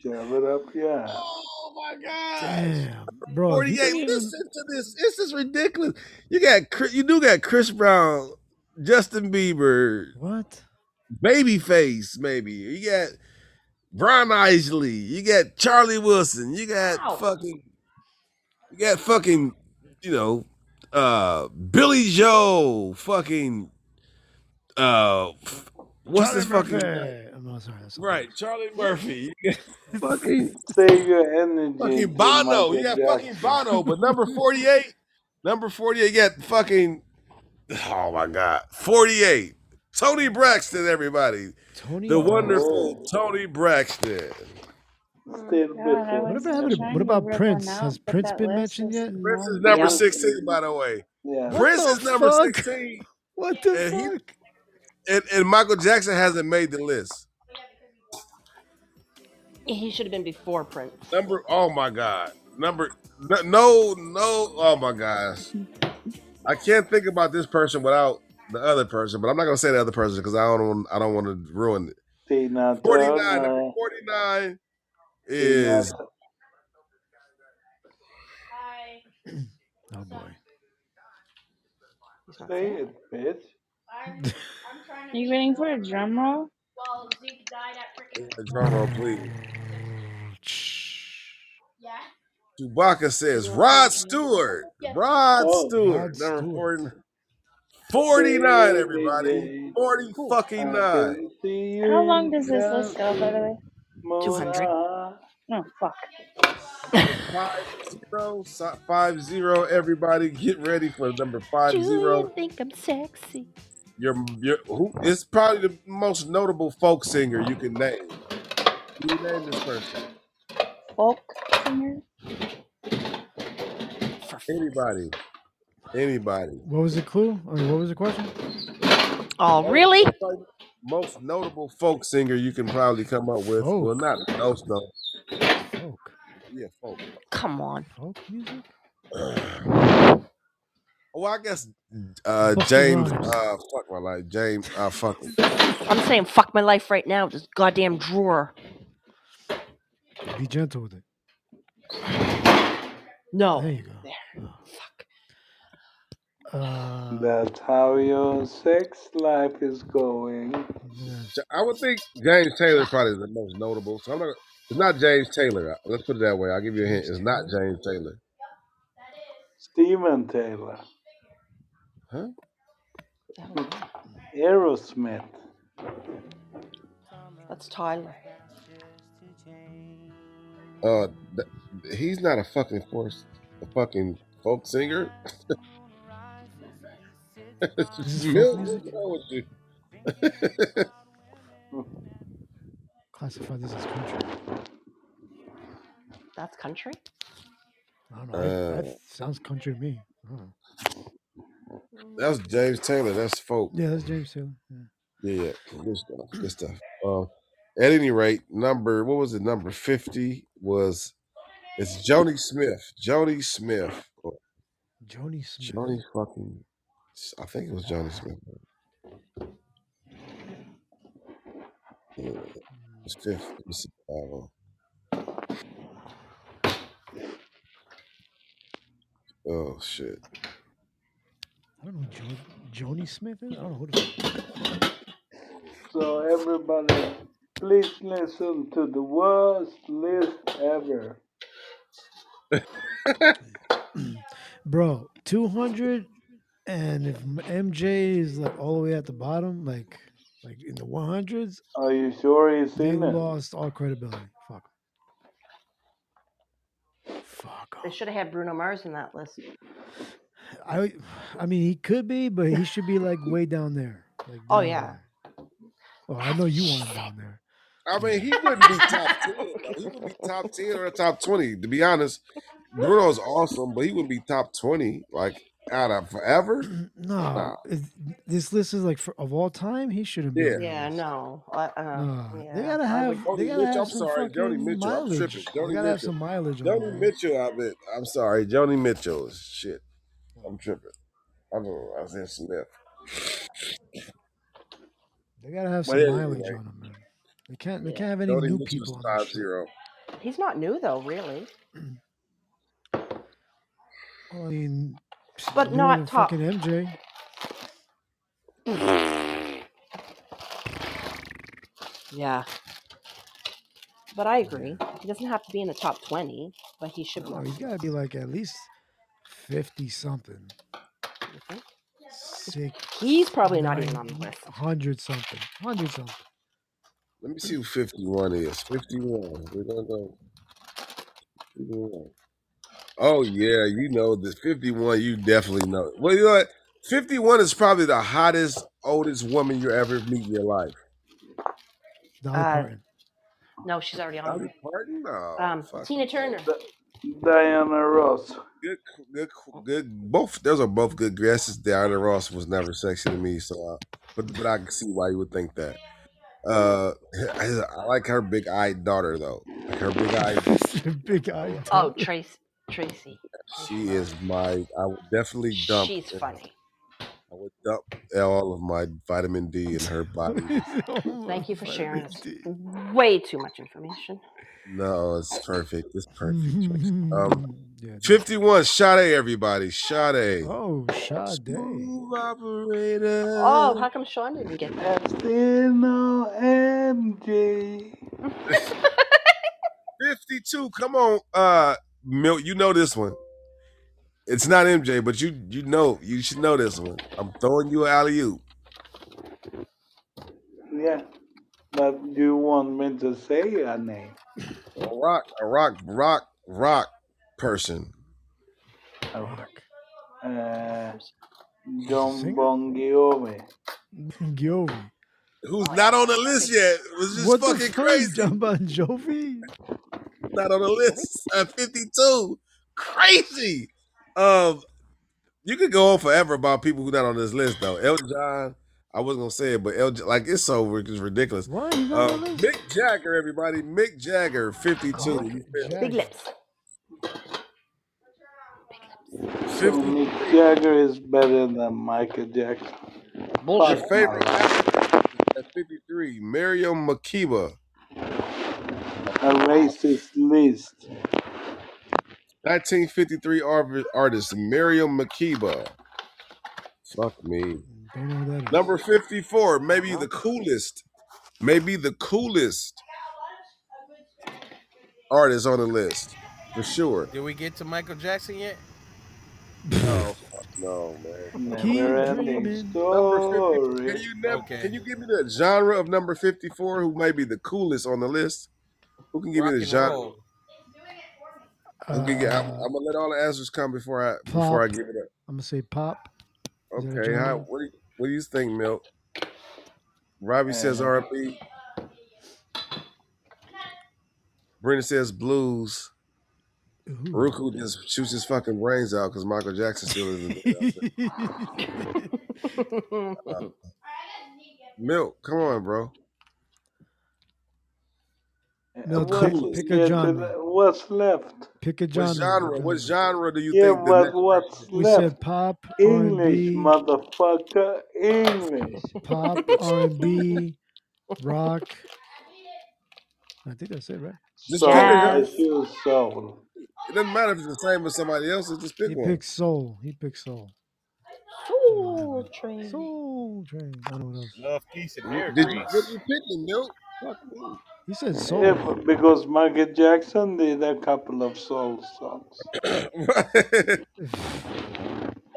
[SPEAKER 3] it up your ass.
[SPEAKER 6] Oh my gosh.
[SPEAKER 1] Damn, bro. He
[SPEAKER 6] 48.
[SPEAKER 1] didn't even.
[SPEAKER 6] Listen to this. This is ridiculous. You got Chris- you do got Chris Brown, Justin Bieber,
[SPEAKER 1] What?
[SPEAKER 6] Babyface, maybe. You got Brian Isley. You got Charlie Wilson. You got
[SPEAKER 5] Ow!
[SPEAKER 6] fucking you got fucking, you know, uh Billy Joe, fucking uh f- what's
[SPEAKER 1] Charlie
[SPEAKER 6] this fucking guy?
[SPEAKER 1] Murphy. I'm not sorry. That's somebody
[SPEAKER 6] Right, Charlie Murphy. You got fucking
[SPEAKER 3] Save
[SPEAKER 1] else.
[SPEAKER 3] your energy
[SPEAKER 6] fucking
[SPEAKER 3] to
[SPEAKER 6] Bono.
[SPEAKER 3] Michael
[SPEAKER 6] You got fucking
[SPEAKER 3] Jackson.
[SPEAKER 6] Bono, but number 48, number 48 you got fucking oh my god. 48. Tony Braxton everybody.
[SPEAKER 1] Tony
[SPEAKER 6] The
[SPEAKER 1] Braxton.
[SPEAKER 6] wonderful
[SPEAKER 3] Whoa.
[SPEAKER 6] Tony Braxton.
[SPEAKER 7] Oh
[SPEAKER 3] Still
[SPEAKER 7] God, I
[SPEAKER 3] before
[SPEAKER 1] Whatever
[SPEAKER 7] was
[SPEAKER 1] happened to
[SPEAKER 7] trying
[SPEAKER 1] what
[SPEAKER 7] to
[SPEAKER 1] about
[SPEAKER 7] rip one
[SPEAKER 1] Prince?
[SPEAKER 7] out,
[SPEAKER 1] Has
[SPEAKER 7] but
[SPEAKER 1] Prince
[SPEAKER 7] that
[SPEAKER 1] been
[SPEAKER 7] list
[SPEAKER 1] mentioned
[SPEAKER 7] is
[SPEAKER 1] yet?
[SPEAKER 6] Prince is number
[SPEAKER 7] not
[SPEAKER 5] Yep.
[SPEAKER 7] balanced.
[SPEAKER 6] 16 by the way.
[SPEAKER 3] yeah.
[SPEAKER 1] What
[SPEAKER 6] Prince
[SPEAKER 1] the
[SPEAKER 6] is number
[SPEAKER 1] fuck?
[SPEAKER 6] 16
[SPEAKER 1] What the
[SPEAKER 6] and he
[SPEAKER 1] fuck?
[SPEAKER 6] and, and Michael Jackson hasn't made the list.
[SPEAKER 5] He should have been before Prince.
[SPEAKER 6] Number oh my god. Number no no no, oh my gosh. I can't think about this person without the other person, but I'm not gonna say the other person because I don't want I don't want to ruin it.
[SPEAKER 3] Tina
[SPEAKER 6] 49, number
[SPEAKER 3] Turner.
[SPEAKER 6] 49
[SPEAKER 3] Tina
[SPEAKER 6] is
[SPEAKER 3] Turner.
[SPEAKER 1] Oh boy.
[SPEAKER 5] He's not
[SPEAKER 3] Say
[SPEAKER 5] saying
[SPEAKER 3] it,
[SPEAKER 5] it.
[SPEAKER 3] bitch.
[SPEAKER 7] You waiting for a drum roll?
[SPEAKER 6] a drum roll, please. Chewbacca says Rod Stewart. Rod
[SPEAKER 3] Oh,
[SPEAKER 1] Rod
[SPEAKER 6] Stewart, number
[SPEAKER 1] Stewart.
[SPEAKER 6] 49, 49 everybody.
[SPEAKER 3] baby,
[SPEAKER 6] 40
[SPEAKER 5] Cool.
[SPEAKER 6] fucking
[SPEAKER 3] I
[SPEAKER 6] nine.
[SPEAKER 3] can see
[SPEAKER 7] How
[SPEAKER 3] you
[SPEAKER 7] long
[SPEAKER 3] in
[SPEAKER 7] does this list go, by the
[SPEAKER 3] Kansas,
[SPEAKER 7] way?
[SPEAKER 5] 200.
[SPEAKER 3] Mona.
[SPEAKER 7] No, fuck.
[SPEAKER 6] Five zero, so- five zero. Everybody, get ready for number five zero.
[SPEAKER 5] Julian think I'm sexy.
[SPEAKER 6] Your your who? It's probably the most notable folk singer you can name. You name this person.
[SPEAKER 5] Folk singer. For
[SPEAKER 6] Anybody. Anybody.
[SPEAKER 1] What was the clue? Or what was the question?
[SPEAKER 5] Oh,
[SPEAKER 6] Most
[SPEAKER 5] really?
[SPEAKER 6] like, most notable folk singer you can probably come up with. Well,
[SPEAKER 1] Folk.
[SPEAKER 6] not most notable.
[SPEAKER 1] Folk.
[SPEAKER 6] Yeah, folk.
[SPEAKER 5] Come on.
[SPEAKER 1] Folk music?
[SPEAKER 6] Well, I guess uh
[SPEAKER 1] Buster
[SPEAKER 6] James
[SPEAKER 1] Rhymes.
[SPEAKER 6] uh fuck my life. James uh fuck it.
[SPEAKER 5] I'm saying fuck my life right now. This goddamn drawer.
[SPEAKER 1] Be gentle with it. There
[SPEAKER 5] No.
[SPEAKER 1] you go.
[SPEAKER 5] There.
[SPEAKER 1] Oh.
[SPEAKER 5] Fuck.
[SPEAKER 1] Uh,
[SPEAKER 3] That's how your sex life is going.
[SPEAKER 1] yeah.
[SPEAKER 6] J- I would think James Taylor
[SPEAKER 5] Ugh.
[SPEAKER 6] probably is the most notable. So I'm not it's not James Taylor. Let's put it that way. I'll give you a hint.
[SPEAKER 1] James
[SPEAKER 6] It's not
[SPEAKER 1] Taylor.
[SPEAKER 6] James Taylor.
[SPEAKER 3] Steven Taylor,
[SPEAKER 6] Huh?
[SPEAKER 5] Oh, yeah.
[SPEAKER 3] Aerosmith.
[SPEAKER 5] That's Tyler.
[SPEAKER 6] Uh th- he's not a fucking force a fucking folk singer. it's
[SPEAKER 1] Is
[SPEAKER 6] just
[SPEAKER 1] this folk
[SPEAKER 6] Mills,
[SPEAKER 1] music?
[SPEAKER 6] what's wrong with you?
[SPEAKER 1] Classify this as country.
[SPEAKER 5] That's country?
[SPEAKER 1] I don't know. I,
[SPEAKER 6] uh,
[SPEAKER 1] that sounds country to me. I don't know.
[SPEAKER 6] that was James Taylor. That's folk.
[SPEAKER 1] Yeah, that's James Taylor. Yeah.
[SPEAKER 6] Yeah, yeah. Good stuff. Good stuff. Um, at any rate, number what was it? Number fifty was it's Joni Smith. Joni Smith. or
[SPEAKER 1] Joni Smith.
[SPEAKER 6] Joni fucking. I think it was Joni Smith. Yeah, it's fifth. Let me see. um, Uh, oh shit.
[SPEAKER 1] I don't know who jo- Joni Smith is. I don't know who the fuck.
[SPEAKER 3] So, everybody, please listen to the worst list ever.
[SPEAKER 1] Bro, 200 and if M- MJ is like all the way at the bottom, like like in the 100s,
[SPEAKER 3] Are you sure he's
[SPEAKER 1] they
[SPEAKER 3] in it?
[SPEAKER 1] lost all credibility. Fuck 'em. Fuck
[SPEAKER 5] They should have had Bruno Mars in that list.
[SPEAKER 1] 'em. I I mean, he could be, but he should be like way down there. Like
[SPEAKER 5] Oh,
[SPEAKER 1] down
[SPEAKER 5] yeah.
[SPEAKER 1] there. Oh, I
[SPEAKER 5] That's
[SPEAKER 1] know
[SPEAKER 5] what
[SPEAKER 1] you
[SPEAKER 5] she
[SPEAKER 1] want him
[SPEAKER 5] said.
[SPEAKER 1] down there.
[SPEAKER 6] I mean,
[SPEAKER 1] Yeah.
[SPEAKER 6] he wouldn't be top ten. Though. He would be top ten or top twenty. To be honest, Bruno's awesome, but he would be top twenty. Like out of forever.
[SPEAKER 1] Mm,
[SPEAKER 6] Nah.
[SPEAKER 1] no, is- this list is like for, of all time. He shouldn't be
[SPEAKER 6] Yeah.
[SPEAKER 1] on that
[SPEAKER 5] Yeah,
[SPEAKER 1] list.
[SPEAKER 5] no. I, uh,
[SPEAKER 1] Nah, they
[SPEAKER 5] yeah,
[SPEAKER 1] gotta
[SPEAKER 5] I would.
[SPEAKER 1] have they
[SPEAKER 6] Joni
[SPEAKER 1] gotta
[SPEAKER 6] Mitchell.
[SPEAKER 1] have
[SPEAKER 6] I'm
[SPEAKER 1] some
[SPEAKER 6] sorry, Joni
[SPEAKER 1] fucking
[SPEAKER 6] Mitchell. I'm tripping.
[SPEAKER 1] mileage. They gotta
[SPEAKER 6] Joni
[SPEAKER 1] have
[SPEAKER 6] Mitchell.
[SPEAKER 1] some mileage on
[SPEAKER 6] Joni
[SPEAKER 1] there, right?
[SPEAKER 6] Mitchell. I meant. I'm sorry, Joni Mitchell. is Shit, I'm tripping. I don't know. I was in Smith.
[SPEAKER 1] They gotta have
[SPEAKER 6] But
[SPEAKER 1] some
[SPEAKER 6] yeah,
[SPEAKER 1] mileage
[SPEAKER 6] anyway,
[SPEAKER 1] on them, man. They can't they
[SPEAKER 5] Yeah.
[SPEAKER 1] can't have any
[SPEAKER 6] Joni
[SPEAKER 1] new
[SPEAKER 6] Mitchell's
[SPEAKER 1] people on that
[SPEAKER 6] top
[SPEAKER 1] shit.
[SPEAKER 6] zero.
[SPEAKER 5] He's not new, though, really.
[SPEAKER 1] Well, I mean, psh, he's
[SPEAKER 5] But
[SPEAKER 1] newer
[SPEAKER 5] not
[SPEAKER 1] than
[SPEAKER 5] top.
[SPEAKER 1] fucking MJ.
[SPEAKER 5] Yeah. But I
[SPEAKER 1] Yeah,
[SPEAKER 5] agree. He doesn't have to be in the top 20, but he should be
[SPEAKER 1] no,
[SPEAKER 5] on
[SPEAKER 1] he's
[SPEAKER 5] the
[SPEAKER 1] gotta
[SPEAKER 5] list.
[SPEAKER 1] be like at least fifty something,
[SPEAKER 5] You think?
[SPEAKER 1] six,
[SPEAKER 5] He's probably not even on the
[SPEAKER 1] nine,
[SPEAKER 5] list.
[SPEAKER 1] hundred something, hundred something.
[SPEAKER 6] Let me see who 51 is. 51. We're gonna go 51. Oh yeah, you know this 51. You definitely know. It. Well, you know what? 51 is probably the hottest, oldest woman you ever meet in your life.
[SPEAKER 1] Dolly
[SPEAKER 5] Uh,
[SPEAKER 1] Parton.
[SPEAKER 5] no, she's already on
[SPEAKER 6] Dolly
[SPEAKER 5] there.
[SPEAKER 6] Parton. Oh
[SPEAKER 5] Um,
[SPEAKER 6] fuck.
[SPEAKER 5] Tina Turner.
[SPEAKER 3] D- Diana Ross.
[SPEAKER 6] Good, good, good. Both those are both good guesses. Diana Ross was never sexy to me, so uh, but but I can see why you would think that. Uh, I, like her big eyed daughter though. Like her big eyed,
[SPEAKER 1] Big eyed
[SPEAKER 5] Oh,
[SPEAKER 1] daughter.
[SPEAKER 5] Trace, Tracy, Tracy
[SPEAKER 6] she
[SPEAKER 5] Lords.
[SPEAKER 6] is my. I would definitely dump.
[SPEAKER 5] She's funny.
[SPEAKER 6] I would dump all of my vitamin D in her body.
[SPEAKER 1] oh my
[SPEAKER 5] Thank you for sharing
[SPEAKER 1] vitamin
[SPEAKER 5] this.
[SPEAKER 1] D.
[SPEAKER 5] Way too much information.
[SPEAKER 6] No, it's perfect. It's perfect.
[SPEAKER 1] yeah,
[SPEAKER 6] Um,
[SPEAKER 1] no, it's perfect.
[SPEAKER 6] fifty-one. Sade, everybody. Sade.
[SPEAKER 1] Oh, Sade.
[SPEAKER 6] Smooth
[SPEAKER 5] Oh,
[SPEAKER 6] operator.
[SPEAKER 5] how come Sean didn't get that?
[SPEAKER 3] And still no MJ.
[SPEAKER 6] Fifty-two. Come on, uh, Milt. You know this one. It's not MJ, but you you know you should know this one. I'm throwing you out of you.
[SPEAKER 3] Yeah, but you want me to say her name?
[SPEAKER 6] A rock, a rock, rock, rock person.
[SPEAKER 3] Uh,
[SPEAKER 1] Rock.
[SPEAKER 3] uh,
[SPEAKER 5] Person.
[SPEAKER 1] He's a
[SPEAKER 3] John
[SPEAKER 1] singer?
[SPEAKER 3] Bon Jovi.
[SPEAKER 1] Giovi.
[SPEAKER 6] Who's not on the list yet? Was just
[SPEAKER 1] What the
[SPEAKER 6] fucking
[SPEAKER 1] fuck,
[SPEAKER 6] crazy.
[SPEAKER 1] John Bon Jovi?
[SPEAKER 6] Not on the list at 52. Crazy. Um, you could go on forever about people who not on this list though. El John, I wasn't gonna say it, but El like it's so ri- it's ridiculous.
[SPEAKER 1] Why he's not
[SPEAKER 6] Uh,
[SPEAKER 1] on the list? Oh,
[SPEAKER 6] Mick Jagger, everybody, Mick Jagger, fifty-two.
[SPEAKER 1] God,
[SPEAKER 6] You feel
[SPEAKER 5] Big
[SPEAKER 1] Jagger.
[SPEAKER 5] lips.
[SPEAKER 6] me?
[SPEAKER 3] So
[SPEAKER 6] Fifty.
[SPEAKER 3] Mick Jagger is better than Michael Jackson.
[SPEAKER 6] Your
[SPEAKER 5] Bullshit.
[SPEAKER 3] Fuck no.
[SPEAKER 6] favorite rapper at fifty-three, Mario Makiba.
[SPEAKER 3] A racist list.
[SPEAKER 6] Nineteen fifty-three ar- artist Mario Makiba. Fuck me.
[SPEAKER 1] Don't know who that is.
[SPEAKER 6] Number fifty-four, maybe the
[SPEAKER 5] Well,
[SPEAKER 6] coolest, maybe the coolest artist on the list for sure.
[SPEAKER 9] Did we get to Michael Jackson yet?
[SPEAKER 6] Oh fuck no, man. Come on.
[SPEAKER 3] Never
[SPEAKER 1] Keep
[SPEAKER 3] ending
[SPEAKER 1] dreaming.
[SPEAKER 6] Number 54. Can
[SPEAKER 3] story.
[SPEAKER 6] you never
[SPEAKER 9] Okay.
[SPEAKER 6] can you give me the genre of number 54 who may be the coolest on the list? Who can give me
[SPEAKER 9] Rock
[SPEAKER 6] the
[SPEAKER 9] and
[SPEAKER 6] genre?
[SPEAKER 9] roll.
[SPEAKER 6] Who can get I'm,
[SPEAKER 1] Uh,
[SPEAKER 6] I'm gonna let all the answers come before I before I
[SPEAKER 1] pop.
[SPEAKER 6] give it up.
[SPEAKER 1] I'm gonna say pop. Is that a
[SPEAKER 6] Okay, how
[SPEAKER 1] genre?
[SPEAKER 6] what do you, what do you think, Milk? Robbie says
[SPEAKER 3] Uh,
[SPEAKER 6] R&B, Brenda says blues.
[SPEAKER 1] Ooh.
[SPEAKER 6] Ruku just shoots his fucking brains out because Michael Jackson still isn't dead. I said, uh, Milk, come on, bro.
[SPEAKER 3] uh,
[SPEAKER 6] The
[SPEAKER 1] Milk,
[SPEAKER 3] what's
[SPEAKER 1] pick
[SPEAKER 6] coolest.
[SPEAKER 1] pick a
[SPEAKER 3] yeah, the
[SPEAKER 1] genre.
[SPEAKER 3] le- what's left?
[SPEAKER 1] Pick a
[SPEAKER 6] What
[SPEAKER 1] genre. What
[SPEAKER 6] genre? What
[SPEAKER 1] genre?
[SPEAKER 6] genre do you
[SPEAKER 3] Yeah,
[SPEAKER 6] think the
[SPEAKER 3] but
[SPEAKER 6] next
[SPEAKER 3] what's
[SPEAKER 1] We
[SPEAKER 3] left?
[SPEAKER 1] said pop, R and
[SPEAKER 3] English,
[SPEAKER 1] B,
[SPEAKER 3] motherfucker. English.
[SPEAKER 1] pop, R and B, rock. I think that's it, right?
[SPEAKER 6] just pick
[SPEAKER 3] Soul.
[SPEAKER 6] a genre?
[SPEAKER 3] I
[SPEAKER 5] jazz.
[SPEAKER 3] choose soul.
[SPEAKER 6] It doesn't matter if it's the same as somebody else's. Just pick
[SPEAKER 1] He
[SPEAKER 6] one.
[SPEAKER 1] picked soul. He picked soul. I know that
[SPEAKER 5] Soul
[SPEAKER 1] much.
[SPEAKER 5] train.
[SPEAKER 1] Soul train. I don't know what else.
[SPEAKER 9] Love, peace, and
[SPEAKER 6] You- Did you what
[SPEAKER 9] hairgrease.
[SPEAKER 6] you picking, Milk? Fuck me.
[SPEAKER 1] He said
[SPEAKER 3] If
[SPEAKER 1] soul.
[SPEAKER 3] because Michael Jackson did a couple of soul songs.
[SPEAKER 6] All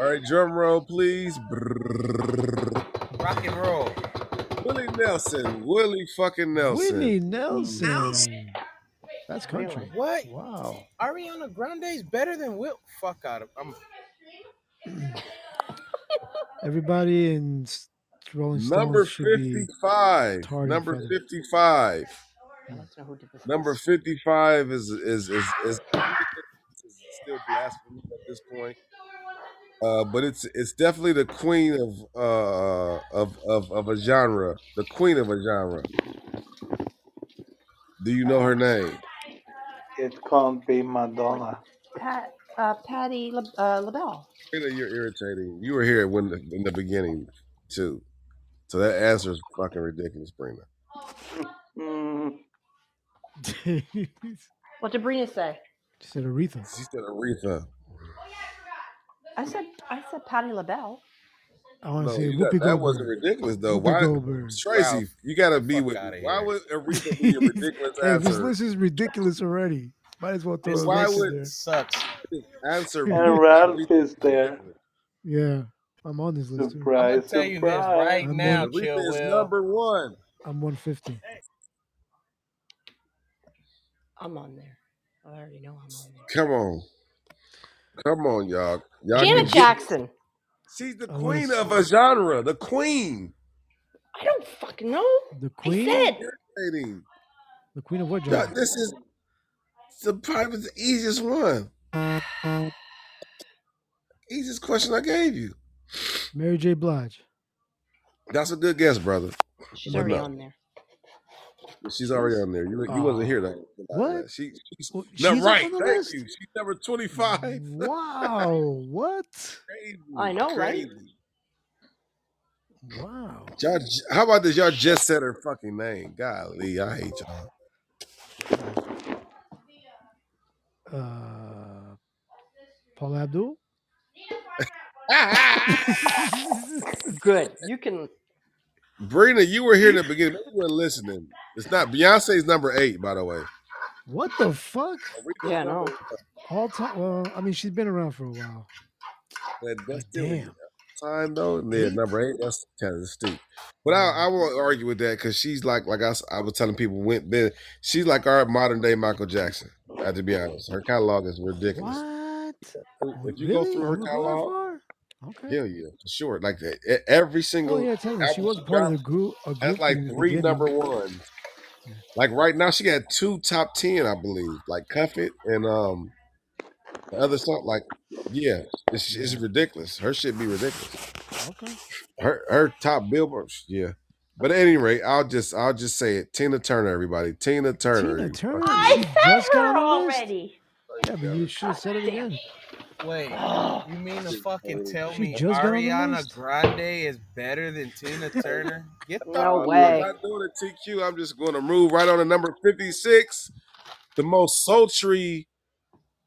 [SPEAKER 6] right, drum roll, please.
[SPEAKER 9] Rock and roll.
[SPEAKER 6] Willie Nelson, Willie fucking Nelson.
[SPEAKER 1] Willie
[SPEAKER 3] Mm.
[SPEAKER 1] Nelson. That's
[SPEAKER 5] Really?
[SPEAKER 1] country.
[SPEAKER 9] What?
[SPEAKER 1] Wow.
[SPEAKER 9] Ariana Grande's better than Will. Fuck out of. I'm
[SPEAKER 1] Everybody in S- Rolling
[SPEAKER 6] Number
[SPEAKER 1] Stones should be
[SPEAKER 6] fifty-five.
[SPEAKER 1] tardy
[SPEAKER 6] Number
[SPEAKER 1] for the.
[SPEAKER 6] fifty-five.
[SPEAKER 5] I'd like to know who did this
[SPEAKER 6] Number
[SPEAKER 5] list.
[SPEAKER 6] fifty-five is is is is, is still blasphemy at this point. Uh, but it's it's definitely the queen of uh of of of a genre. The queen of a genre. Do you know her name?
[SPEAKER 3] It can't be Madonna.
[SPEAKER 5] Pat, uh, Patty La, uh, LaBelle.
[SPEAKER 6] Rita, you're irritating. You were here when the, in the beginning too, so that answer is fucking ridiculous, Brina.
[SPEAKER 3] Mm.
[SPEAKER 1] she
[SPEAKER 5] What did Brina say?
[SPEAKER 1] said Aretha.
[SPEAKER 6] She said Aretha.
[SPEAKER 5] I said I said Patty LaBelle.
[SPEAKER 1] I want to
[SPEAKER 6] No,
[SPEAKER 1] say
[SPEAKER 6] you got
[SPEAKER 1] Whoopi
[SPEAKER 6] that wasn't
[SPEAKER 1] Goldberg.
[SPEAKER 6] ridiculous though.
[SPEAKER 1] Whoopi
[SPEAKER 6] Why,
[SPEAKER 1] Goldberg.
[SPEAKER 9] Ralph.
[SPEAKER 6] Tracy? You gotta
[SPEAKER 9] The
[SPEAKER 6] be
[SPEAKER 9] fuck
[SPEAKER 6] with me.
[SPEAKER 9] out of
[SPEAKER 6] Why
[SPEAKER 9] here.
[SPEAKER 6] would Aretha be a ridiculous
[SPEAKER 1] hey, this
[SPEAKER 6] answer?
[SPEAKER 1] list is ridiculous already. Might as well
[SPEAKER 6] But
[SPEAKER 1] throw
[SPEAKER 9] This
[SPEAKER 6] why
[SPEAKER 1] Aretha
[SPEAKER 9] list
[SPEAKER 6] would
[SPEAKER 1] there.
[SPEAKER 9] sucks.
[SPEAKER 6] this answer
[SPEAKER 3] And
[SPEAKER 6] be
[SPEAKER 3] Ralph
[SPEAKER 6] Aretha
[SPEAKER 3] is
[SPEAKER 6] is
[SPEAKER 3] there.
[SPEAKER 6] ridiculous?
[SPEAKER 1] yeah, I'm on this list too.
[SPEAKER 9] I'm gonna
[SPEAKER 3] Surprise,
[SPEAKER 9] tell you this
[SPEAKER 3] surprise.
[SPEAKER 9] right
[SPEAKER 1] I'm
[SPEAKER 9] now,
[SPEAKER 1] one.
[SPEAKER 6] Aretha is
[SPEAKER 9] Chillwell.
[SPEAKER 6] number one.
[SPEAKER 1] I'm 150.
[SPEAKER 5] I'm on there. I already know I'm on there.
[SPEAKER 6] Come on, come on, y'all. Y'all
[SPEAKER 5] Janet
[SPEAKER 6] can
[SPEAKER 1] One.
[SPEAKER 6] get.
[SPEAKER 5] Jackson.
[SPEAKER 6] She's the
[SPEAKER 1] I want
[SPEAKER 6] queen
[SPEAKER 1] to.
[SPEAKER 6] of a genre. The queen.
[SPEAKER 5] I don't fucking know.
[SPEAKER 1] The
[SPEAKER 5] I
[SPEAKER 1] Queen.
[SPEAKER 5] said
[SPEAKER 6] Irritating.
[SPEAKER 1] The Queen of what
[SPEAKER 6] Y'all,
[SPEAKER 1] genre?
[SPEAKER 6] this is the probably the easiest one. Easiest question I gave you.
[SPEAKER 1] Mary J. Blige.
[SPEAKER 6] That's a good guess, brother.
[SPEAKER 5] she's
[SPEAKER 6] But
[SPEAKER 5] already
[SPEAKER 6] no,
[SPEAKER 5] on there.
[SPEAKER 6] she's already on there. You you wasn't
[SPEAKER 1] Oh,
[SPEAKER 6] here though about
[SPEAKER 1] what?
[SPEAKER 6] that. She she's
[SPEAKER 1] Well,
[SPEAKER 6] not
[SPEAKER 1] she's up
[SPEAKER 6] right.
[SPEAKER 1] on the
[SPEAKER 6] Thank
[SPEAKER 1] list.
[SPEAKER 6] you. She's number twenty five.
[SPEAKER 1] Wow. What?
[SPEAKER 6] crazy,
[SPEAKER 5] I know, right?
[SPEAKER 6] crazy.
[SPEAKER 1] Wow.
[SPEAKER 6] Y'all, j- how about this? Y'all just said her fucking name. Golly, I hate y'all.
[SPEAKER 1] Uh, Paul Abdul.
[SPEAKER 5] Good. You can.
[SPEAKER 6] Brina, you were here in the beginning. Maybe you were listening. It's not Beyonce's number eight, by the way.
[SPEAKER 1] what the fuck?
[SPEAKER 6] Aretha's
[SPEAKER 5] Yeah,
[SPEAKER 6] number
[SPEAKER 5] no.
[SPEAKER 6] one.
[SPEAKER 1] All time. Well, I mean, she's been around for a while,
[SPEAKER 6] That that's
[SPEAKER 1] but
[SPEAKER 6] still
[SPEAKER 1] damn,
[SPEAKER 6] time though. And then
[SPEAKER 1] eight.
[SPEAKER 6] number eight, that's kind of steep. But I,
[SPEAKER 5] Mm-hmm.
[SPEAKER 1] Yeah.
[SPEAKER 6] I won't argue with that because she's like like I, s- I was telling people went then she's like our modern day Michael Jackson. I have to be honest, her catalog is ridiculous.
[SPEAKER 1] What?
[SPEAKER 6] If
[SPEAKER 1] W-
[SPEAKER 6] you go
[SPEAKER 1] Really?
[SPEAKER 6] through her
[SPEAKER 1] You would go that
[SPEAKER 6] catalog,
[SPEAKER 1] far? Okay.
[SPEAKER 6] Hell yeah, for sure. Like e- e-
[SPEAKER 1] Mm-hmm. Oh
[SPEAKER 6] every single
[SPEAKER 1] yeah, tell me. She
[SPEAKER 6] album
[SPEAKER 1] was
[SPEAKER 6] she
[SPEAKER 1] part of the
[SPEAKER 6] dropped
[SPEAKER 1] group. A
[SPEAKER 6] has
[SPEAKER 1] group
[SPEAKER 6] like
[SPEAKER 1] in the
[SPEAKER 6] three number
[SPEAKER 1] beginning.
[SPEAKER 6] ones. Like right now, she got two top ten, I believe. Like Cuff It and um the other song. Like yeah, it's it's
[SPEAKER 1] Yeah.
[SPEAKER 6] ridiculous. Her shit be ridiculous.
[SPEAKER 1] Okay.
[SPEAKER 6] Her her top billboards. Yeah. But at any rate, I'll just I'll just say it. Tina Turner, everybody. Tina Turner.
[SPEAKER 1] Tina
[SPEAKER 6] you
[SPEAKER 1] Turner.
[SPEAKER 6] fucking-
[SPEAKER 1] She
[SPEAKER 11] I
[SPEAKER 1] just
[SPEAKER 11] said
[SPEAKER 1] got on
[SPEAKER 11] her
[SPEAKER 1] the list.
[SPEAKER 11] already.
[SPEAKER 6] There
[SPEAKER 1] Yeah,
[SPEAKER 6] you
[SPEAKER 1] but
[SPEAKER 6] go.
[SPEAKER 1] you should have said it
[SPEAKER 11] Damn
[SPEAKER 1] again.
[SPEAKER 9] Wait,
[SPEAKER 11] it.
[SPEAKER 9] you mean to
[SPEAKER 6] Shit
[SPEAKER 9] fucking
[SPEAKER 6] crazy.
[SPEAKER 9] tell
[SPEAKER 1] She
[SPEAKER 9] me
[SPEAKER 1] just got on the
[SPEAKER 9] Ariana
[SPEAKER 1] list.
[SPEAKER 9] Grande is better than Tina Turner? Get the
[SPEAKER 5] No
[SPEAKER 6] No, I'm just
[SPEAKER 5] way.
[SPEAKER 6] not doing it, TQ. I'm just going to move right on to number 56. The most sultry.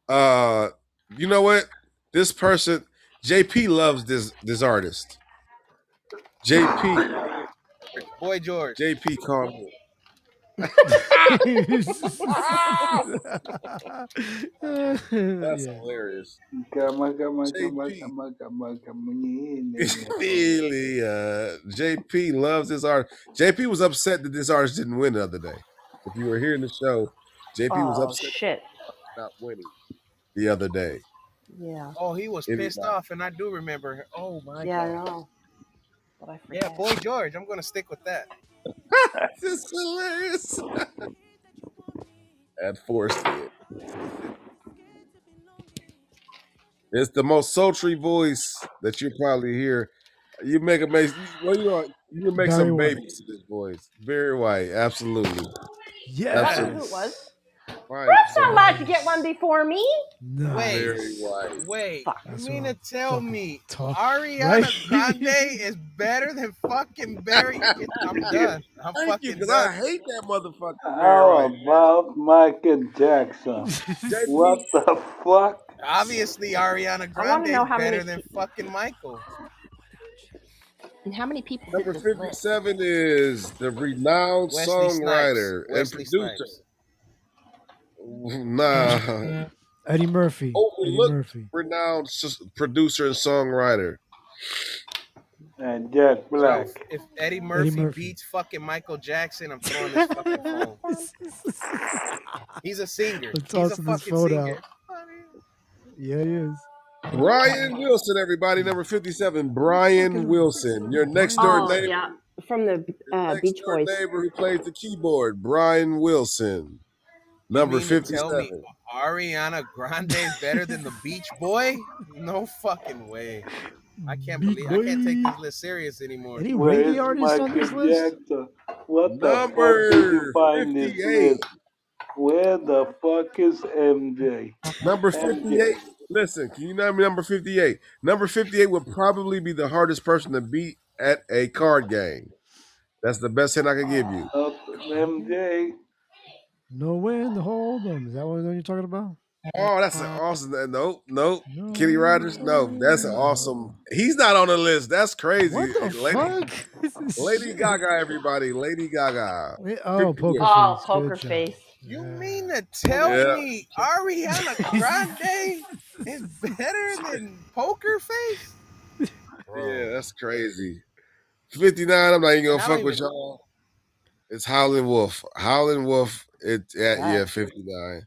[SPEAKER 6] uh You know what? This person, JP loves this this artist. JP,
[SPEAKER 9] boy George.
[SPEAKER 6] JP called me. That's
[SPEAKER 1] yeah.
[SPEAKER 6] hilarious.
[SPEAKER 3] Kama kama kama
[SPEAKER 6] JP.
[SPEAKER 3] kama kama kama nyingine
[SPEAKER 6] It's
[SPEAKER 3] hao.
[SPEAKER 6] really uh JP loves this artist. JP was upset that this artist didn't win the other day. If you were hearing the show, JP was
[SPEAKER 5] Oh
[SPEAKER 6] upset
[SPEAKER 5] shit.
[SPEAKER 6] not winning the other day.
[SPEAKER 5] Yeah.
[SPEAKER 9] Oh, he was pissed
[SPEAKER 6] Anybody.
[SPEAKER 9] off, and I do remember. her. Oh my
[SPEAKER 5] Yeah, I
[SPEAKER 9] god.
[SPEAKER 5] know, but I
[SPEAKER 9] Yeah,
[SPEAKER 5] forget.
[SPEAKER 9] boy George. I'm gonna stick with that.
[SPEAKER 6] This is hilarious. At forced it. It's the most sultry voice that you probably hear. You make a amazing. Well, you know, you can make
[SPEAKER 1] Barry
[SPEAKER 6] some
[SPEAKER 1] White.
[SPEAKER 6] babies to this voice. Very White, absolutely,
[SPEAKER 5] I know who
[SPEAKER 6] absolutely.
[SPEAKER 5] it was.
[SPEAKER 1] Yes.
[SPEAKER 6] Right,
[SPEAKER 11] Brooke's not allowed to get one
[SPEAKER 1] Nice.
[SPEAKER 11] before me.
[SPEAKER 9] Wait,
[SPEAKER 6] very
[SPEAKER 1] Nice.
[SPEAKER 6] White.
[SPEAKER 9] wait.
[SPEAKER 5] Fuck.
[SPEAKER 9] You
[SPEAKER 1] That's what
[SPEAKER 9] mean to
[SPEAKER 1] I'm
[SPEAKER 9] tell
[SPEAKER 1] fucking
[SPEAKER 9] me
[SPEAKER 1] talking right.
[SPEAKER 9] Ariana Grande is better than fucking Barry? Get, I'm
[SPEAKER 6] yeah,
[SPEAKER 9] done. I'm
[SPEAKER 6] thank you,
[SPEAKER 9] fucking
[SPEAKER 6] because
[SPEAKER 9] done.
[SPEAKER 6] I hate that motherfucker, Barry
[SPEAKER 3] How
[SPEAKER 6] White, man.
[SPEAKER 3] about Michael Jackson?
[SPEAKER 6] JP,
[SPEAKER 3] What the fuck?
[SPEAKER 9] Obviously, Ariana
[SPEAKER 5] I
[SPEAKER 9] Grande
[SPEAKER 5] want to
[SPEAKER 9] is
[SPEAKER 5] know how many
[SPEAKER 9] better than
[SPEAKER 5] pe-
[SPEAKER 9] fucking Michael.
[SPEAKER 5] and how many people did
[SPEAKER 6] number
[SPEAKER 5] this list.
[SPEAKER 6] fifty-seven is the renowned
[SPEAKER 9] Wesley Snipes.
[SPEAKER 6] songwriter and
[SPEAKER 9] Wesley
[SPEAKER 6] producer.
[SPEAKER 9] Snipes.
[SPEAKER 1] Eddie,
[SPEAKER 6] Nah,
[SPEAKER 1] Eddie Murphy. Eddie
[SPEAKER 6] overlooked
[SPEAKER 1] Murphy.
[SPEAKER 6] renowned s- producer and songwriter.
[SPEAKER 3] And Jack
[SPEAKER 9] So
[SPEAKER 3] Black.
[SPEAKER 9] if Eddie
[SPEAKER 1] Eddie
[SPEAKER 9] Murphy
[SPEAKER 1] Murphy.
[SPEAKER 9] beats fucking Michael Jackson, I'm throwing this fucking phone. He's a singer.
[SPEAKER 1] I'm
[SPEAKER 9] He's a
[SPEAKER 1] tossing this
[SPEAKER 9] fucking
[SPEAKER 1] phone out.
[SPEAKER 9] singer.
[SPEAKER 1] Yeah, he is.
[SPEAKER 6] Brian Wilson, everybody, number fifty-seven. Brian
[SPEAKER 1] Fucking
[SPEAKER 6] Wilson, your next
[SPEAKER 1] Brian
[SPEAKER 6] door
[SPEAKER 5] Oh
[SPEAKER 6] neighbor,
[SPEAKER 5] yeah,
[SPEAKER 6] your
[SPEAKER 5] from the uh,
[SPEAKER 6] next
[SPEAKER 5] Beach
[SPEAKER 6] door
[SPEAKER 5] Boys.
[SPEAKER 6] neighbor who plays the keyboard, Brian Wilson,
[SPEAKER 9] You
[SPEAKER 6] number
[SPEAKER 9] mean to tell me
[SPEAKER 6] fifty-seven.
[SPEAKER 9] Ariana Grande is better than the Beach Boy? No fucking way. I can't
[SPEAKER 1] Beat
[SPEAKER 9] believe I can't take
[SPEAKER 1] boy.
[SPEAKER 9] this list serious anymore.
[SPEAKER 1] Any
[SPEAKER 3] Where
[SPEAKER 1] reggae
[SPEAKER 3] is
[SPEAKER 1] artists on this
[SPEAKER 3] Michael
[SPEAKER 1] list?
[SPEAKER 3] Jackson? What the fuck did you
[SPEAKER 6] Number
[SPEAKER 3] find this
[SPEAKER 6] fifty-eight.
[SPEAKER 3] list? Where the fuck is MJ?
[SPEAKER 6] Number
[SPEAKER 3] MJ.
[SPEAKER 6] 58. Listen, can you name me number 58? Number 58 would probably be the hardest person to beat at a card game. That's the best hint I could give you.
[SPEAKER 3] Up
[SPEAKER 1] Card game?
[SPEAKER 3] MJ.
[SPEAKER 1] No way in the whole album. Is that what you're talking about?
[SPEAKER 6] Oh, that's an awesome. Nope, nope.
[SPEAKER 1] No
[SPEAKER 6] Kenny
[SPEAKER 1] way in
[SPEAKER 6] Rogers?
[SPEAKER 1] the
[SPEAKER 6] Nope. That's an
[SPEAKER 1] whole
[SPEAKER 6] awesome.
[SPEAKER 1] album.
[SPEAKER 6] He's not on the list. That's
[SPEAKER 1] What
[SPEAKER 6] crazy.
[SPEAKER 1] the
[SPEAKER 6] Lady
[SPEAKER 1] fuck? This is
[SPEAKER 6] Lady
[SPEAKER 1] shit.
[SPEAKER 6] Gaga, everybody. Lady Gaga.
[SPEAKER 1] Wait, oh,
[SPEAKER 6] 58.
[SPEAKER 1] poker
[SPEAKER 9] Ah,
[SPEAKER 5] Oh,
[SPEAKER 1] face. Good
[SPEAKER 5] Poker
[SPEAKER 1] job.
[SPEAKER 5] Face.
[SPEAKER 9] You
[SPEAKER 1] Yeah.
[SPEAKER 9] mean to
[SPEAKER 5] I was
[SPEAKER 9] tell
[SPEAKER 6] Yeah.
[SPEAKER 9] me
[SPEAKER 5] kidding.
[SPEAKER 9] Ariana Grande is better than Poker Face?
[SPEAKER 6] Yeah,
[SPEAKER 9] Bro.
[SPEAKER 6] that's crazy. 59. I'm not even
[SPEAKER 9] And
[SPEAKER 6] going to
[SPEAKER 9] I don't
[SPEAKER 6] fuck with
[SPEAKER 9] even
[SPEAKER 6] y'all. It's Howlin' Wolf. Howlin' Wolf. It,
[SPEAKER 5] Who's
[SPEAKER 6] yeah,
[SPEAKER 5] that?
[SPEAKER 6] yeah, 59.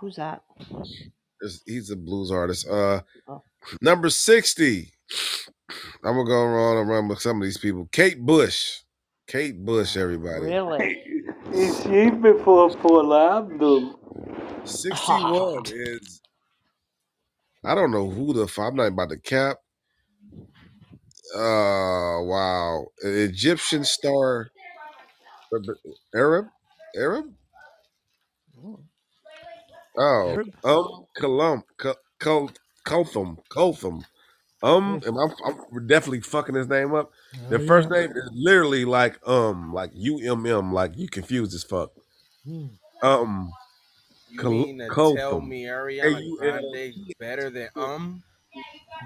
[SPEAKER 5] Who's that?
[SPEAKER 6] It's- he's a blues artist. Uh,
[SPEAKER 5] Oh,
[SPEAKER 6] number sixty. I'm gonna go around and run with some of these people. Kate Bush, Kate Bush, everybody.
[SPEAKER 5] really?
[SPEAKER 3] Is she before Paula Abdul?
[SPEAKER 6] Sixty-one is I don't know who the f- I'm not about to cap. Uh, wow, An Egyptian star, but- but- Arab, Arab.
[SPEAKER 1] Oh.
[SPEAKER 6] Oh,
[SPEAKER 1] Arab?
[SPEAKER 6] um, Kalum, Kul, Kulthum, Kulthum. Um,
[SPEAKER 1] Cool.
[SPEAKER 6] and I'm, I'm definitely fucking his name up.
[SPEAKER 1] Oh,
[SPEAKER 6] The first
[SPEAKER 1] yeah.
[SPEAKER 6] name is literally like um, like U M M, like you confused as fuck.
[SPEAKER 1] Hmm.
[SPEAKER 6] Um,
[SPEAKER 9] You
[SPEAKER 6] Kal-
[SPEAKER 9] mean to tell
[SPEAKER 6] Kotham,
[SPEAKER 9] me
[SPEAKER 6] A
[SPEAKER 9] Ariana
[SPEAKER 6] U
[SPEAKER 9] Grande
[SPEAKER 6] L
[SPEAKER 9] is
[SPEAKER 6] T
[SPEAKER 9] better than um?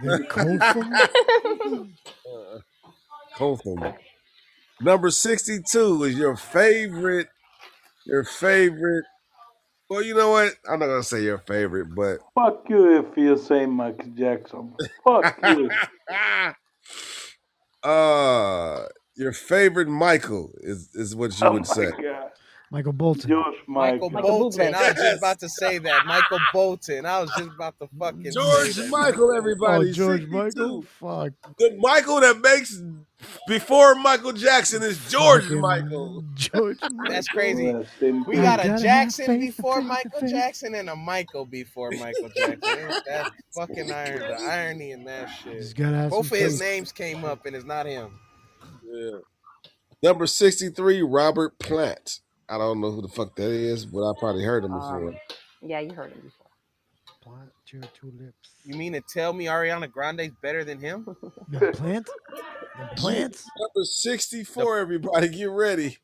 [SPEAKER 1] Then Kofum?
[SPEAKER 6] Uh, Kotham. Number sixty-two is your favorite. Your favorite. Well, you know what? I'm not gonna say your favorite, but
[SPEAKER 3] Fuck you if you say Michael Jackson. Fuck you.
[SPEAKER 6] ah, uh, your favorite Michael is is what you
[SPEAKER 3] Oh
[SPEAKER 6] would
[SPEAKER 3] my
[SPEAKER 6] say.
[SPEAKER 3] god.
[SPEAKER 1] Michael Bolton.
[SPEAKER 3] George
[SPEAKER 9] Michael,
[SPEAKER 3] Michael.
[SPEAKER 9] Bolton. I was
[SPEAKER 6] Yes.
[SPEAKER 9] just about to say that. Michael Bolton. I was just about to fucking
[SPEAKER 6] George
[SPEAKER 9] say that.
[SPEAKER 6] Michael,
[SPEAKER 1] Oh,
[SPEAKER 6] everybody.
[SPEAKER 1] George
[SPEAKER 6] 62.
[SPEAKER 1] Michael. Fuck.
[SPEAKER 6] The Michael that makes before Michael Jackson is George
[SPEAKER 1] Fucking
[SPEAKER 6] Michael.
[SPEAKER 1] George Michael.
[SPEAKER 9] That's crazy.
[SPEAKER 3] Rest in
[SPEAKER 9] We
[SPEAKER 3] peace.
[SPEAKER 9] got
[SPEAKER 1] I
[SPEAKER 9] a
[SPEAKER 1] gotta have
[SPEAKER 9] Jackson
[SPEAKER 1] faith, the
[SPEAKER 9] before
[SPEAKER 1] faith, the
[SPEAKER 9] Michael
[SPEAKER 1] faith.
[SPEAKER 9] Jackson and a Michael before Michael Jackson. Ain't that fucking iron, the irony in that
[SPEAKER 1] Just
[SPEAKER 9] shit.
[SPEAKER 1] gotta have
[SPEAKER 9] Both
[SPEAKER 1] some
[SPEAKER 9] of his
[SPEAKER 1] faith.
[SPEAKER 9] names came up and it's not him.
[SPEAKER 6] Yeah. Number 63, Robert Plant. I don't know who the fuck that is, but I probably heard him before.
[SPEAKER 5] Um, yeah, you heard him before.
[SPEAKER 1] Plant your tulips.
[SPEAKER 9] You mean to tell me Ariana Grande's better than him?
[SPEAKER 1] The plant? The
[SPEAKER 6] Yeah.
[SPEAKER 1] plants?
[SPEAKER 6] Number 64, everybody, get ready.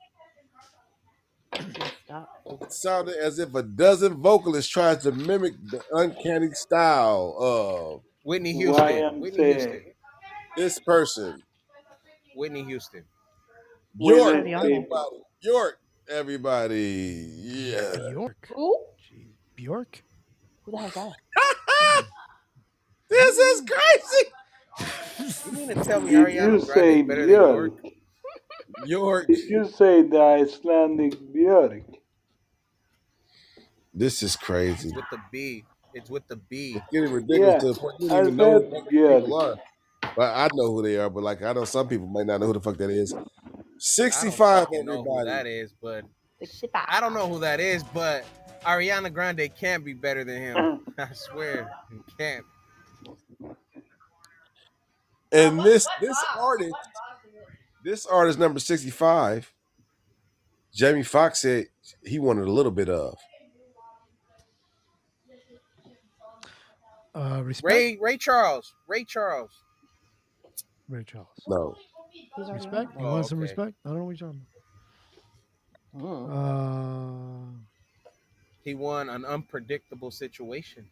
[SPEAKER 5] That's messed up.
[SPEAKER 6] It sounded as if a dozen vocalists tried to mimic the uncanny style of
[SPEAKER 9] Whitney Houston. Whitney Houston.
[SPEAKER 3] YMCA.
[SPEAKER 6] this person.
[SPEAKER 9] Whitney Houston.
[SPEAKER 5] That's
[SPEAKER 6] York,
[SPEAKER 5] pretty
[SPEAKER 3] Willis
[SPEAKER 5] on there.
[SPEAKER 3] people.
[SPEAKER 6] everybody. York, everybody. Yeah.
[SPEAKER 1] Bjork.
[SPEAKER 5] Who?
[SPEAKER 1] Jeez. Bjork?
[SPEAKER 5] Who the hell's that?
[SPEAKER 6] this is crazy.
[SPEAKER 9] You mean to tell me
[SPEAKER 3] Did
[SPEAKER 9] Ariana
[SPEAKER 3] you
[SPEAKER 9] Grande is
[SPEAKER 3] say
[SPEAKER 9] better than York?
[SPEAKER 3] Björk?
[SPEAKER 6] York.
[SPEAKER 3] Did you say the Icelandic Björk?
[SPEAKER 6] This is crazy.
[SPEAKER 9] With the B. It's with the B.
[SPEAKER 6] It's getting ridiculous
[SPEAKER 3] Yeah,
[SPEAKER 6] to the point you don't
[SPEAKER 3] I
[SPEAKER 6] even know who
[SPEAKER 3] said
[SPEAKER 6] the fuck these
[SPEAKER 3] Björk.
[SPEAKER 6] people are. But I know who they are, but like I know some people might not know who the fuck that is.
[SPEAKER 9] I don't
[SPEAKER 6] 65,
[SPEAKER 9] fucking know who
[SPEAKER 6] everybody.
[SPEAKER 9] that is, but
[SPEAKER 5] The Shiba.
[SPEAKER 9] I don't know who that is, but Ariana Grande can't be better than him.
[SPEAKER 3] Uh-huh.
[SPEAKER 9] I swear, he can't.
[SPEAKER 6] And this this artist, this artist number 65, Jamie Foxx said he wanted a little bit of.
[SPEAKER 1] Uh, respect?
[SPEAKER 9] Ray Ray Charles. Ray Charles.
[SPEAKER 1] Ray Charles.
[SPEAKER 6] No.
[SPEAKER 5] He's already on
[SPEAKER 1] Respect?
[SPEAKER 5] there.
[SPEAKER 1] You
[SPEAKER 9] Oh,
[SPEAKER 1] want some
[SPEAKER 9] okay.
[SPEAKER 1] respect? I don't know what you're talking
[SPEAKER 5] Mm.
[SPEAKER 1] about. Uh,
[SPEAKER 9] He won an unpredictable situation.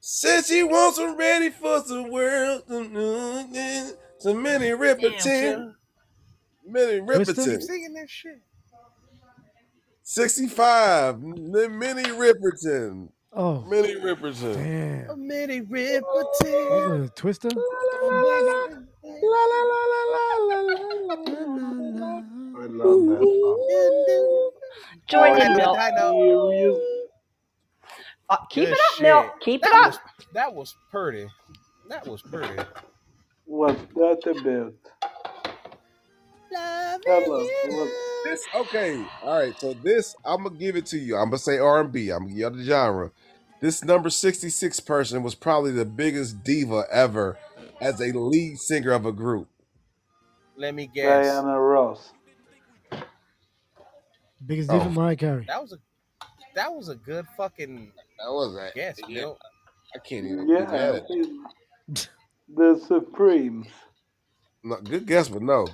[SPEAKER 6] Says she wants her ready for some world. Mm, So many
[SPEAKER 9] Damn,
[SPEAKER 6] Ripperton.
[SPEAKER 9] Sarah.
[SPEAKER 6] Minnie
[SPEAKER 1] Twister?
[SPEAKER 6] Riperton.
[SPEAKER 9] Keep singing that shit.
[SPEAKER 6] 65. Minnie Riperton.
[SPEAKER 1] Oh,
[SPEAKER 6] Minnie Riperton.
[SPEAKER 9] A
[SPEAKER 1] damn.
[SPEAKER 9] mini
[SPEAKER 1] I was
[SPEAKER 9] Ripperton.
[SPEAKER 1] going to Twister. What the fuck?
[SPEAKER 9] A mini
[SPEAKER 6] La la la la la la
[SPEAKER 1] Na, na,
[SPEAKER 6] la la la.
[SPEAKER 1] na.
[SPEAKER 3] I love that song.
[SPEAKER 5] Join
[SPEAKER 9] That
[SPEAKER 5] in,
[SPEAKER 9] the
[SPEAKER 5] Milt.
[SPEAKER 9] dino.
[SPEAKER 3] Hear you.
[SPEAKER 5] Uh, keep
[SPEAKER 9] Good
[SPEAKER 5] it up, Milt.
[SPEAKER 9] shit.
[SPEAKER 5] Keep it
[SPEAKER 9] That
[SPEAKER 5] up.
[SPEAKER 9] was that was pretty. That was pretty.
[SPEAKER 3] What's that about? Tell us what.
[SPEAKER 6] This okay. All right. So this I'm gonna give it to you. I'm gonna say R and B. I'm gonna give you the genre. This number 66 person was probably the biggest diva ever as a lead singer of a group.
[SPEAKER 9] Let me guess.
[SPEAKER 3] Diana Ross.
[SPEAKER 1] Biggest diva,
[SPEAKER 6] Oh,
[SPEAKER 1] Mariah Carey.
[SPEAKER 9] That was a that was a good fucking
[SPEAKER 6] that was that.
[SPEAKER 9] guess,
[SPEAKER 6] Yeah,
[SPEAKER 9] Milt.
[SPEAKER 6] I can't even be mad
[SPEAKER 3] Yeah,
[SPEAKER 6] at that.
[SPEAKER 3] she's the Supremes.
[SPEAKER 6] No, good guess, but no.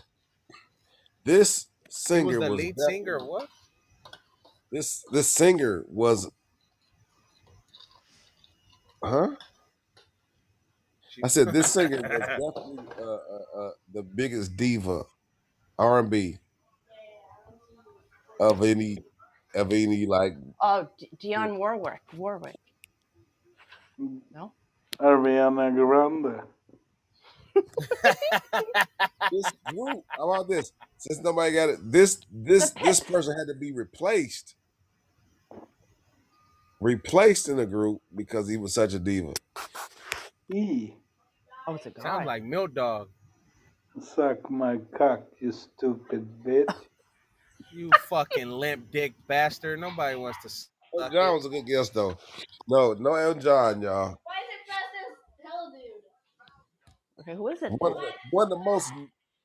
[SPEAKER 6] This
[SPEAKER 9] She was
[SPEAKER 6] singer
[SPEAKER 9] the
[SPEAKER 6] was
[SPEAKER 9] lead singer
[SPEAKER 6] definitely
[SPEAKER 9] of what?
[SPEAKER 6] this this singer was huh
[SPEAKER 9] She
[SPEAKER 6] i said this singer was definitely uh, uh, uh, the biggest diva r&b of any of any like
[SPEAKER 5] Oh, D- Dionne Warwick. Warwick. No?
[SPEAKER 3] Ariana Grande.
[SPEAKER 6] this group how about this since nobody got it this
[SPEAKER 5] The
[SPEAKER 6] this this
[SPEAKER 5] Pips.
[SPEAKER 6] person had to be replaced replaced in the group because he was such a diva
[SPEAKER 3] E.
[SPEAKER 5] Oh, it's a
[SPEAKER 9] Sounds
[SPEAKER 5] guy.
[SPEAKER 9] like Milt Dog.
[SPEAKER 3] Suck my cock, you stupid bitch.
[SPEAKER 9] You fucking limp dick bastard. Nobody wants to
[SPEAKER 6] Elton
[SPEAKER 9] suck
[SPEAKER 6] john
[SPEAKER 9] it.
[SPEAKER 6] was a good guess though no no elton john y'all
[SPEAKER 5] Okay, who is it
[SPEAKER 6] one
[SPEAKER 5] then?
[SPEAKER 6] of the, one of the most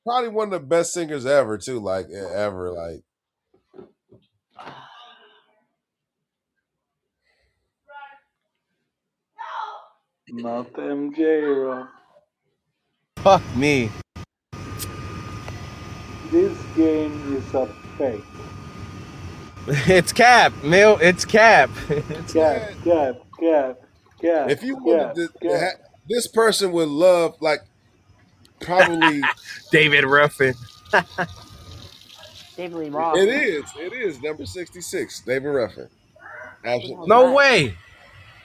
[SPEAKER 6] probably one of the best singers ever too like e- ever like
[SPEAKER 3] Not MJ, Rob.
[SPEAKER 9] Fuck me.
[SPEAKER 3] This game is a fake.
[SPEAKER 9] It's Cap, Milt. It's Cap. It's
[SPEAKER 3] Cap,
[SPEAKER 6] Yeah.
[SPEAKER 3] cap, cap, cap,
[SPEAKER 6] If you wanted
[SPEAKER 3] cap,
[SPEAKER 6] to, to
[SPEAKER 3] cap.
[SPEAKER 6] ha- this person would love like probably
[SPEAKER 9] David Ruffin.
[SPEAKER 5] David Lee
[SPEAKER 6] it
[SPEAKER 5] Roth.
[SPEAKER 6] is it is number sixty six David Ruffin
[SPEAKER 5] Who the
[SPEAKER 6] absolutely
[SPEAKER 5] hell's
[SPEAKER 9] No
[SPEAKER 5] that?
[SPEAKER 9] way.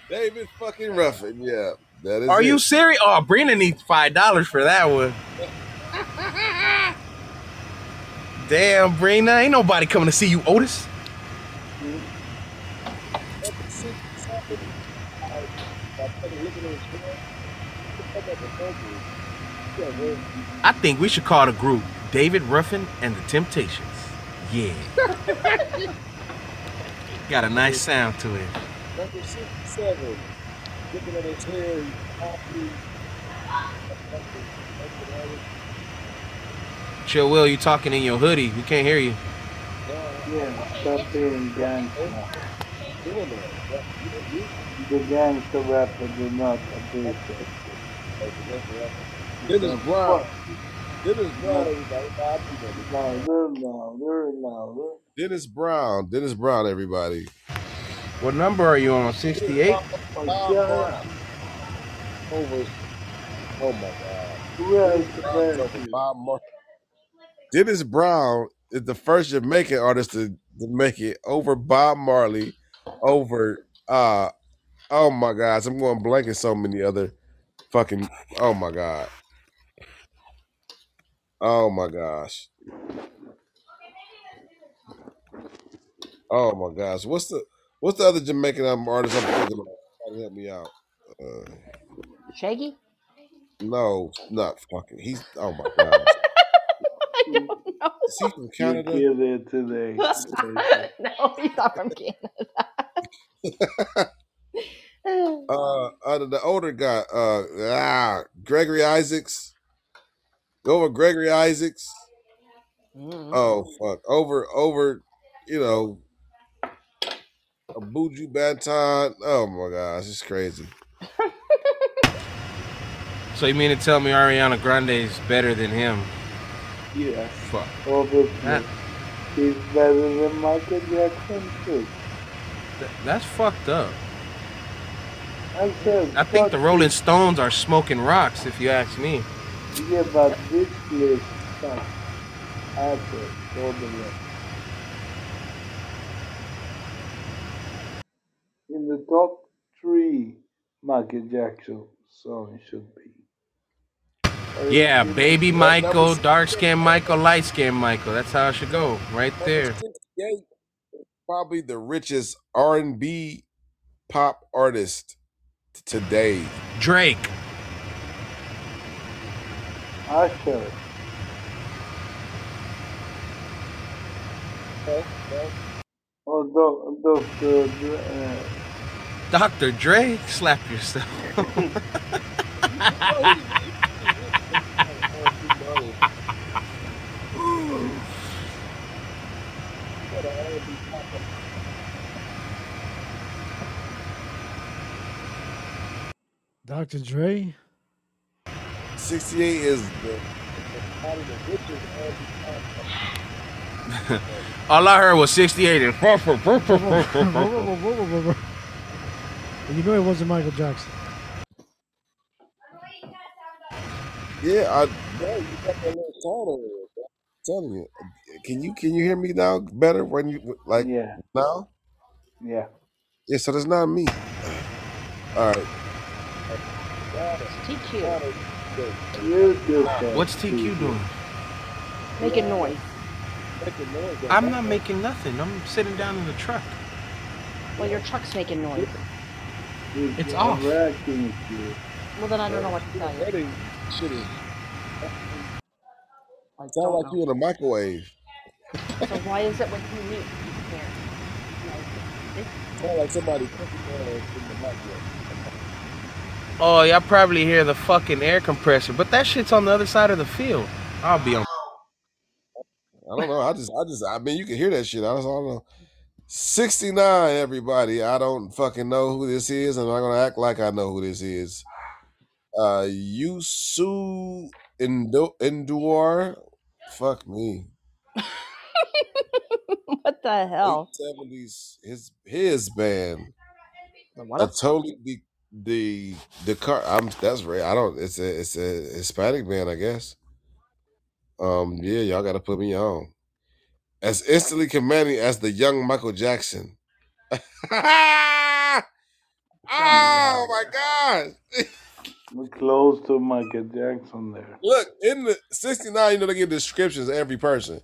[SPEAKER 6] David fucking Ruffin yeah that is
[SPEAKER 9] Are you
[SPEAKER 6] it
[SPEAKER 9] serious? Oh, Brina needs five dollars for that one. Damn, Brina, ain't nobody coming to see you, Otis. I think we should call the group David Ruffin and the Temptations. Yeah. Got a nice sound to it. Chill Will, you talking in your hoodie. We can't hear you.
[SPEAKER 3] Yeah, stop being gangster. The gangster rapper did not appreciate Dennis Brown. Dennis Brown. Louder, louder, louder.
[SPEAKER 6] Dennis Brown, Dennis Brown, everybody.
[SPEAKER 9] What number are you on? 68?
[SPEAKER 3] Oh, shut up.
[SPEAKER 10] Over. Oh my God.
[SPEAKER 3] Who
[SPEAKER 10] Dennis
[SPEAKER 3] else
[SPEAKER 10] Brown's
[SPEAKER 3] hurt
[SPEAKER 10] over
[SPEAKER 3] you?
[SPEAKER 10] Bob Marley.
[SPEAKER 6] Dennis Brown is the first Jamaican artist to, to make it over Bob Marley, over uh oh my gosh, I'm going blank in so many other fucking oh my god. Oh my gosh. Oh my gosh. What's the what's the other Jamaican um, artist I'm thinking of? Somebody help me out. Uh,
[SPEAKER 5] Shaggy?
[SPEAKER 6] no, not fucking he's oh my gosh.
[SPEAKER 5] I don't know.
[SPEAKER 6] Is he from
[SPEAKER 3] You
[SPEAKER 6] Canada?
[SPEAKER 3] did it today, Jason.
[SPEAKER 5] no, he's not from Canada.
[SPEAKER 6] Uh, uh the older guy, uh ah, Gregory Isaacs. Go with Gregory Isaacs.
[SPEAKER 5] Mm.
[SPEAKER 6] Oh fuck! Over over, you know, a Buju Banton. Oh my gosh, it's crazy.
[SPEAKER 9] So you mean to tell me Ariana Grande is better than him?
[SPEAKER 3] Yes,
[SPEAKER 9] Fuck. That,
[SPEAKER 3] obviously. He's better than Michael Jackson, too.
[SPEAKER 9] that that's fucked up.
[SPEAKER 3] I said,
[SPEAKER 9] I think
[SPEAKER 3] fuck
[SPEAKER 9] the Rolling
[SPEAKER 3] this.
[SPEAKER 9] Stones are smoking rocks, if you ask me.
[SPEAKER 3] Yeah, but this list sucks. I said, totally. In the top three, Michael Jackson song should be. But it's
[SPEAKER 9] Yeah,
[SPEAKER 3] in the
[SPEAKER 9] baby
[SPEAKER 3] top
[SPEAKER 10] That number
[SPEAKER 9] Michael,
[SPEAKER 10] six.
[SPEAKER 9] dark skinned Michael, light skinned Michael. That's how it should go, right
[SPEAKER 6] Number
[SPEAKER 9] there.
[SPEAKER 6] sixty-eight, probably the richest R and B pop artist t- today.
[SPEAKER 9] Drake.
[SPEAKER 3] Usher. Or Doc- Dr. Dre, uh,
[SPEAKER 9] Dr. Dre, slap yourself.
[SPEAKER 10] No, he, he, he rich. That's like R&B artist. He got an R&B pop up.
[SPEAKER 1] Dr. Dre.
[SPEAKER 6] Sixty-eight is the
[SPEAKER 10] Probably the richest R&B pop up. Right.
[SPEAKER 9] All I heard was 68 and.
[SPEAKER 1] Whoa, whoa, whoa, whoa, whoa, whoa, whoa, whoa. You know it wasn't Michael Jackson.
[SPEAKER 6] yeah. I
[SPEAKER 10] Bro, you got that little song over there, bro.
[SPEAKER 6] telling you, can you can you hear me now better when you like
[SPEAKER 3] yeah,
[SPEAKER 6] now?
[SPEAKER 3] yeah.
[SPEAKER 6] Yeah, so that's not me. All right,
[SPEAKER 10] Like, gotta,
[SPEAKER 5] It's TQ.
[SPEAKER 10] gotta go. Like,
[SPEAKER 3] You do
[SPEAKER 10] gotta,
[SPEAKER 3] that,
[SPEAKER 9] What's TQ doing?
[SPEAKER 3] TQ.
[SPEAKER 5] Making
[SPEAKER 10] gotta
[SPEAKER 5] noise.
[SPEAKER 10] make a noise on
[SPEAKER 9] I'm
[SPEAKER 10] that
[SPEAKER 9] not
[SPEAKER 10] one.
[SPEAKER 9] making nothing. I'm sitting down in the truck.
[SPEAKER 5] Well,
[SPEAKER 10] Yeah.
[SPEAKER 5] your truck's making
[SPEAKER 10] She,
[SPEAKER 5] noise.
[SPEAKER 3] It's
[SPEAKER 9] It's off.
[SPEAKER 3] interacting with you.
[SPEAKER 5] Well, then I don't know
[SPEAKER 10] bro,
[SPEAKER 5] what to
[SPEAKER 10] she the
[SPEAKER 5] tell you.
[SPEAKER 10] better shit is.
[SPEAKER 5] I
[SPEAKER 6] sound
[SPEAKER 5] don't
[SPEAKER 6] like
[SPEAKER 5] know.
[SPEAKER 6] you in a microwave.
[SPEAKER 5] So why is it when you mute, you can't, like, it,
[SPEAKER 10] Sound like somebody cooking uh, in the microwave.
[SPEAKER 9] Oh, y'all probably hear the fucking air compressor, but that shit's on the other side of the field. I'll be on.
[SPEAKER 6] I don't know. I just, I just, I mean, you can hear that shit. I just, I don't know. 69, everybody. I don't fucking know who this is. I'm not gonna act like I know who this is. Uh Yusu Indo Induar. Fuck me.
[SPEAKER 5] what the hell?
[SPEAKER 6] 870s, his his band.
[SPEAKER 5] The what?
[SPEAKER 6] A totally the the the car I'm that's right. I don't it's a it's a Hispanic band, I guess. Um yeah, y'all gotta put me on. As instantly commanding as the young Michael Jackson.
[SPEAKER 5] Oh my
[SPEAKER 6] Oh
[SPEAKER 5] god.
[SPEAKER 6] my God.
[SPEAKER 3] We're close to Michael Jackson there.
[SPEAKER 6] Look, in the 69, you know, they give descriptions of every person.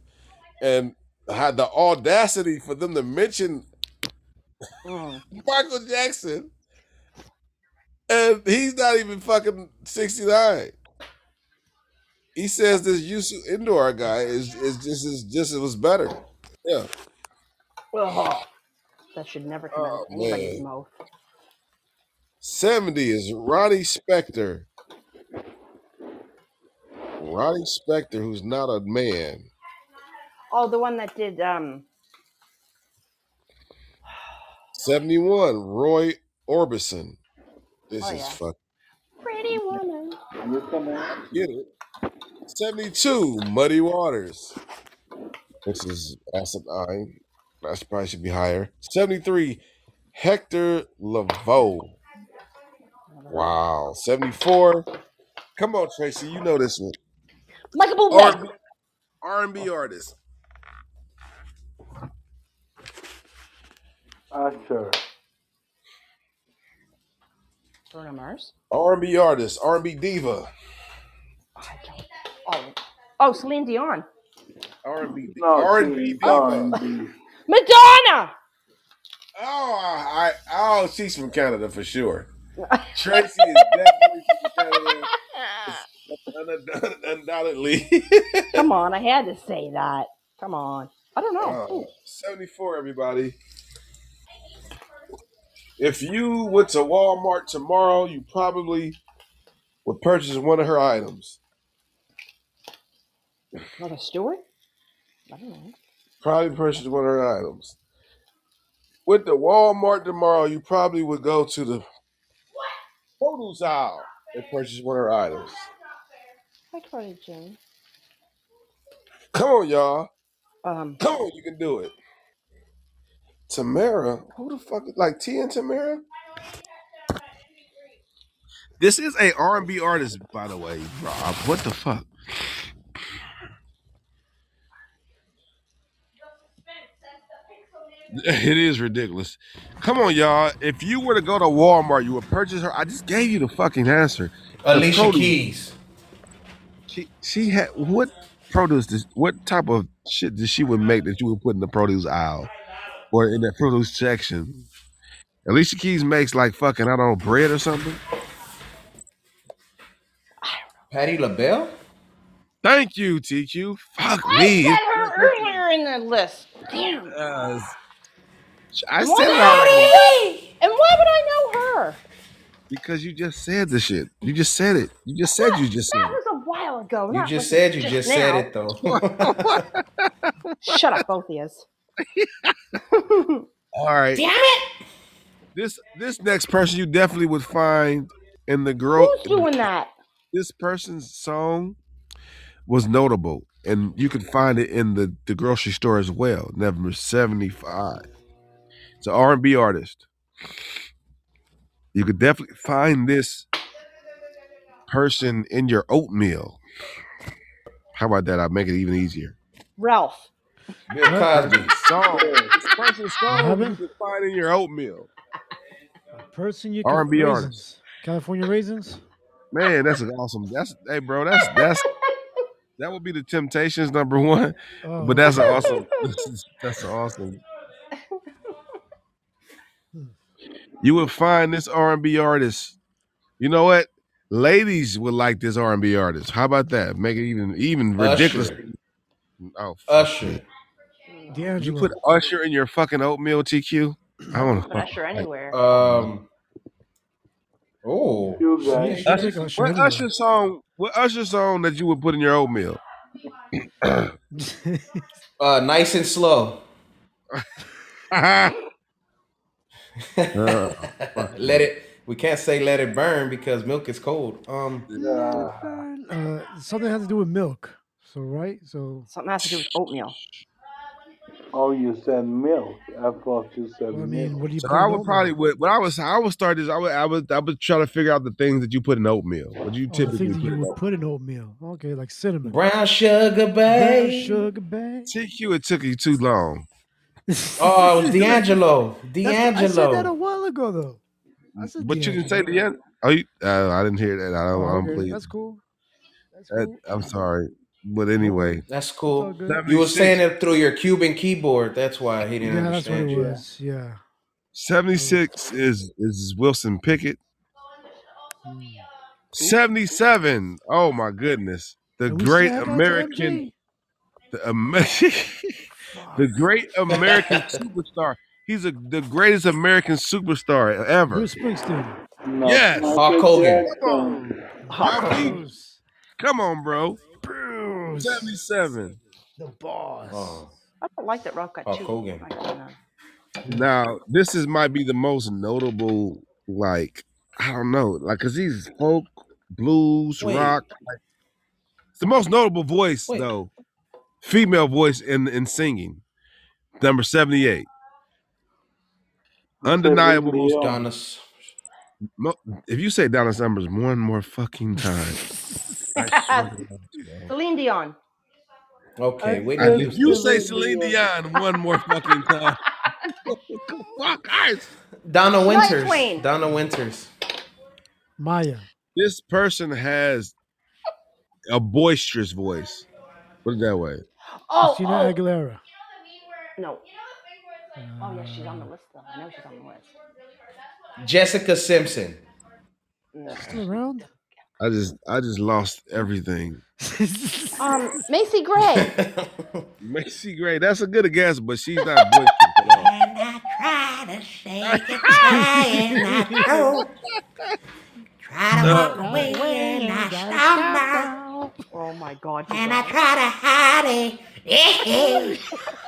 [SPEAKER 6] and had the audacity for them to mention
[SPEAKER 5] Mm.
[SPEAKER 6] Michael Jackson, and he's not even fucking sixty nine. He says this Yusuf Indoor guy is is just is just it was better. Yeah.
[SPEAKER 5] Ugh. That should never come out
[SPEAKER 6] Oh
[SPEAKER 5] of anybody's
[SPEAKER 6] man.
[SPEAKER 5] mouth.
[SPEAKER 6] Seventy is Ronnie Spector. Ronnie Spector, who's not a man.
[SPEAKER 5] Oh, the one that did um
[SPEAKER 6] Seventy one, Roy Orbison. This
[SPEAKER 5] oh
[SPEAKER 6] is
[SPEAKER 5] yeah.
[SPEAKER 6] fuck.
[SPEAKER 5] Pretty woman.
[SPEAKER 3] You can ask.
[SPEAKER 6] Get it. Seventy two, Muddy Waters. This is asinine. That probably should be higher. Seventy three, Hector Lavoe.
[SPEAKER 5] Never heard of him.
[SPEAKER 6] Wow. Seventy four. Come on, Tracy. You know this one.
[SPEAKER 5] Michael Bublé.
[SPEAKER 6] R R and B artist.
[SPEAKER 3] Usher.
[SPEAKER 5] Bruno Mars.
[SPEAKER 6] R and B artist. R and B diva.
[SPEAKER 5] I don't. Oh, oh, Celine Dion.
[SPEAKER 6] R and B
[SPEAKER 3] No,
[SPEAKER 6] R and B
[SPEAKER 3] she's
[SPEAKER 6] diva.
[SPEAKER 3] gone deep.
[SPEAKER 5] Madonna.
[SPEAKER 6] Oh, I oh she's from Canada for sure. Tracy is definitely from Canada. Undoubtedly. undoubtedly.
[SPEAKER 5] Come on, I had to say that. Come on. I don't know.
[SPEAKER 6] oh,
[SPEAKER 5] Who?
[SPEAKER 6] 74, everybody. If you went to Walmart tomorrow, you probably would purchase one of her items.
[SPEAKER 5] Martha Stewart? I don't know.
[SPEAKER 6] Probably purchase one of her items. Went to Walmart tomorrow, you probably would go to the produce aisle and purchase one of her items.
[SPEAKER 5] Hi, Carly Jane.
[SPEAKER 6] Come on, y'all.
[SPEAKER 5] Um,
[SPEAKER 6] Come on, you can do it. Tamara, who the fuck is like T and Tamara? This is a R and B artist, by the way, Rob. What the fuck? It is ridiculous. Come on, y'all. If you were to go to Walmart, you would purchase her. I just gave you the fucking answer. The
[SPEAKER 11] Alicia
[SPEAKER 6] produce.
[SPEAKER 11] Keys.
[SPEAKER 6] She she had what produce? Does, what type of shit did she would make that you would put in the produce aisle or in the produce section? Alicia Keys makes like fucking I don't know bread or something.
[SPEAKER 11] Patty LaBelle?
[SPEAKER 6] Thank you, TQ. Fuck
[SPEAKER 5] I
[SPEAKER 6] me. It's
[SPEAKER 5] said her
[SPEAKER 6] ridiculous.
[SPEAKER 5] earlier in the list. Damn.
[SPEAKER 6] Uh, I
[SPEAKER 5] And why would
[SPEAKER 6] said it
[SPEAKER 5] I know
[SPEAKER 6] already
[SPEAKER 5] her? And why would I know her?
[SPEAKER 6] because you just said the shit. You just said it. You just said
[SPEAKER 5] That
[SPEAKER 6] you just said
[SPEAKER 5] that
[SPEAKER 6] it.
[SPEAKER 5] was a while ago.
[SPEAKER 11] You
[SPEAKER 5] Not
[SPEAKER 11] just
[SPEAKER 5] like it's
[SPEAKER 11] said you
[SPEAKER 5] just
[SPEAKER 11] just said
[SPEAKER 5] now.
[SPEAKER 11] it though.
[SPEAKER 6] What? What?
[SPEAKER 5] Shut up, both of yous.
[SPEAKER 6] All right.
[SPEAKER 11] Damn it!
[SPEAKER 6] This this next person you definitely would find in the girl.
[SPEAKER 5] Who's doing that?
[SPEAKER 6] This person's song was notable, and you can find it in the the grocery store as well. Number seventy five. It's an R and B artist. You could definitely find this person in your oatmeal. How about that? I'll make it even easier.
[SPEAKER 5] Ralph.
[SPEAKER 11] Bill
[SPEAKER 1] What?
[SPEAKER 6] Person's
[SPEAKER 11] Cosby.
[SPEAKER 6] song.
[SPEAKER 3] Yes.
[SPEAKER 6] This person's
[SPEAKER 1] What
[SPEAKER 6] song you
[SPEAKER 1] happened?
[SPEAKER 6] can find in your oatmeal.
[SPEAKER 1] A person you
[SPEAKER 6] R
[SPEAKER 1] can
[SPEAKER 6] and B artist.
[SPEAKER 1] raisins. California raisins.
[SPEAKER 6] Man, that's an awesome. That's hey, bro. That's that's that would be the Temptations number one. But
[SPEAKER 1] Oh,
[SPEAKER 6] that's an
[SPEAKER 1] okay.
[SPEAKER 6] awesome. This is, that's an awesome.
[SPEAKER 1] Hmm.
[SPEAKER 6] You would find this R and B artist. You know what? Ladies would like this R and B artist. How about that? Make it even even ridiculous.
[SPEAKER 11] Usher.
[SPEAKER 6] Oh fuck me!
[SPEAKER 11] Usher.
[SPEAKER 5] no.
[SPEAKER 6] You put
[SPEAKER 1] D'Angelo.
[SPEAKER 6] Usher in your fucking oatmeal, TQ. I
[SPEAKER 5] I
[SPEAKER 6] want
[SPEAKER 5] would
[SPEAKER 6] to
[SPEAKER 5] put
[SPEAKER 6] fucking
[SPEAKER 5] Usher
[SPEAKER 6] fight.
[SPEAKER 5] anywhere.
[SPEAKER 11] Um Oh
[SPEAKER 3] You
[SPEAKER 1] She
[SPEAKER 3] guys.
[SPEAKER 1] she'll
[SPEAKER 6] Usher.
[SPEAKER 1] take
[SPEAKER 11] shit.
[SPEAKER 1] Usher
[SPEAKER 6] What Usher
[SPEAKER 1] anywhere.
[SPEAKER 6] song? What Usher song that you would put in your oatmeal?
[SPEAKER 11] Uh nice and slow.
[SPEAKER 6] oh, fuck me.
[SPEAKER 11] let it we can't say let it burn because milk is cold. Um
[SPEAKER 1] Let it
[SPEAKER 3] Yeah.
[SPEAKER 1] burn. Uh, something has to do with milk. So right. So
[SPEAKER 5] Something has to do with oatmeal.
[SPEAKER 3] Oh, you said milk. I thought you said
[SPEAKER 1] well, I mean,
[SPEAKER 3] milk.
[SPEAKER 1] what do you
[SPEAKER 6] So
[SPEAKER 1] put
[SPEAKER 6] I
[SPEAKER 1] in
[SPEAKER 6] would probably
[SPEAKER 1] oatmeal?
[SPEAKER 6] would what I was how I would start is I would I would I would try to figure out the things that you put in oatmeal. What you
[SPEAKER 1] Oh, the
[SPEAKER 6] typically
[SPEAKER 1] things that
[SPEAKER 6] put
[SPEAKER 1] you
[SPEAKER 6] in
[SPEAKER 1] would
[SPEAKER 6] oatmeal.
[SPEAKER 1] put in oatmeal. Okay, like cinnamon,
[SPEAKER 11] Brown sugar
[SPEAKER 1] brown
[SPEAKER 11] babe.
[SPEAKER 1] sugar, bag.
[SPEAKER 6] TQ, it took you too long.
[SPEAKER 11] Oh it was D'Angelo.
[SPEAKER 1] That's the, I said that a
[SPEAKER 11] D'Angelo.
[SPEAKER 1] while ago though. I said
[SPEAKER 6] But you didn't say
[SPEAKER 1] D'Angelo.
[SPEAKER 6] the end. Oh, you, uh, I didn't hear that. I don't.
[SPEAKER 1] Oh,
[SPEAKER 6] I don't
[SPEAKER 1] okay.
[SPEAKER 6] believe.
[SPEAKER 1] That's cool. That's
[SPEAKER 6] That,
[SPEAKER 1] cool.
[SPEAKER 6] I'm sorry. But anyway,
[SPEAKER 11] That's cool.
[SPEAKER 9] Oh,
[SPEAKER 11] You were saying it through your Cuban keyboard. That's why he didn't
[SPEAKER 1] Yeah, that's what
[SPEAKER 11] understand.
[SPEAKER 1] it
[SPEAKER 11] you.
[SPEAKER 1] was. Yeah.
[SPEAKER 6] seventy six is is Wilson Pickett. Seventy seven. Oh my goodness, the
[SPEAKER 1] And we still
[SPEAKER 6] great
[SPEAKER 1] have that to
[SPEAKER 6] American,
[SPEAKER 1] MJ?
[SPEAKER 6] the, Amer- the great American superstar. He's a, the greatest American superstar ever.
[SPEAKER 1] Bruce Springsteen.
[SPEAKER 3] No,
[SPEAKER 6] Yes,
[SPEAKER 3] Michael
[SPEAKER 6] Come on,
[SPEAKER 3] Jackson.
[SPEAKER 6] Y'all beat- come on, bro. Seventy seven.
[SPEAKER 1] The boss.
[SPEAKER 6] Oh.
[SPEAKER 5] I don't like that Rock got
[SPEAKER 6] Hulk
[SPEAKER 5] two.
[SPEAKER 6] Hogan.
[SPEAKER 5] I don't know.
[SPEAKER 6] Now, this is might be the most notable, like, I don't know, like, cause he's folk, blues,
[SPEAKER 11] Wait.
[SPEAKER 6] rock. Like, it's the most notable voice,
[SPEAKER 11] Wait.
[SPEAKER 6] though, female voice in, in singing. Number 78. Undeniable most.
[SPEAKER 11] Donna.
[SPEAKER 6] Mo- if you say Donna Summers one more fucking time,
[SPEAKER 5] Celine Dion.
[SPEAKER 11] Okay,
[SPEAKER 6] I,
[SPEAKER 11] Whitney
[SPEAKER 6] if you
[SPEAKER 11] Houston.
[SPEAKER 6] say Celine Dion one more fucking time, fuck, I
[SPEAKER 11] Donna
[SPEAKER 5] Slide
[SPEAKER 11] Winters.
[SPEAKER 5] Queen.
[SPEAKER 11] Donna Winters.
[SPEAKER 1] Maya.
[SPEAKER 6] this person has a boisterous voice. Put it that way.
[SPEAKER 5] Oh,
[SPEAKER 1] Christina
[SPEAKER 5] oh.
[SPEAKER 1] Aguilera.
[SPEAKER 5] No. Oh, yeah, she's on the list, though. I know she's on the list.
[SPEAKER 11] Jessica Simpson.
[SPEAKER 5] No.
[SPEAKER 1] Still around?
[SPEAKER 6] I just I just lost everything.
[SPEAKER 5] Um, Macy Gray.
[SPEAKER 6] Macy Gray, that's a good guess, but she's not boisterous at all. No,
[SPEAKER 5] Oh, my God. you
[SPEAKER 8] And I
[SPEAKER 5] guys.
[SPEAKER 8] try to hide it.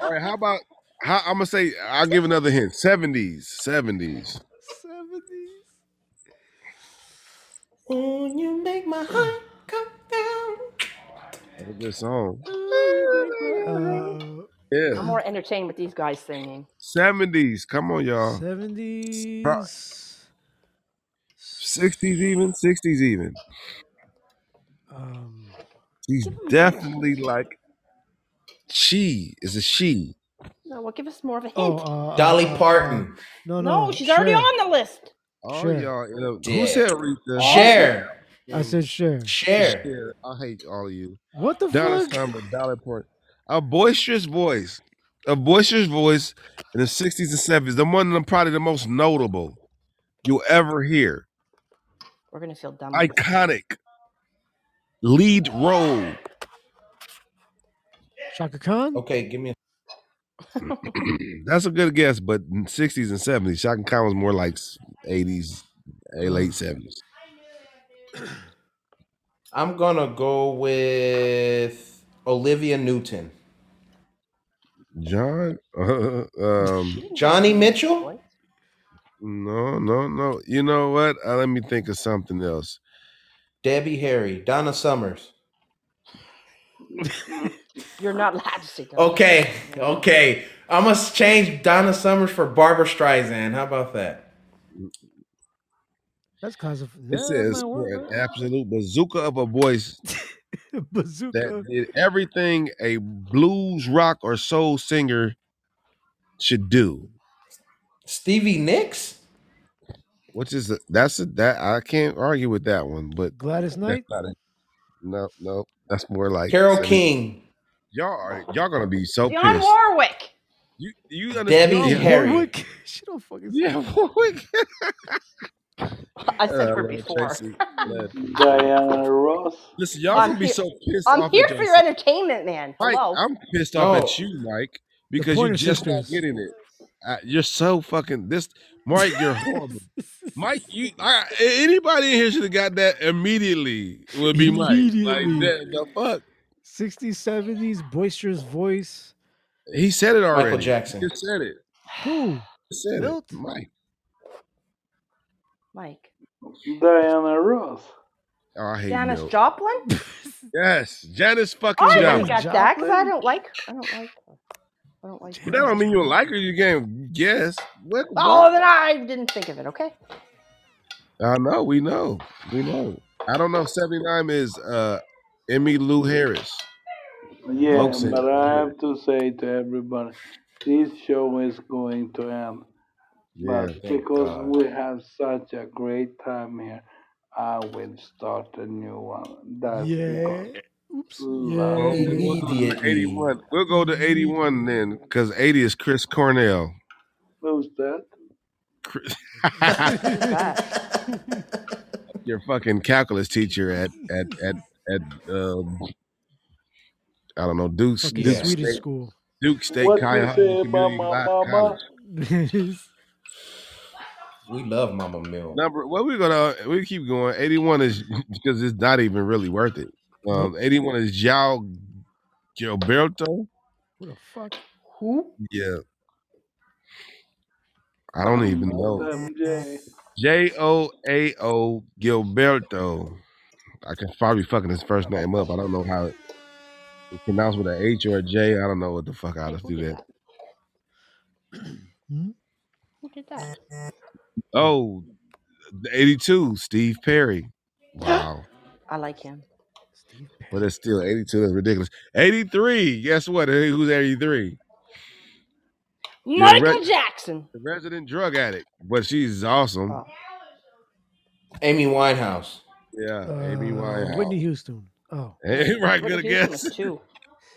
[SPEAKER 6] all right. How about how, I'm gonna say I'll give another hint. Seventies, seventies.
[SPEAKER 11] When you make my heart come down.
[SPEAKER 6] That's a good song.
[SPEAKER 1] Uh,
[SPEAKER 5] I'm
[SPEAKER 6] Yeah,
[SPEAKER 5] more entertained with these guys singing.
[SPEAKER 6] seventies. Come on, y'all.
[SPEAKER 1] 70s.
[SPEAKER 6] Sixties even, sixties even.
[SPEAKER 1] Um,
[SPEAKER 6] She's
[SPEAKER 5] Give them a hint.
[SPEAKER 6] definitely like she is a she.
[SPEAKER 5] No, well, give us more of a
[SPEAKER 1] oh, uh,
[SPEAKER 5] hint.
[SPEAKER 11] Dolly
[SPEAKER 1] uh, uh, uh,
[SPEAKER 11] Parton.
[SPEAKER 1] no,
[SPEAKER 5] oh, No,
[SPEAKER 1] no.
[SPEAKER 5] she's already
[SPEAKER 1] Cher.
[SPEAKER 5] on the list.
[SPEAKER 6] All
[SPEAKER 1] Cher.
[SPEAKER 6] y'all, in a, who
[SPEAKER 11] Yeah.
[SPEAKER 6] said Aretha?
[SPEAKER 5] All of them.
[SPEAKER 11] Share.
[SPEAKER 1] I said Cher.
[SPEAKER 11] Share.
[SPEAKER 6] Oh. Cher, I hate all of you.
[SPEAKER 1] What the
[SPEAKER 6] Donna
[SPEAKER 1] fuck?
[SPEAKER 6] Summer, Dolly Parton. A boisterous voice. A boisterous voice in the 60s and 70s. The one that probably the most notable you'll ever hear.
[SPEAKER 5] We're going to feel dumb because of this.
[SPEAKER 6] Iconic. Lead role.
[SPEAKER 1] Shaka Khan?
[SPEAKER 6] Oh.
[SPEAKER 11] Okay, give me a
[SPEAKER 6] That's a good guess, but in 60s and 70s. Shaka Khan was more like 80s, eh, late
[SPEAKER 1] Uh,
[SPEAKER 6] 70s.
[SPEAKER 11] I'm gonna go with Olivia Newton.
[SPEAKER 6] John? um,
[SPEAKER 5] She didn't have
[SPEAKER 11] Johnny
[SPEAKER 5] that deep
[SPEAKER 11] Mitchell?
[SPEAKER 5] voice.
[SPEAKER 6] no, no, no. You know what? Uh, let me think of something else.
[SPEAKER 11] Debbie Harry. Donna Summers.
[SPEAKER 5] You're not allowed to say Donna Summers.
[SPEAKER 11] Okay,
[SPEAKER 5] No.
[SPEAKER 11] okay. I must change Donna Summers for Barbara Streisand. How about that?
[SPEAKER 1] that's classified.
[SPEAKER 6] It
[SPEAKER 1] Yeah, that
[SPEAKER 6] says
[SPEAKER 1] might work,
[SPEAKER 6] for an
[SPEAKER 1] right?
[SPEAKER 6] absolute bazooka of a voice that
[SPEAKER 1] Bazooka.
[SPEAKER 6] did everything a blues, rock, or soul singer should do.
[SPEAKER 11] Stevie Nicks?
[SPEAKER 6] Which is a, that's a, that I can't argue with that one, but
[SPEAKER 1] Gladys
[SPEAKER 6] that's
[SPEAKER 1] Knight?
[SPEAKER 6] not it. No, no, that's more like
[SPEAKER 11] Carol
[SPEAKER 6] seventy.
[SPEAKER 11] King.
[SPEAKER 6] Y'all are y'all gonna be so
[SPEAKER 5] Dionne
[SPEAKER 6] pissed.
[SPEAKER 5] Warwick.
[SPEAKER 6] You you under
[SPEAKER 11] Debbie
[SPEAKER 6] y'all
[SPEAKER 1] John
[SPEAKER 6] were
[SPEAKER 11] Harry.
[SPEAKER 1] Warwick? Oh, she don't fucking
[SPEAKER 6] yeah.
[SPEAKER 1] sing.
[SPEAKER 6] Warwick.
[SPEAKER 5] I
[SPEAKER 6] uh,
[SPEAKER 5] said her
[SPEAKER 6] Lana
[SPEAKER 5] before.
[SPEAKER 6] Tracy. Lana-
[SPEAKER 3] Diana Ross.
[SPEAKER 6] Listen, y'all
[SPEAKER 5] I'm
[SPEAKER 6] gonna be
[SPEAKER 5] here.
[SPEAKER 6] so pissed
[SPEAKER 5] I'm
[SPEAKER 6] off
[SPEAKER 5] here
[SPEAKER 6] at
[SPEAKER 5] for your
[SPEAKER 6] yourself.
[SPEAKER 5] entertainment, man.
[SPEAKER 6] Mike,
[SPEAKER 5] Hello.
[SPEAKER 6] I'm pissed off at
[SPEAKER 11] No.
[SPEAKER 6] you, Mike,
[SPEAKER 1] Oh, The
[SPEAKER 6] because you
[SPEAKER 1] Pointer
[SPEAKER 6] just not
[SPEAKER 1] Sisters.
[SPEAKER 6] getting it. I, you're so fucking this, Mike. You're horrible, Mike. You, I, a- anybody in here should have got that immediately. Would be Mike. Like
[SPEAKER 1] Immediately.
[SPEAKER 6] that, the fuck.
[SPEAKER 1] 60s, 70s, boisterous voice.
[SPEAKER 6] He said it
[SPEAKER 11] Michael
[SPEAKER 6] already. He
[SPEAKER 11] Jackson.
[SPEAKER 6] just said it.
[SPEAKER 1] Who?
[SPEAKER 6] He said it,
[SPEAKER 1] Milt?
[SPEAKER 6] Mike.
[SPEAKER 5] Mike.
[SPEAKER 3] Diana Ross.
[SPEAKER 6] Oh, I hate
[SPEAKER 5] Janis
[SPEAKER 6] Milt.
[SPEAKER 5] Joplin? Oh,
[SPEAKER 6] Yes, Janice fucking
[SPEAKER 5] I would
[SPEAKER 1] Janis
[SPEAKER 5] have got
[SPEAKER 6] Joplin.
[SPEAKER 5] that because I
[SPEAKER 1] Joplin?
[SPEAKER 5] don't like. I don't like. her. I don't like
[SPEAKER 6] But that
[SPEAKER 5] her.
[SPEAKER 1] Janis
[SPEAKER 6] don't mean you don't
[SPEAKER 1] Joplin.
[SPEAKER 6] like her. You can't guess. What? What?
[SPEAKER 5] Oh, then I didn't think of it. Oh, Okay.
[SPEAKER 6] I know. We know. We know. I don't know. Seventy nine is uh, Emmy Lou Harris, folk
[SPEAKER 3] Yeah,
[SPEAKER 6] singer.
[SPEAKER 3] but I have to say to everybody, this show is going to end.
[SPEAKER 6] Yeah.
[SPEAKER 3] But
[SPEAKER 11] Thank
[SPEAKER 3] because
[SPEAKER 11] God.
[SPEAKER 3] we have such a great time here, I will start a new one. That's
[SPEAKER 1] Yeah.
[SPEAKER 3] because
[SPEAKER 1] Oops.
[SPEAKER 6] Well, we'll go to Eighty-one. We'll go to eighty-one then, because eighty is Chris Cornell.
[SPEAKER 3] Who's that?
[SPEAKER 6] Chris-
[SPEAKER 12] that?
[SPEAKER 6] Your fucking calculus teacher at at at at um, I don't know Duke's
[SPEAKER 1] Fucking
[SPEAKER 6] Duke
[SPEAKER 1] Swedish
[SPEAKER 6] State
[SPEAKER 1] school.
[SPEAKER 6] Duke State
[SPEAKER 3] What you
[SPEAKER 6] Chi-
[SPEAKER 3] say about
[SPEAKER 6] Community
[SPEAKER 3] my
[SPEAKER 6] Lo-
[SPEAKER 3] mama?
[SPEAKER 6] College.
[SPEAKER 9] We love Mama Mill.
[SPEAKER 6] Number what we gonna we keep going. Eighty-one is because it's not even really worth it. Um, eighty-one is Jao Gilberto.
[SPEAKER 1] What the fuck?
[SPEAKER 12] Who?
[SPEAKER 6] Yeah, I don't even
[SPEAKER 3] Not
[SPEAKER 6] know.
[SPEAKER 3] MJ.
[SPEAKER 6] J O A O Gilberto. I can probably fucking his first name up. I don't know how it, it's pronounced with a H or a J. I don't know what the fuck how to do that.
[SPEAKER 12] Who did that?
[SPEAKER 6] Oh, the 82, Steve Perry. Wow.
[SPEAKER 5] I like him.
[SPEAKER 1] Steve
[SPEAKER 6] But it's still 82. That's ridiculous. 83. Guess what? Hey, Who's 83? You're the,
[SPEAKER 5] Michael
[SPEAKER 6] re-
[SPEAKER 5] Jackson. Oh.
[SPEAKER 6] the resident drug addict. But she's awesome.
[SPEAKER 9] Amy Winehouse.
[SPEAKER 6] Yeah, Amy
[SPEAKER 1] Uh,
[SPEAKER 6] Winehouse.
[SPEAKER 1] Whitney Houston. Oh.
[SPEAKER 6] right,
[SPEAKER 5] Whitney
[SPEAKER 6] good
[SPEAKER 5] Houston
[SPEAKER 6] guess.
[SPEAKER 5] was two.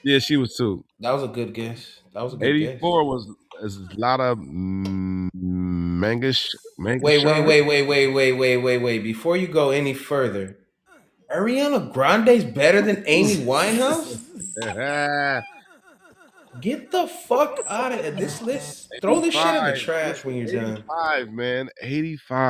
[SPEAKER 6] Yeah, she was too.
[SPEAKER 9] That was a good guess. That was a good guess.
[SPEAKER 6] 84 was is a lot of mm, Mangish,
[SPEAKER 9] Wait, wait,
[SPEAKER 6] Mangishard.
[SPEAKER 9] wait, wait, wait, wait, wait, wait, wait. Before you go any further, Ariana Grande's better than Amy Winehouse? Get the fuck out of this list. Throw this shit in the
[SPEAKER 6] 85.
[SPEAKER 9] trash when you're done.
[SPEAKER 6] 85, man. 85.